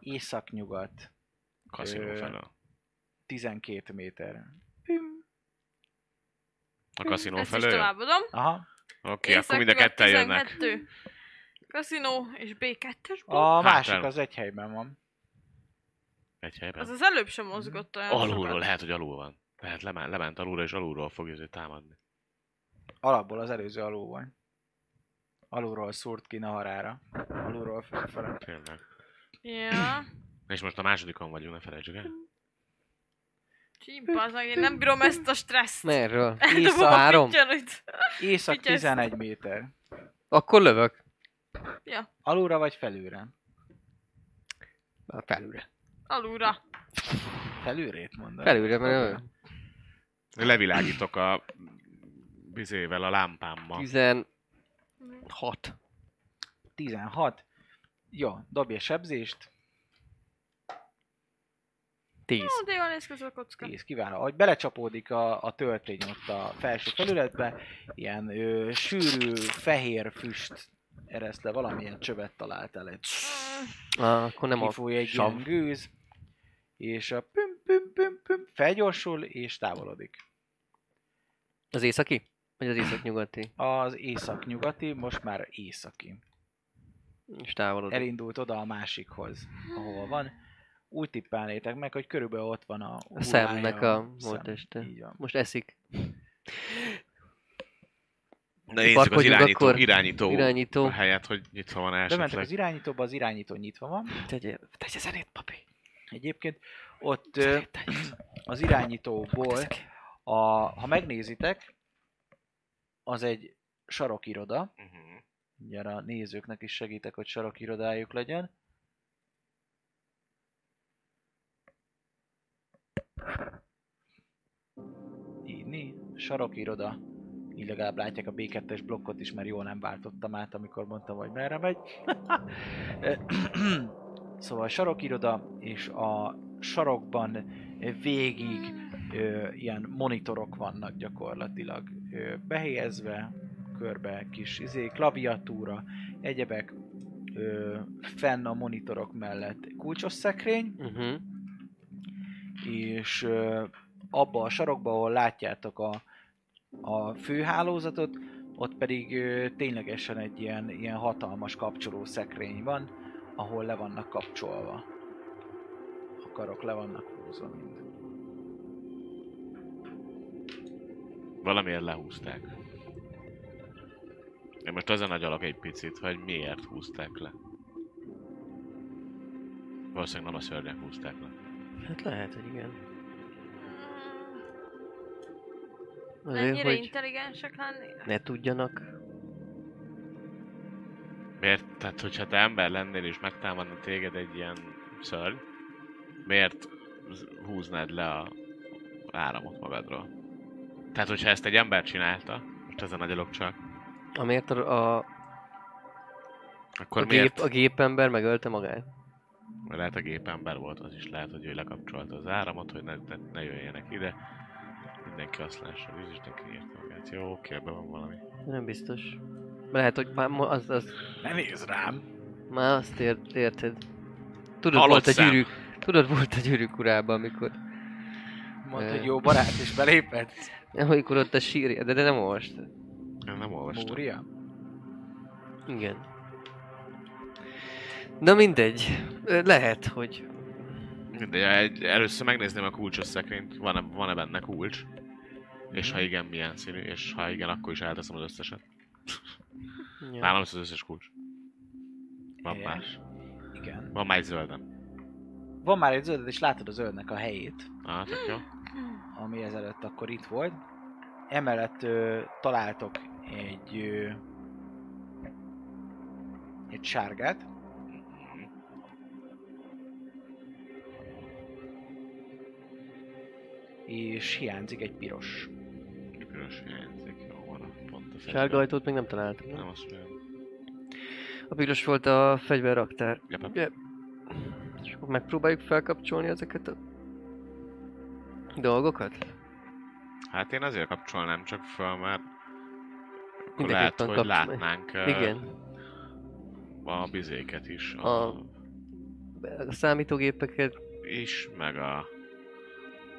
Északnyugat. Kaszinó Ö, felől. 12 méter. A kaszinó Ezt is felől? jön? továbbadom. Aha. Oké, akkor mind a Északnyugat ketten jönnek. 12. Kaszinó és B2-es A blokk. másik Hátrán. az egy helyben van. Egy Az helyben. az előbb sem mozgott olyan Alulról, sokat. lehet, hogy alul van. Lehet, lement, lement alulra, és alulról fog ezért támadni. Alapból az előző alul van. Alulról szúrt ki Naharára. Alulról fölfele. Tényleg. Ja. És most a másodikon vagyunk, ne felejtsük el. Csípa, az meg én nem bírom ezt a stresszt. Merről? Eldobom Észak- a Három? pityanit. Észak Figyelsz. 11 méter. Akkor lövök. Alulra vagy felülre? Már Hát Felülre. Alulra. Felülrét mondod? Felülre, mert ő. Levilágítok a bizével, a lámpámmal. 16. 16. Jó, dobj egy sebzést. 10. Ó, de jól néz ki az a kocka. 10, kiváló. Ahogy belecsapódik a, a töltény ott a felső felületbe, ilyen ö, sűrű, fehér füst ereszt le, valamilyen csövet találtál egy. Ah, akkor nem Nem a Kifúj egy sav. ilyen gőz, és a püm, püm, püm, püm, felgyorsul, és távolodik. Az északi? Vagy az északnyugati? Az északnyugati, most már északi. És távolodott. Elindult oda a másikhoz, ahol van. Úgy tippelnétek meg, hogy körülbelül ott van a, hullája, szemnek a holtteste. Így van. Most eszik. De nézzük az Parkoljunk irányító, akkor. irányító, irányító Irányító. helyet, hogy nyitva van Bementek esetleg. az irányítóba, az irányító nyitva van. Tegye, tegye zenét, papi. Egyébként ott ö, az irányítóból, a, ha megnézitek, az egy sarokiroda, Mhm. Mindjárt a nézőknek is segítek, hogy sarokirodájuk legyen. Írni. Sarokiroda. Így legalább látják a B2-es blokkot is, mert jól nem váltottam át, amikor mondtam, hogy merre megy. szóval sarokiroda, és a sarokban végig Hmm. ö, ilyen monitorok vannak gyakorlatilag ö, behelyezve, körbe kis izé, klaviatúra, egyebek, ö, fenn a monitorok mellett kulcsos szekrény, Uh-huh. és ö, abba a sarokba, ahol látjátok a, a főhálózatot, ott pedig ö, ténylegesen egy ilyen, ilyen hatalmas kapcsoló szekrény van, ahol le vannak kapcsolva. A karok le vannak húzva mind. Valamiért lehúzták. Én most ezen agyalok egy picit, hogy miért húzták le. Valószínűleg nem a szörnyek húzták le. Hát lehet, hogy igen. Mm, Azért, Mennyire hogy intelligensek lennének? ne tudjanak. Miért? Tehát, hogyha te ember lennél és megtámadna téged egy ilyen szörny, miért z- húznád le a áramot magadról? Tehát, hogyha ezt egy ember csinálta, most ezen agyalok csak, Amiért a, a, akkor a, miért? gép, a gépember megölte magát. Mert lehet a gépember volt, az is lehet, hogy ő lekapcsolta az áramot, hogy ne, ne, ne jöjjenek ide. Mindenki azt lássa, hogy Istenki írta magát. Jó, oké, ebben van valami. Nem biztos. Lehet, hogy már ma- az, az Ne nézz rám! Már azt ért, érted. Tudod, Halott volt a szem. gyűrűk, tudod, volt a gyűrűk urában, amikor, Mondd, Ö. hogy jó barát, és belépett. amikor ott a sírja, de, de nem olvast. Én nem olvastam. Múria? Igen. Na mindegy. Ö, Lehet, hogy... De egy, először megnézném a kulcsos szekrényt, van-e, van-e benne kulcs? És ha igen, milyen színű? És ha igen, akkor is elteszem az összeset. Ja. Nálam is az összes kulcs. Van Igen. más. Igen. Van már egy zöldem. Van már egy zöldet, és látod az zöldnek a helyét, Ah, tök jó. ami ezelőtt akkor itt volt. Emellett ö, találtok egy, ö, egy sárgát, és hiányzik egy piros. Piros hiányzik, jó van a pont a fegyver. Sárga ajtót még nem találtam. Nem azt mondja. A piros volt a fegyverraktár. Jep, jep. Ugye? És akkor megpróbáljuk felkapcsolni ezeket a dolgokat? Hát én azért kapcsolnám csak föl, mert akkor lehet, Mindenképpen hogy kapcs- látnánk ö, Igen. a bizéket is. A, A- A számítógépeket, Is, meg a...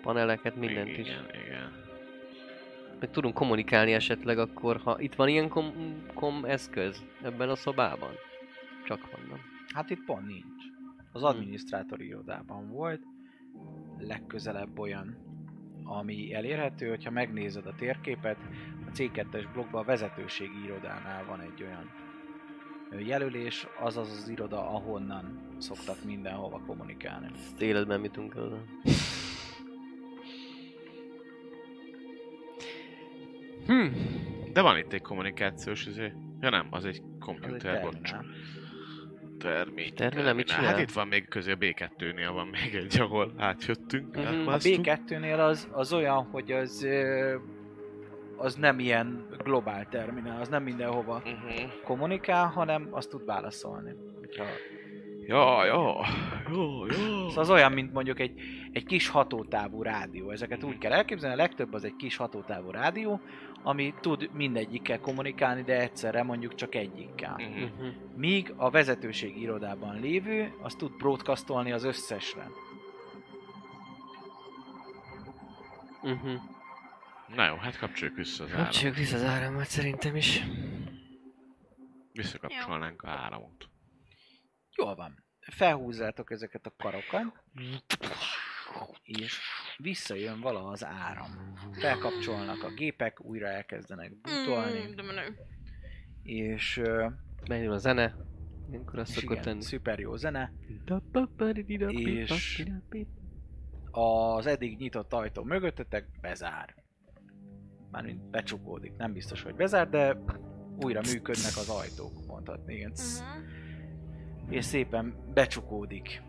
paneleket, mindent is. Igen, igen. Meg tudunk kommunikálni esetleg akkor, ha itt van ilyen kom, kom eszköz ebben a szobában? Csak mondom. Hát itt pont nincs. Az adminisztrátori irodában volt, legközelebb olyan, ami elérhető, hogyha megnézed a térképet, a C2-es blokkban a vezetőségi irodánál van egy olyan ö, jelölés, az az az iroda, ahonnan szoktak mindenhova kommunikálni. Ezt életben mit tudunk el oda. Hm. De van itt egy kommunikációs izé. Ja nem, az egy komputer, terminál. bocs. Termi, Terminál mit csinál? Hát itt van még közé a B2-nél van még egy, ahol átjöttünk. Mhm. A átmásztunk. B2-nél az, az olyan, hogy az, ö, az nem ilyen globál terminál, az nem mindenhova Mhm. kommunikál, hanem azt tud válaszolni. Hogyha Ja, ja, jó, jó. Szóval az olyan, mint mondjuk egy, egy kis hatótávú rádió. Ezeket úgy kell elképzelni, a legtöbb az egy kis hatótávú rádió, ami tud mindegyikkel kommunikálni, de egyszerre mondjuk csak egyikkel. Mhm. Mhm. Míg a vezetőség irodában lévő, az tud broadcastolni az összesre. Mhm. Na jó, hát kapcsoljuk vissza az áramot. Kapcsoljuk vissza az áramot szerintem is. Visszakapcsolnánk a áramot. Jól van. Felhúzzátok ezeket a karokat, és visszajön valaha az áram. Felkapcsolnak a gépek, újra elkezdenek butolni, Mm, de menő. és, ö, Megnyúl a zene. Ilyenkor azt és szokott igen, tenni. szuper jó zene. És... az eddig nyitott ajtó mögöttetek bezár. Mármint becsukódik, nem biztos, hogy bezár, de újra működnek az ajtók, mondhatni. Igen. Cs- Uh-huh. és szépen becsukódik.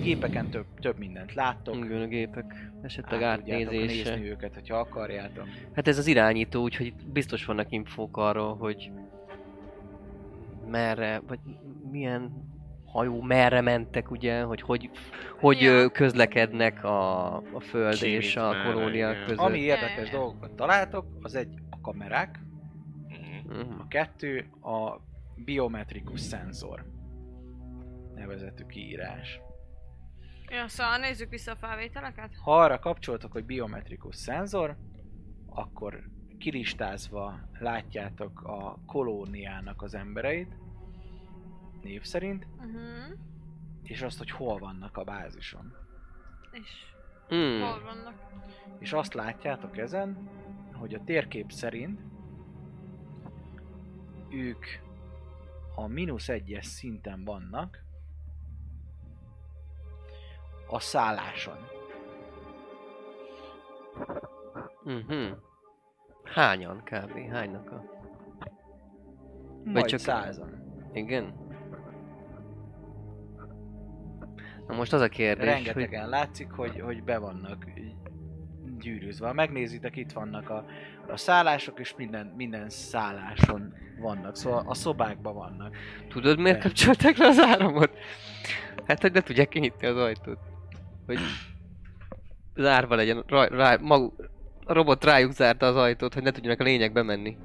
Gépeken több, több mindent láttok. Igen, a gépek esetleg át Hát, tudjátok átnézése. nézni őket, hogyha akarjátok. Hát ez az irányító, úgyhogy itt biztos vannak infók arról, hogy merre, vagy milyen hajó merre mentek, ugye, hogy hogy, hogy Ja. ö, közlekednek a, a föld Ki és mit a merre, kolóniák igen. között. Ami Ami... érdekes Ja, ja, ja. dolgokat találtok, az egy a kamerák, Mhm. a kettő a biometrikus szenzor nevezetű kiírás. Ja, szóval nézzük vissza a felvételeket. Ha arra kapcsoltok, hogy biometrikus szenzor, akkor kilistázva látjátok a kolóniának az embereit, név szerint, Uh-huh. és azt, hogy hol vannak a bázison. És Hmm. hol vannak? És azt látjátok ezen, hogy a térkép szerint ők a mínusz egyes szinten vannak a szálláson. Mhm. Hányan kb? Hánynak a... Vagy csak- csak százan. Igen? Na most az a kérdés, hogy... Rengetegen látszik, hogy, hogy be vannak gyűrűzve. Ha megnézitek, itt vannak a, a szállások, és minden, minden szálláson vannak. Szóval a szobákban vannak. Tudod miért De. kapcsolták le az áramot? Hát, hogy ne tudják kinyitni az ajtót. Hogy zárva legyen, rá, rá, magu, a robot rájuk zárta az ajtót, hogy ne tudjanak a lények bemenni.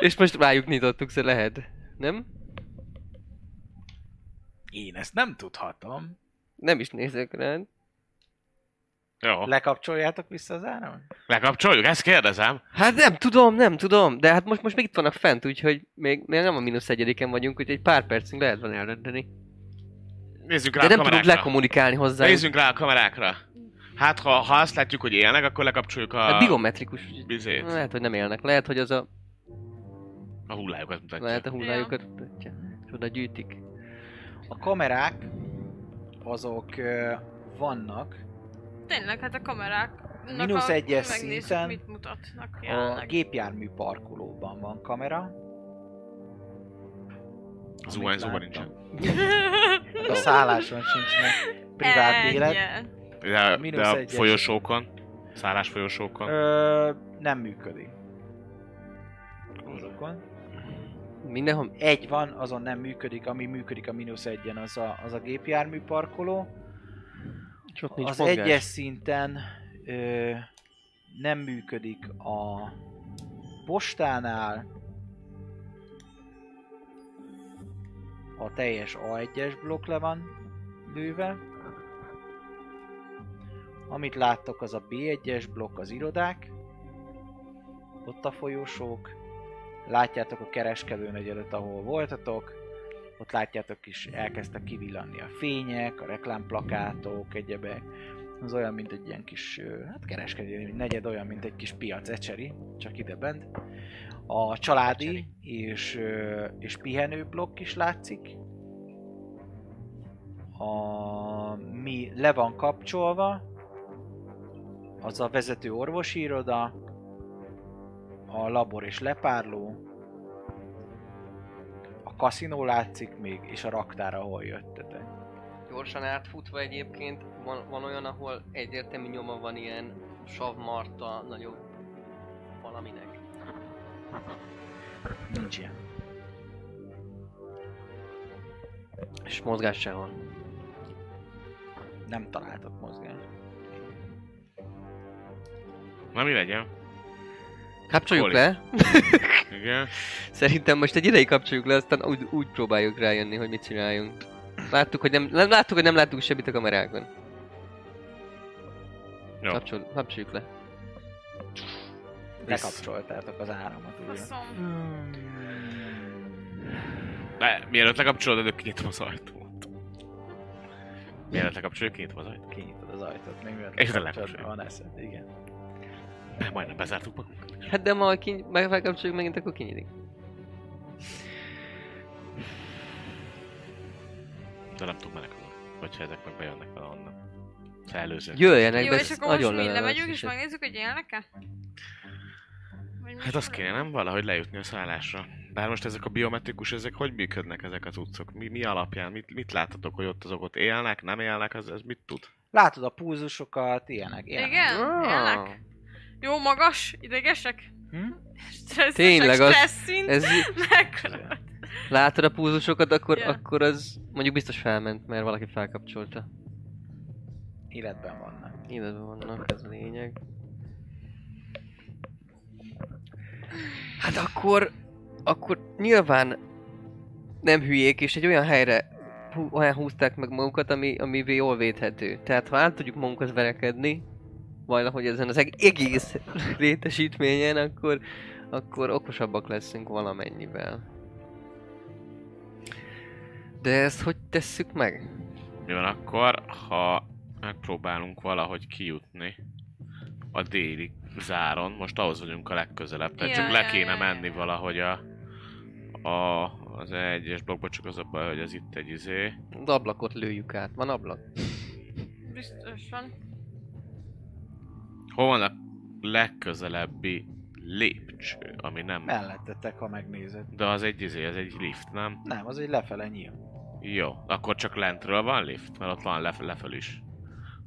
És most rájuk nyitottuk, se lehet. Nem? Én ezt nem tudhatom. Nem is nézek rád. Jó, Lekapcsoljátok vissza az áramot? lekapcsoljuk, ezt kérdezem. Hát nem tudom, nem tudom, de hát most, most még itt vannak fent, úgyhogy még, még nem a mínusz egyediken vagyunk, úgyhogy egy pár percünk lehet van eldönteni. Nézzünk rá De a nem tudunk kamerákra. lekommunikálni hozzá. Nézzünk rá a kamerákra. Hát, ha, ha azt látjuk, hogy élnek, akkor lekapcsoljuk a... Hát biometrikus, úgyhogy Bizét. lehet, hogy nem élnek. Lehet, hogy az a A hullájukat mutatja. Lehet a hullájukat mutatja. És oda gyűjtik. A kamerák azok ö, vannak Tényleg, hát a kamerák. Mínusz egyes szinten mit mutatnak a jelenleg. gépjármű parkolóban van kamera. Az Amit UNZ-ban láttam. nincsen. A szálláson sincs meg privát élet. Egyen. De, Mínusz de a egyes. folyosókon, szállás folyosókon. Ö, nem működik. Azokon. Mindenhol... Egy van, azon nem működik, ami működik a mínusz egyen, az a, az a gépjármű parkoló. Sok nincs Az mozgás. egyes szinten ö, nem működik a postánál a teljes A1-es blokk le van lőve. Amit láttok az a B1-es blokk az irodák, ott a folyosók, látjátok a kereskedőn előtt, ahol voltatok, ott látjátok is, elkezdtek kivillanni a fények, a reklámplakátok, egyebek. Az olyan, mint egy ilyen kis, ö, hát kereskedelmi negyed, olyan, mint egy kis piac ecseri, csak ide bent. A családi és, ö, és pihenő blokk is látszik. A, mi le van kapcsolva, az a vezető orvosi iroda, a labor és lepárló, a kaszinó látszik még, és a raktár, ahol jöttetek. Gyorsan átfutva egyébként van, van olyan, ahol egyértelmű nyoma van ilyen savmarta nagyobb valaminek. Nincs ilyen. És mozgás se van. Nem találtok mozgást. Na mi legyen? Kapcsoljuk Hol is? le. Igen. Szerintem most egy ideig kapcsoljuk le, aztán úgy, úgy próbáljuk rájönni, hogy mit csináljunk. Láttuk, hogy nem, nem láttuk, hogy nem láttuk semmit a kamerákon. Jó. Kapcsol, kapcsoljuk le. Lekapcsoltátok az áramot, ugye? Faszom. De, mielőtt lekapcsolod, előbb kinyitom az ajtót. Mielőtt lekapcsoljuk, kinyitom az ajtót. Kinyitod az ajtót, még mielőtt És utána lekapcsolod, lekapcsoljuk. Van eszed, igen. De majdnem bezártuk magunkat. Hát de ma, ha kiny- meg felkapcsoljuk megint, akkor kinyílik. De nem tudunk menekülni. Hogyha ezek meg bejönnek vele onnan. ha előző. Jöjjenek Jó, be, és ez akkor most nagyon mi lenne lemegyünk, az és megnézzük, hogy élnek-e? Vagy mi Hát azt van? kéne nem valahogy lejutni a szállásra. Bár most ezek a biometrikus, ezek hogy működnek ezek az utcok? Mi, mi alapján? Mit, mit láttatok, hogy ott azok ott élnek, nem élnek? Ez, ez mit tud? Látod a púzusokat, ilyenek, ilyenek. Igen? Ah. Ah. Élnek? Jó, magas, idegesek? Hm? Stresszesek, Tényleg az- stressz szint? Ez, Mekkora? látod a púzusokat, akkor, Ja. akkor az mondjuk biztos felment, mert valaki felkapcsolta. Életben vannak. Életben vannak, ez a lényeg. Hát akkor, akkor nyilván nem hülyék, és egy olyan helyre hú- olyan húzták meg magukat, ami, ami jól védhető. Tehát ha át tudjuk magunkat verekedni, valahogy ezen az eg- egész létesítményen, akkor, akkor okosabbak leszünk valamennyivel. De ezt hogy tesszük meg? Mi van akkor, ha megpróbálunk valahogy kijutni a déli záron? Most ahhoz vagyunk a legközelebb, tehát Ja, csak le ja, kéne ja, menni ja. valahogy a, a, az egyes blokkba, csak az a baj, hogy az itt egy izé. Az ablakot lőjük át. Van ablak? Biztosan. Hol van a legközelebbi lépcső, ami nem... Mellettetek, ha megnézed. De az egy izé, az egy lift, nem? Nem, az egy lefele nyíl. Jó, akkor csak lentről van lift, mert ott van lef- lefelül is.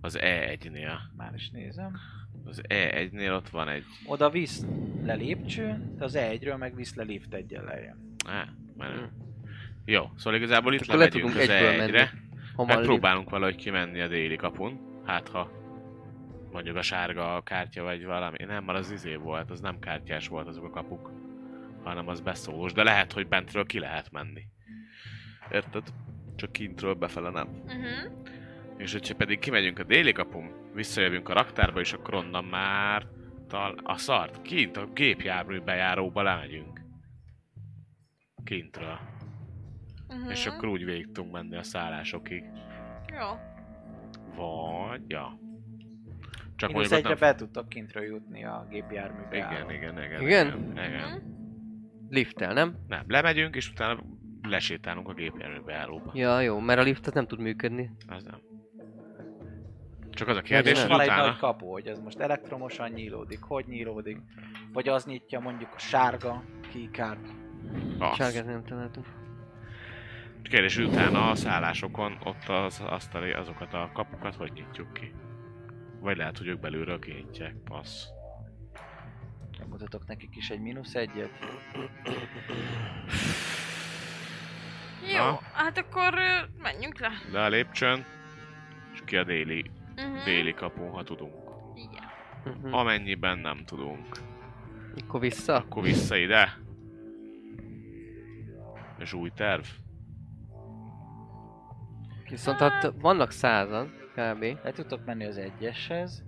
Az E1-nél. Már is nézem. Az E1-nél ott van egy... Oda visz le lépcső, de az E1-ről meg visz le lift egyen lejjebb. Á, menő. Jó, szóval igazából itt Akkor le lemegyünk az tudunk Hát egyből menni. E1-re. Ha van lift. Megpróbálunk valahogy kimenni a déli kapun. Hát ha mondjuk a sárga kártya vagy valami. Nem, mert az izé volt, az nem kártyás volt azok a kapuk. Hanem az beszólós, de lehet, hogy bentről ki lehet menni. Érted? Csak kintről befele nem. Uh-huh. És hogyha pedig kimegyünk a déli kapun, visszajövünk a raktárba, és akkor onnan már tal- a szart, kint a gépjármű bejáróba lemegyünk. Kintről. Uh-huh. És Mhm. akkor úgy végig tudunk menni a szállásokig. Jó. Vagy, ja. Csak Mínusz mondjuk ott egyre nem... be tudtok kintről jutni a gépjárműbe. Igen, igen, igen, Igen? igen, igen. Mhm. Lifttel, nem? Nem, lemegyünk, és utána lesétálunk a gépjárműbe állóba. Ja, jó, mert a lift az nem tud működni. Az nem. Csak az a És kérdés, Legyen hogy van egy nagy utána... kapu, hogy ez most elektromosan nyílódik, hogy nyílódik, vagy az nyitja mondjuk a sárga keycard. Az. Sárgát nem találtunk. Kérdés, hogy utána a szállásokon ott az, azt a, azokat a kapukat hogy nyitjuk ki? Vagy lehet, hogy ők belülről kinyitják, passz. Mutatok nekik is egy mínusz egyet. Jó, Na? hát akkor ö, menjünk le. Le a lépcsőn, és ki a déli, Mhm. Uh-huh. déli kapun, ha tudunk. Igen. Uh-huh. Amennyiben nem tudunk. Akkor vissza? Akkor vissza ide. És új terv. Viszont hát vannak százan, kb. Mhm. Le tudtok menni az egyeshez,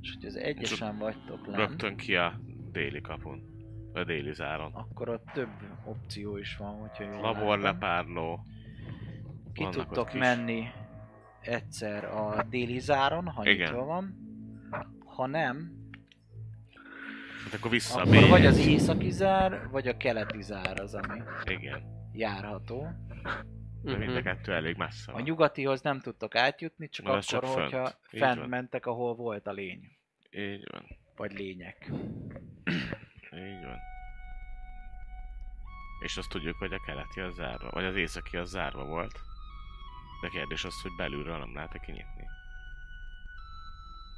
és hogy az egyesen vagytok lent, Rögtön ki a déli kapun. A déli záron. akkor ott több opció is van, hogyha jól látom. Laborlepárló. Ki vannak ott tudtok kis. menni egyszer a déli záron, ha Igen. nyitva van. Ha nem, Hát akkor vissza a akkor vagy B1. az északi zár, vagy a keleti zár az, ami Igen. járható. De mind a Mhm. kettő elég messze A van. nyugatihoz nem tudtok átjutni, csak Mert akkor, az csak fönt. hogyha Így fent van. mentek, ahol volt a lény. Így van. Vagy lények. Így van. És azt tudjuk, hogy a keleti az zárva, vagy az északi az zárva volt. De kérdés az, hogy belülről nem lehet-e kinyitni.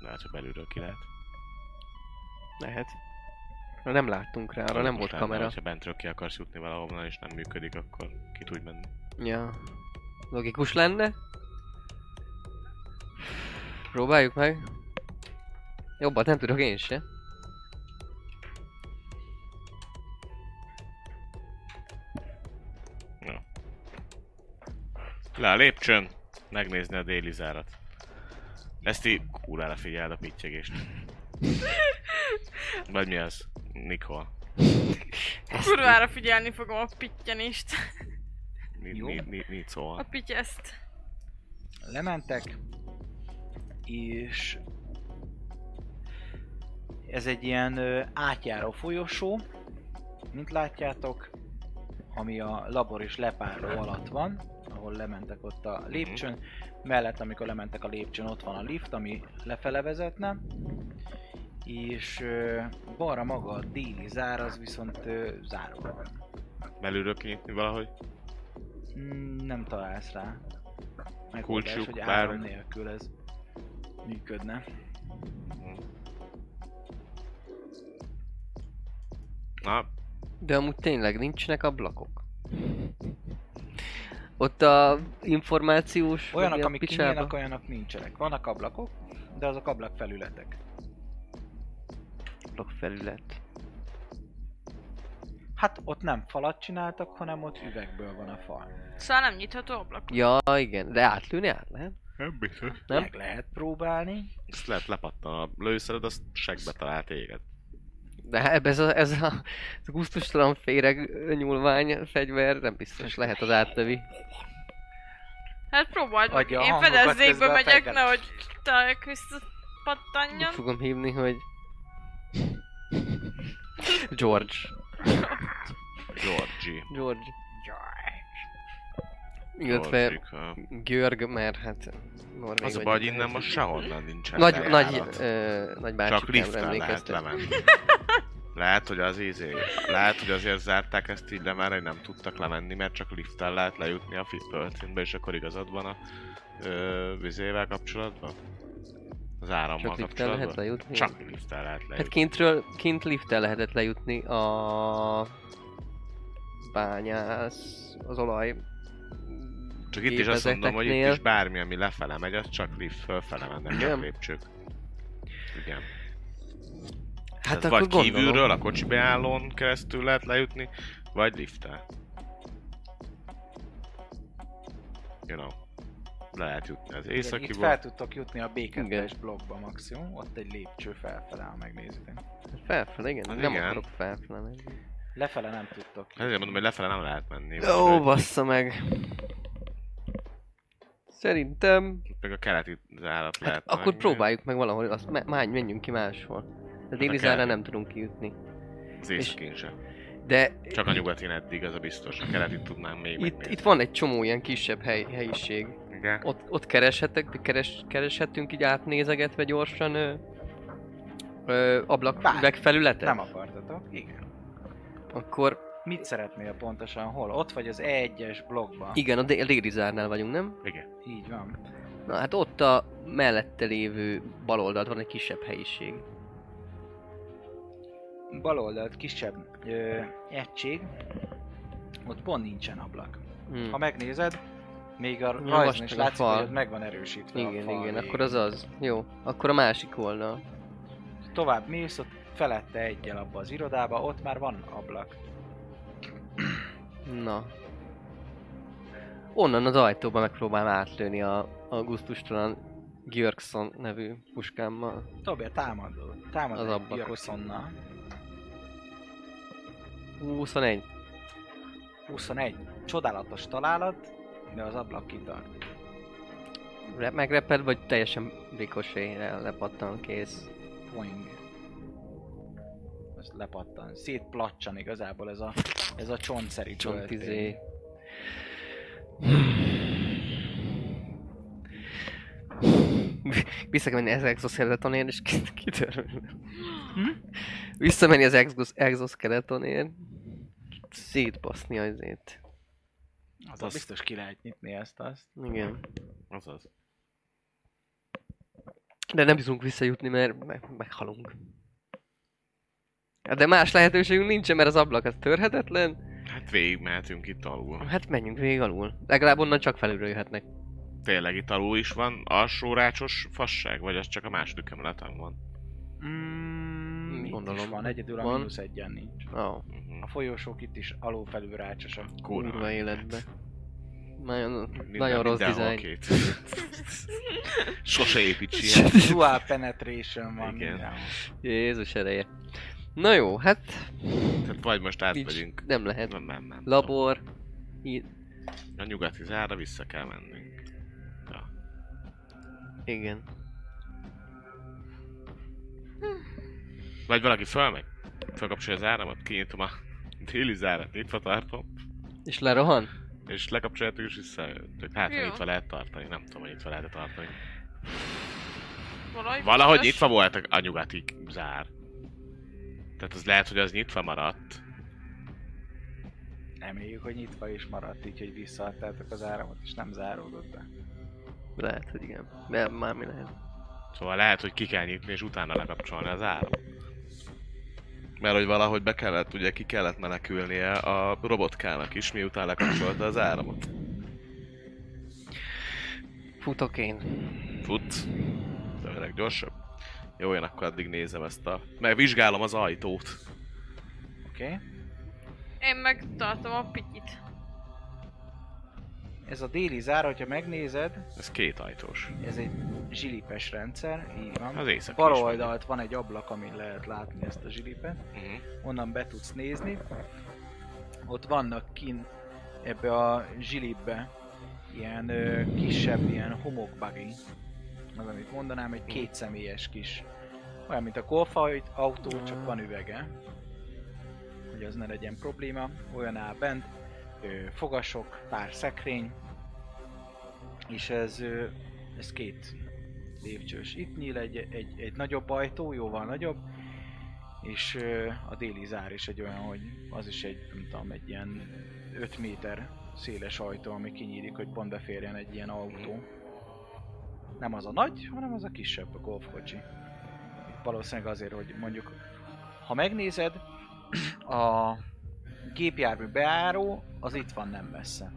Lehet, hogy belülről ki lehet. Lehet. Na, Nem láttunk rá, arra nem Most volt lenne, kamera. hogyha bentről ki akarsz jutni valahonnan és nem működik, akkor ki tudj menni. Ja. Logikus lenne. Próbáljuk meg. Jobbat nem tudok én se. Le a lépcsőn, megnézni a déli zárat. Ezt így kurára figyeld a pittyegést. Vagy mi az? Nikol. Kurvára figyelni fogom a pittyenést. Ni, Jó. ni, ni, ni A szól. pityeszt. lementek, és ez egy ilyen ö, átjáró folyosó, mint látjátok, ami a labor és lepárló alatt van, ahol lementek ott a lépcsőn. Mellett, amikor lementek a lépcsőn, ott van a lift, ami lefele vezetne. És ö, balra maga a déli zár, az viszont ö, záróban van. Belülről kinyitni valahogy? Mm, Nem találsz rá. Kulcsuk, Megoldás, hogy bár- áram nélkül ez működne. Na, De amúgy tényleg nincsenek ablakok. Ott a információs... vagy Olyanok, a amik picsába- kinyílnak, olyanok nincsenek. Vannak ablakok, de azok ablak felületek. Ablakfelület. Hát ott nem falat csináltak, hanem ott üvegből van a fal. Szóval nem nyitható ablak. Ja, igen. De átlőni át lehet? nem biztos. Nem? Meg lehet próbálni. Ezt lehet lepattan a lőszered, azt segbe talál téged. De ebbe ez a, ez a, ez a gusztustalan féreg nyúlvány fegyver nem biztos lehet az átlövi. Hát próbáld meg. Adja a Én hangokat, fedezékbe közben a megyek, fejben. nehogy találják vissza Úgy pattanjon. fogom hívni, hogy... George. Georgi. George. Illetve Georgi. Györg, mert hát... Norvég Az a vagy- baj, hogy innen most sehonnan nincsen Nagy, bejárat. nagy, ö, nagy Csak bácsikám lifttel lehet emlékeztet. lemenni. Lehet, hogy az izé, lehet, hogy azért zárták ezt így le, mert hogy nem tudtak lemenni, mert csak lifttel lehet lejutni a fi- földszintbe, és akkor igazad van a ö, vizével kapcsolatban? Az árammal Csak lifttel kapcsolatban? lehet lejutni? Csak lifttel lehet Hát lejutni. kintről, kint lifttel lehetett lejutni a bányász, az olaj Csak itt is azt mondom, hogy itt gépezeteknél. is bármi, ami lefele megy, az csak lift, fölfele mennek, Igen? csak lépcsők. Igen. Hát Tehát akkor vagy gondolom. kívülről, a kocsi beállón keresztül lehet lejutni, vagy lifttel. You know. Le lehet jutni az Igen, Itt északiból. fel tudtok jutni a Igen. B2-es blokkba maximum, ott egy lépcső felfele, ha megnézitek. Felfele, igen. Hát nem igen. akarok felfele menni. Lefele nem tudtok. Ezért mondom, hogy lefele nem lehet menni. Ó, úgyhogy bassza meg. Szerintem... itt Meg a keleti zárat lehet Hát akkor menni. próbáljuk meg valahol, azt me- mány, menjünk ki máshol. A déli kell. zárra nem tudunk kijutni. Az északén sem. De Csak a nyugatin eddig, az a biztos. A keletit tudnánk még itt, megnézni. itt van egy csomó ilyen kisebb hely, helyiség. Igen. Ott, ott kereshetek, keres, kereshetünk így átnézegetve gyorsan ö, ö, ablak Bár- üvegfelületet? Nem akartatok? Igen. Akkor Mit szeretnél pontosan? Hol? Ott vagy az E E1-es blokkban? igen, a dé- a déli zárnál vagyunk, nem? Igen. Így van. Na hát ott a mellette lévő bal oldalt van egy kisebb helyiség. Bal oldalt kisebb ö, egység, ott pont nincsen ablak. Hmm. Ha megnézed, még a Jó, rajzon vastag is a látszik, fal. hogy ott meg van erősítve a Igen, fal igen, végig. akkor az az. Jó, akkor a másik oldal. Tovább mész, ott felette egyel abba az irodába, ott már van ablak. Na. Onnan az ajtóba megpróbálom átlőni a, a gusztustalan Györgson nevű puskámmal. Tobi, támadó. Támadó Az egy ablakot. Björkssonnal. 21. 21. Csodálatos találat, de az ablak kitart. Re- megreped, vagy teljesen rikosé lepattan kész. Poing. Ez lepattan. Szétplacsan igazából ez a, ez a csontszerű Csontizé. Visszamenni az exoskeletonért, és ki- kitörölni. Visszamenni az exos- exoskeletonért. Szétbaszni az ét. Az a biztos ki lehet nyitni ezt azt. Igen. Azaz. De nem tudunk visszajutni, mert me- meghalunk. Hát De más lehetőségünk nincsen, mert az ablak az törhetetlen. Hát végig mehetünk itt alul. Hát menjünk végig alul. Legalább onnan csak felülről jöhetnek. Tényleg itt alul is van alsó rácsos fasság, vagy az csak a második emeleten van? Mm, itt Hmm, Gondolom. is van, egyedül a Van. mínusz egyen nincs. Ó, oh, A Uh-huh. folyósók itt is alulfelül rácsosak. kurva életbe. Nagyon, Minden, nagyon rossz mindenhol dizájn. Két. Sose építs ilyen. Dual penetration van. Igen. mindenhol. Jézus ereje. Na jó, hát Tehát vagy most nincs, átmegyünk. nem lehet. Nem, nem, nem. Labor, i- A nyugati zárra vissza kell mennünk. Ja. igen. Vagy valaki fölmegy. Fölkapcsolja az áramot, kinyitom a déli zárat, nyitva tartom. És lerohan? És lekapcsoljátok és visszajöttök. Hát, ha Jó. nyitva lehet tartani, nem tudom, hogy nyitva lehet tartani. Valahogy, Valahogy biztos. nyitva volt a- a nyugati zár. Tehát az lehet, hogy az nyitva maradt. Reméljük, hogy nyitva is maradt, így, hogy visszaadtátok az áramot, és nem záródott be. Lehet, hogy igen. De már mi lehet. Szóval lehet, hogy ki kell nyitni, és utána lekapcsolni az áramot. Mert hogy valahogy be kellett, ugye ki kellett menekülnie a robotkának is, miután lekapcsolta az áramot. Futok én. Fut. De öreg gyorsabb. Jó, én akkor addig nézem ezt a... Meg vizsgálom az ajtót. Oké? Okay? Én megtartom a pityit. Ez a déli zár, hogyha megnézed, Ez két ajtós. ez egy zsilipes rendszer, így van. Az éjszaki Bal is van. oldalt van egy ablak, amin lehet látni ezt a zsilipet. Mhm. onnan be tudsz nézni. Ott vannak kin ebbe a zsilibbe ilyen ö, kisebb, ilyen homokbagi. Az, amit mondanám, egy kétszemélyes kis. Olyan, mint a golfa hogy autó, csak van üvege. Hogy az ne legyen probléma. Olyan áll bent, ö, fogasok, pár szekrény. És ez, ö, ez két lépcsős. Itt nyíl egy, egy, egy nagyobb ajtó, jóval nagyobb, és ö, a déli zár is egy olyan, hogy az is egy, nem tudom, egy ilyen 5 méter széles ajtó, ami kinyílik, hogy pont beférjen egy ilyen autó. Nem az a nagy, hanem az a kisebb a golfkocsi. Valószínűleg azért, hogy mondjuk, ha megnézed, a gépjármű beáró az itt van nem messze.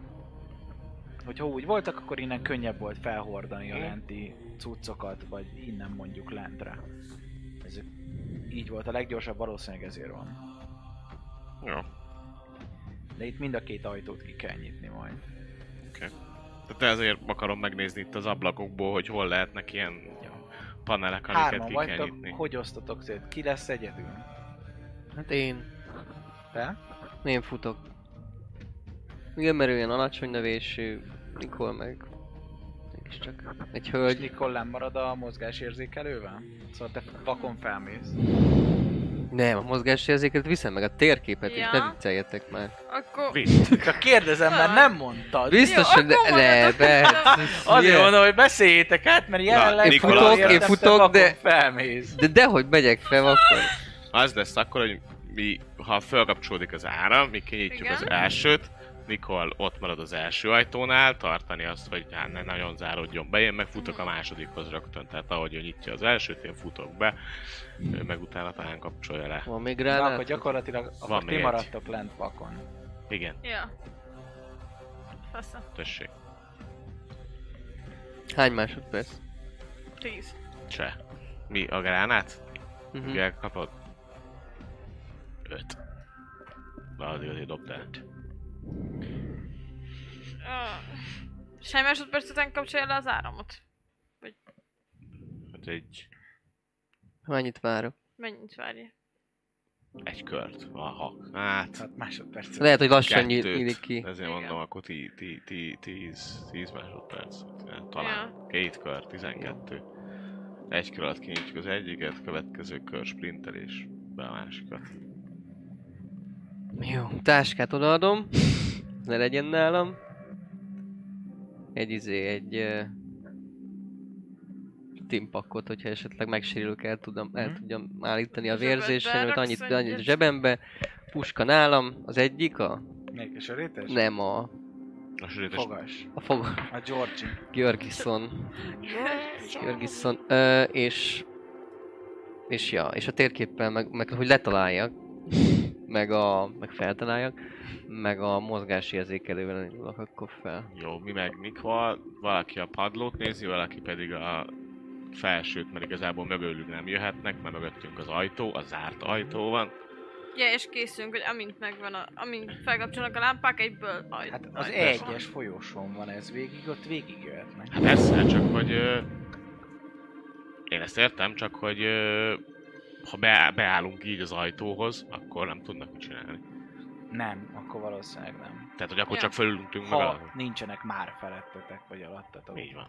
Hogyha úgy voltak, akkor innen könnyebb volt felhordani a Mhm. lenti cuccokat, vagy innen mondjuk lentre. Ez így volt a leggyorsabb, valószínűleg ezért van. Jó. De itt mind a két ajtót ki kell nyitni majd. Tehát ezért akarom megnézni itt az ablakokból, hogy hol lehetnek ilyen Ja. panelek, amiket Hárman ki kell vagytok, nyitni. hogy osztatok szét? Ki lesz egyedül? Hát én. Te? Én futok. Igen, mert olyan alacsony növésű. Nikol meg. Mégiscsak. Hogy Egy hölgy. Nikol marad a mozgásérzékelővel? Szóval te vakon felmész. Nem, a mozgásérzéket viszem meg a térképet is, Ja. ne vicceljetek már. Akkor... Visz. Csak kérdezem, mert nem mondtad. Biztos, Jó, hogy ne, akkor ne, mondod, be. Azért mondom, hogy beszéljétek át, mert jelenleg Na, Nikola, valamiért én nem te futok, vakon de- felmész. De dehogy megyek fel akkor. Az lesz akkor, hogy mi, ha felkapcsolódik az áram, mi kinyitjuk Igen. az elsőt, Nikol ott marad az első ajtónál, tartani azt, hogy hát ne nagyon záródjon be, én meg futok a másodikhoz rögtön, tehát ahogy ő nyitja az elsőt, én futok be, ő meg utána talán kapcsolja le. Van még Na, rá? akkor gyakorlatilag akkor Van még ti egy. maradtok lent vakon. Igen, Ja. Fasza. tessék, Hány másodperc? Tíz. cseh. Mi, a gránát? Mhm. Ugye kapod? Öt. Na, azért azért dobd el. Ah. Semmi másodperc után kapcsolja le az áramot. Hát egy, Mennyit várok? Mennyit várja? egy kört. Aha. Hát, Hát másodperc. Lehet, hogy lassan nyí- kettőt. nyílik ki. Ezért Igen. mondom, akkor ti, ti, ti, tíz, tíz másodperc. Talán. Két kör, tizenkettő. Egy kör alatt kinyitjuk az egyiket, következő kör sprintelés, be a másikat. Jó, táskát odaadom. Ne legyen nálam. Egy izé, egy... Uh, timpakot, hogyha esetleg megsérülök, el, tudom, el Mhm. tudjam állítani a Zsebedbe vérzésemet, raksz izé. annyit, annyit egyet? zsebembe. Puska nálam, az egyik a... Melyik a sörétes? Nem a... A sörétes Fogas. A fog... A Georgi. Georgison. Georgison. Ö, és... És ja, és a térképpel, meg, meg hogy letaláljak, meg a... meg feltaláljak, meg a mozgásérzékelővel indulok akkor fel. Jó, mi meg Nikol, valaki a padlót nézi, valaki pedig a felsőt, mert igazából mögülünk nem jöhetnek, mert mögöttünk az ajtó, a zárt ajtó van. Ja, és készülünk, hogy amint megvan, a, amint felkapcsolnak a lámpák, egyből aj, Hát az ajtás van. egyes folyosón van ez végig, ott végig jöhetnek. Hát persze, csak hogy... Ö, én ezt értem, csak hogy ö, ha be, beállunk így az ajtóhoz, akkor nem tudnak mit csinálni. Nem, akkor valószínűleg nem. Tehát, hogy akkor Ja. csak felültünk Ha meg alá. nincsenek már felettetek vagy alattatok. Így van.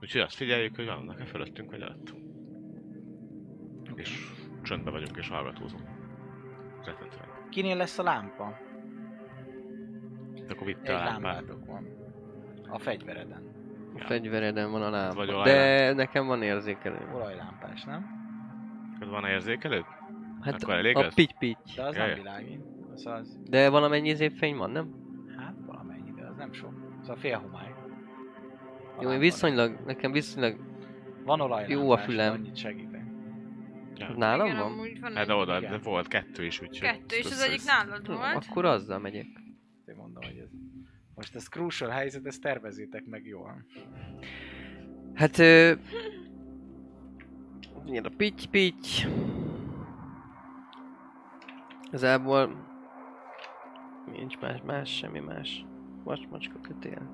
Úgyhogy azt figyeljük, hogy vannak-e fölöttünk vagy alattunk. És csöndben vagyunk és hallgatózunk. Rettentően. Kinél lesz a lámpa? Itt akkor vitte Egy a lámpát. lámpádok van. A fegyvereden. A fegyvereden van a lámpa. Vagy olaj- De nekem van érzékelő. Olajlámpás, nem? Ott Van érzékelőd? Hát Akkor elég a lesz? pitty De az Jaj. nem világít. Az az, De valamennyi zépfény van, nem? hát valamennyi, de az nem sok. Az a fél homály. A Jó, én lámpa. viszonylag, nekem viszonylag Van olajlámpás, jó a fülem. Annyit segítek. Hát nálam Igen, van. amúgy van Hát egy- de oda, igen. de volt kettő is, úgyhogy... Kettő, és az össze- egyik nálad Tudom, volt. akkor azzal megyek. Én mondom, hogy ez... Most ez crucial helyzet, ezt tervezétek meg jól. Hát ö... Igen, a pitty pitty. Igazából nincs más, más, semmi más. Most macska kötél.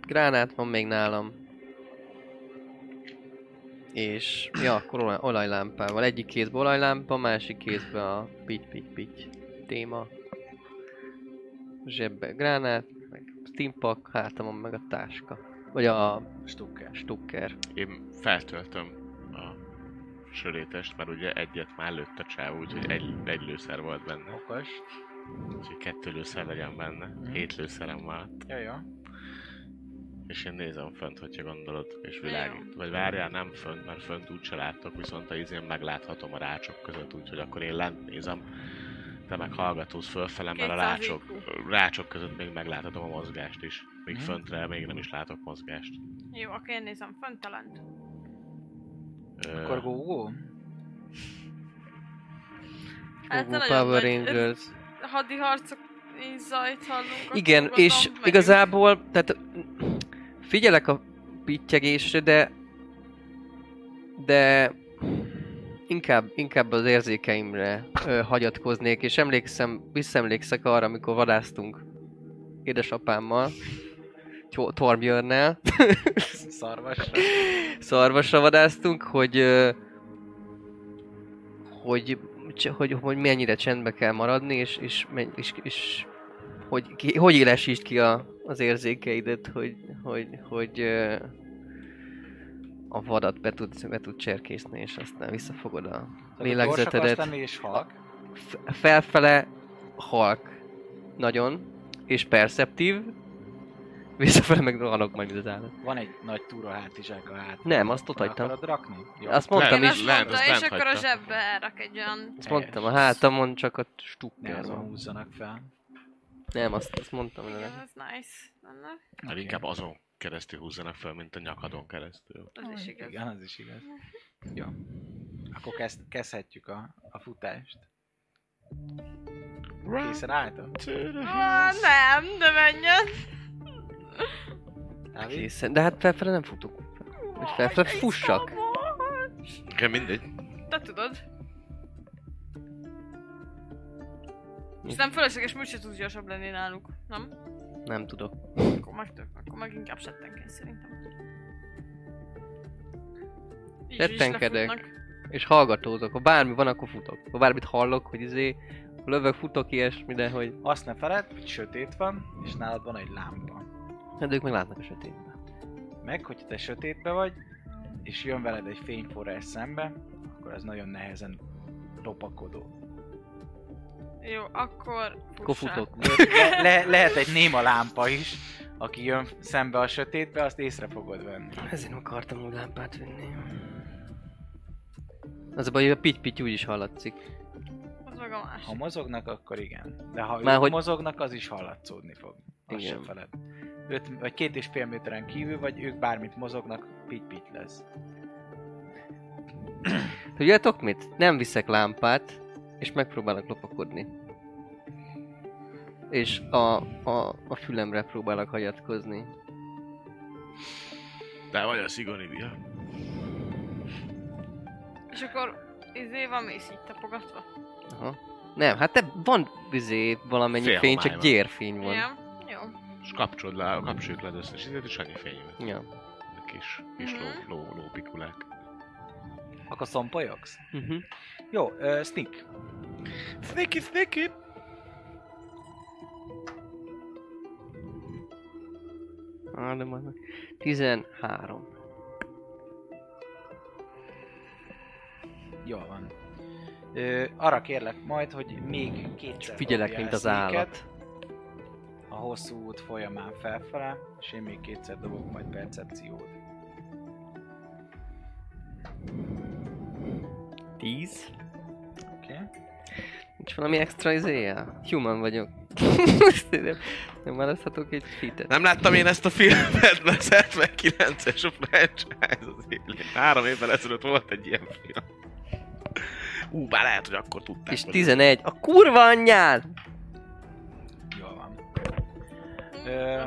Gránát van még nálam. És, ja, akkor olaj, olajlámpával. Egyik kézbe olajlámpa, másik kézbe a pitty pitty pitty téma. Zsebbe gránát, meg steampunk, hátamon meg a táska. Vagy a Stukker. stukker. Én feltöltöm a sörétest, mert ugye egyet már lőtt a csáv, úgyhogy egy, egy lőszer volt benne. Okos. Úgyhogy kettő lőszer legyen benne. Hét lőszerem maradt. Jó, jó. És én nézem fönt, hogyha gondolod, és Jó. világít. Vagy várjál, nem fönt, mert fönt úgy se látok, viszont a izén megláthatom a rácsok között, úgyhogy akkor én lent nézem. Te meg hallgatóz fölfele, mert a 200 rácsok, rácsok között még megláthatom a mozgást is. Míg Mhm. föntre még nem is látok mozgást. Jó, akkor én nézem fönt talán. Ö, Akkor go, go. Hát Google nagyon Power nagy- Rangers. Hadi harcok így zajt hallunk. akkor Igen, gondolom, és megyünk. igazából, tehát figyelek a pittyegésre, de de inkább, inkább az érzékeimre ö, hagyatkoznék, és emlékszem, visszaemlékszek arra, amikor vadásztunk édesapámmal, Tyo- Torbjörnnel, Szarvasra. szarvasra vadásztunk, hogy, ö, hogy, cse- hogy, hogy mennyire csendbe kell maradni, és, és, men- és, és hogy, ki, hogy élesítsd ki a, az érzékeidet, hogy, hogy, hogy ö, a vadat be tud, be tud cserkészni, és aztán visszafogod a Gyorsak lélegzetedet. aztán és halk. F- felfele halk nagyon, és perceptív, visszafele meg rohanok majd az állat. Van egy nagy túra hátizsák a hát. Nem, azt ott Fel hagytam. Akarod rakni? Jó. Lehet, Azt mondtam Én is. azt lehet, mondta, azt és bent akkor a hagyta. zsebbe elrak egy olyan... Helyes. Azt mondtam, a hátamon csak a Ne stukker azon van. húzzanak fel. Nem, azt, azt mondtam Igen, vele. ez nice. Lenne. Hát inkább azon keresztül húzzanak fel, mint a nyakadon keresztül. Az is igaz. Igen, az is igaz. Jó. Akkor kezd, kezdhetjük a, a futást. Készen álltam? Ah, nem, de menjen. Dávid? Készen. De hát felfele nem futok. Hogy felfele Jaj, de fussak. iszom. Igen, mindegy. Te tudod. És nem fölösleges műsor tudsz gyorsabb lenni náluk, nem? Nem tudok. Akkor meg, tök, akkor meg inkább settenkedj szerintem. Így is Settenkedek. lefutnak. És hallgatózok. Ha bármi van, akkor futok. Ha bármit hallok, hogy izé, lövök, futok, ilyesmi, de hogy... Azt ne feled, hogy sötét van, és nálad van egy lámpa. Hát ők meg látnak a sötétben. Meg, hogyha te sötétbe vagy, és jön veled egy fényforrás szembe, akkor az nagyon nehezen lopakodó. Jó, akkor Akkor fussál. futok. Le- le- lehet egy néma lámpa is, aki jön szembe a sötétbe, azt észre fogod venni. Ezért nem akartam úgy lámpát vinni. Az a baj, hogy a pitty úgy is hallatszik. Az meg a másik. Ha mozognak, akkor igen. De ha Már ők hogy- mozognak, az is hallatszódni fog. Azt Igen. sem feled. Öt, vagy két és fél méteren kívül, vagy ők bármit mozognak, pitty-pitty lesz. Tudjátok mit? Nem viszek lámpát, és megpróbálok lopakodni. És a, a, a fülemre próbálok hagyatkozni. De vagy a szigonidia. És akkor izé van mész így tapogatva. Aha. Nem, hát te van vizé valamennyi Fél fény, homály csak van. gyérfény van. Igen? Jó. És kapcsolod le, kapcsoljuk le az összes izét, és annyi fény van. Ja. A Kis, kis ló, ló, lópikulák. Akkor szompolyogsz? Uh-huh. Jó, uh, sneak. Sneaky, sneaky! Á, de majd... 13. Jól van. Ö, arra kérlek majd, hogy még kétszer Figyelek, dobjál mint az sneak-et állat. A hosszú út folyamán felfele, és én még kétszer dobok majd percepciót. Tíz? Oké? Nincs valami extra izéje? Human vagyok. nem, nem választhatok egy fitet. Nem láttam én ezt a filmet, mert 79-es a franchise az élén. Három évvel ezelőtt volt egy ilyen film. Ú, bár lehet, hogy akkor tudták. És hogy- 11. A kurva anyján! Jól van. Ö,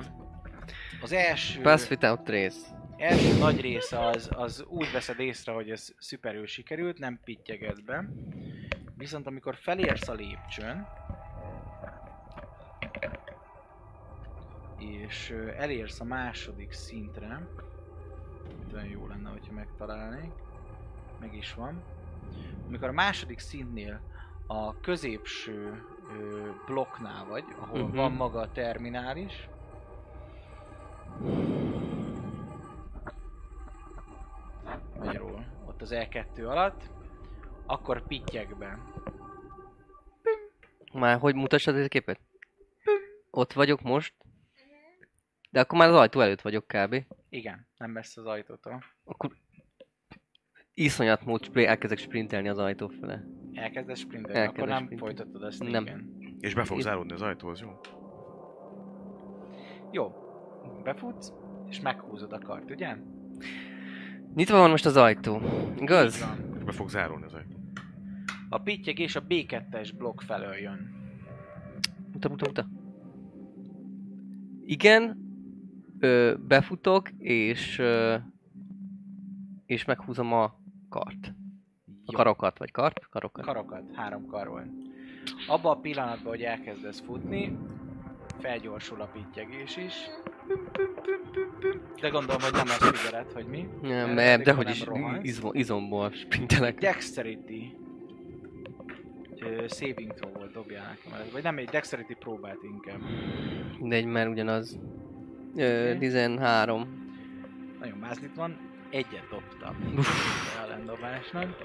az első... Pass without trace. első nagy része az, az úgy veszed észre, hogy ez szuperül sikerült, nem pittyeget be. Viszont amikor felérsz a lépcsőn, és ö, elérsz a második szintre, itt olyan jó lenne, hogyha megtalálnék, meg is van. Amikor a második szintnél a középső ö, blokknál vagy, ahol Mhm. van maga a terminális, magyarul, ott az E2 alatt, akkor pittyekben. Már hogy mutassad ezt a képet? Ott vagyok most. De akkor már az ajtó előtt vagyok kb. Igen, nem messze az ajtótól. Akkor iszonyat mód spri- elkezdek sprintelni az ajtó fele. Elkezdesz sprintelni, Elkezdek akkor nem sprintelni. folytatod ezt Nem. igen. És be fog záródni az ajtó, az jó? Jó, befutsz, és meghúzod a kart, ugye? Nyitva van most az ajtó, Így igaz? van. Be fog záródni az ajtó. A pittyeg és a B2-es blokk felől jön. Muta, muta, muta. Igen, ö, befutok, és, ö, és meghúzom a kart. A Jó. karokat, vagy kart? Karokat. Karokat, három kar van. Abba a pillanatban, hogy elkezdesz futni, felgyorsul a pittyegés is. Püm, püm, püm, püm, püm. De gondolom, hogy nem azt figyeled, hogy mi. nem, Erre nem, pedig, ha dehogy nem is rohansz. izmo, izomból sprintelek. Dexterity ö, saving throw volt dobjál nekem, ez- vagy nem egy dexterity próbált inkább. Mindegy, mert ugyanaz. Ö, Oké. 13. Nagyon mázlit van, egyet dobtam ellendobásnak.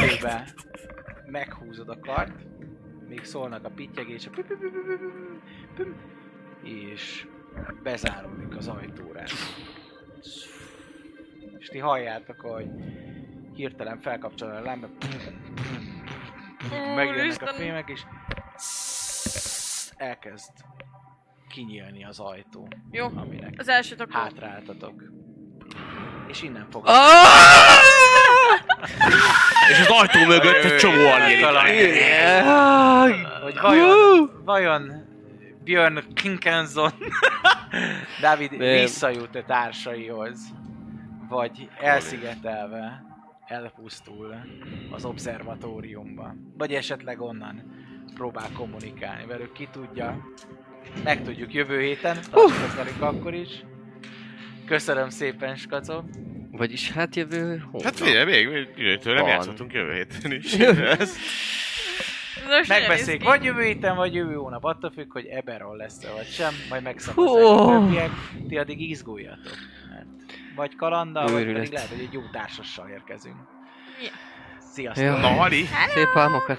Közben meghúzod a kart, még szólnak a pittyegés, a pü- pü- pü- pü- pü- pü- püm, és bezáródik az ajtóra. És ti halljátok, hogy hirtelen felkapcsol a lámpa, megjönnek a Úristen. fémek, és elkezd kinyílni az ajtó, Jó, aminek az elsőt akkor. Hát, hátráltatok. És innen fog. Ah! És az ajtó mögött egy csomó Jaj. annyit. Hogy vajon, vajon Björn Kinkenson Dávid Nem. visszajut-e társaihoz? Vagy elszigetelve elpusztul az obszervatóriumban? Vagy esetleg onnan próbál kommunikálni velük, ki tudja. Megtudjuk jövő héten, tartsatok velünk akkor is. Köszönöm szépen, Skacó. Vagyis hát jövő hónap. Hát figyelj, még, még jövőtől nem Van. játszhatunk jövő héten is. Ez Megbeszéljük, vagy jövő héten, vagy jövő hónap, attól függ, hogy Eberron lesz-e, vagy sem, majd megszavazzák Hú. a többiek, ti addig izguljatok. Mert vagy kalanda, vagy Őrület. pedig lehet, hogy egy jó társassal érkezünk. Ja. Sziasztok! Ja. Na, Hali! Szép álmokat.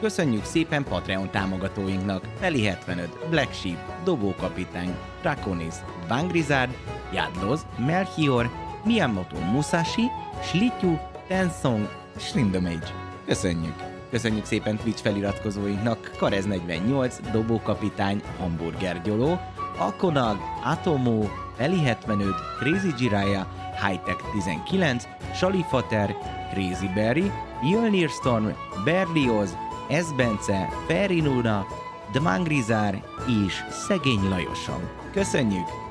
Köszönjük szépen Patreon támogatóinknak! Feli 75, Black Sheep, Dobókapitány, Draconis, Vangrizard, Jadloz, Melchior, Miyamoto Musashi, Slityu, Tensong, Slindomage. Köszönjük! Köszönjük szépen Twitch feliratkozóinknak Karez48, Dobókapitány, Hamburger Gyoló, Akonag, Atomo, Eli 75, Crazy Jiraiya, Hightech 19, Salifater, Crazy Berry, Mjölnir Storm, Berlioz, Esbence, Ferinuna, Dmangrizár és Szegény Lajosom. Köszönjük!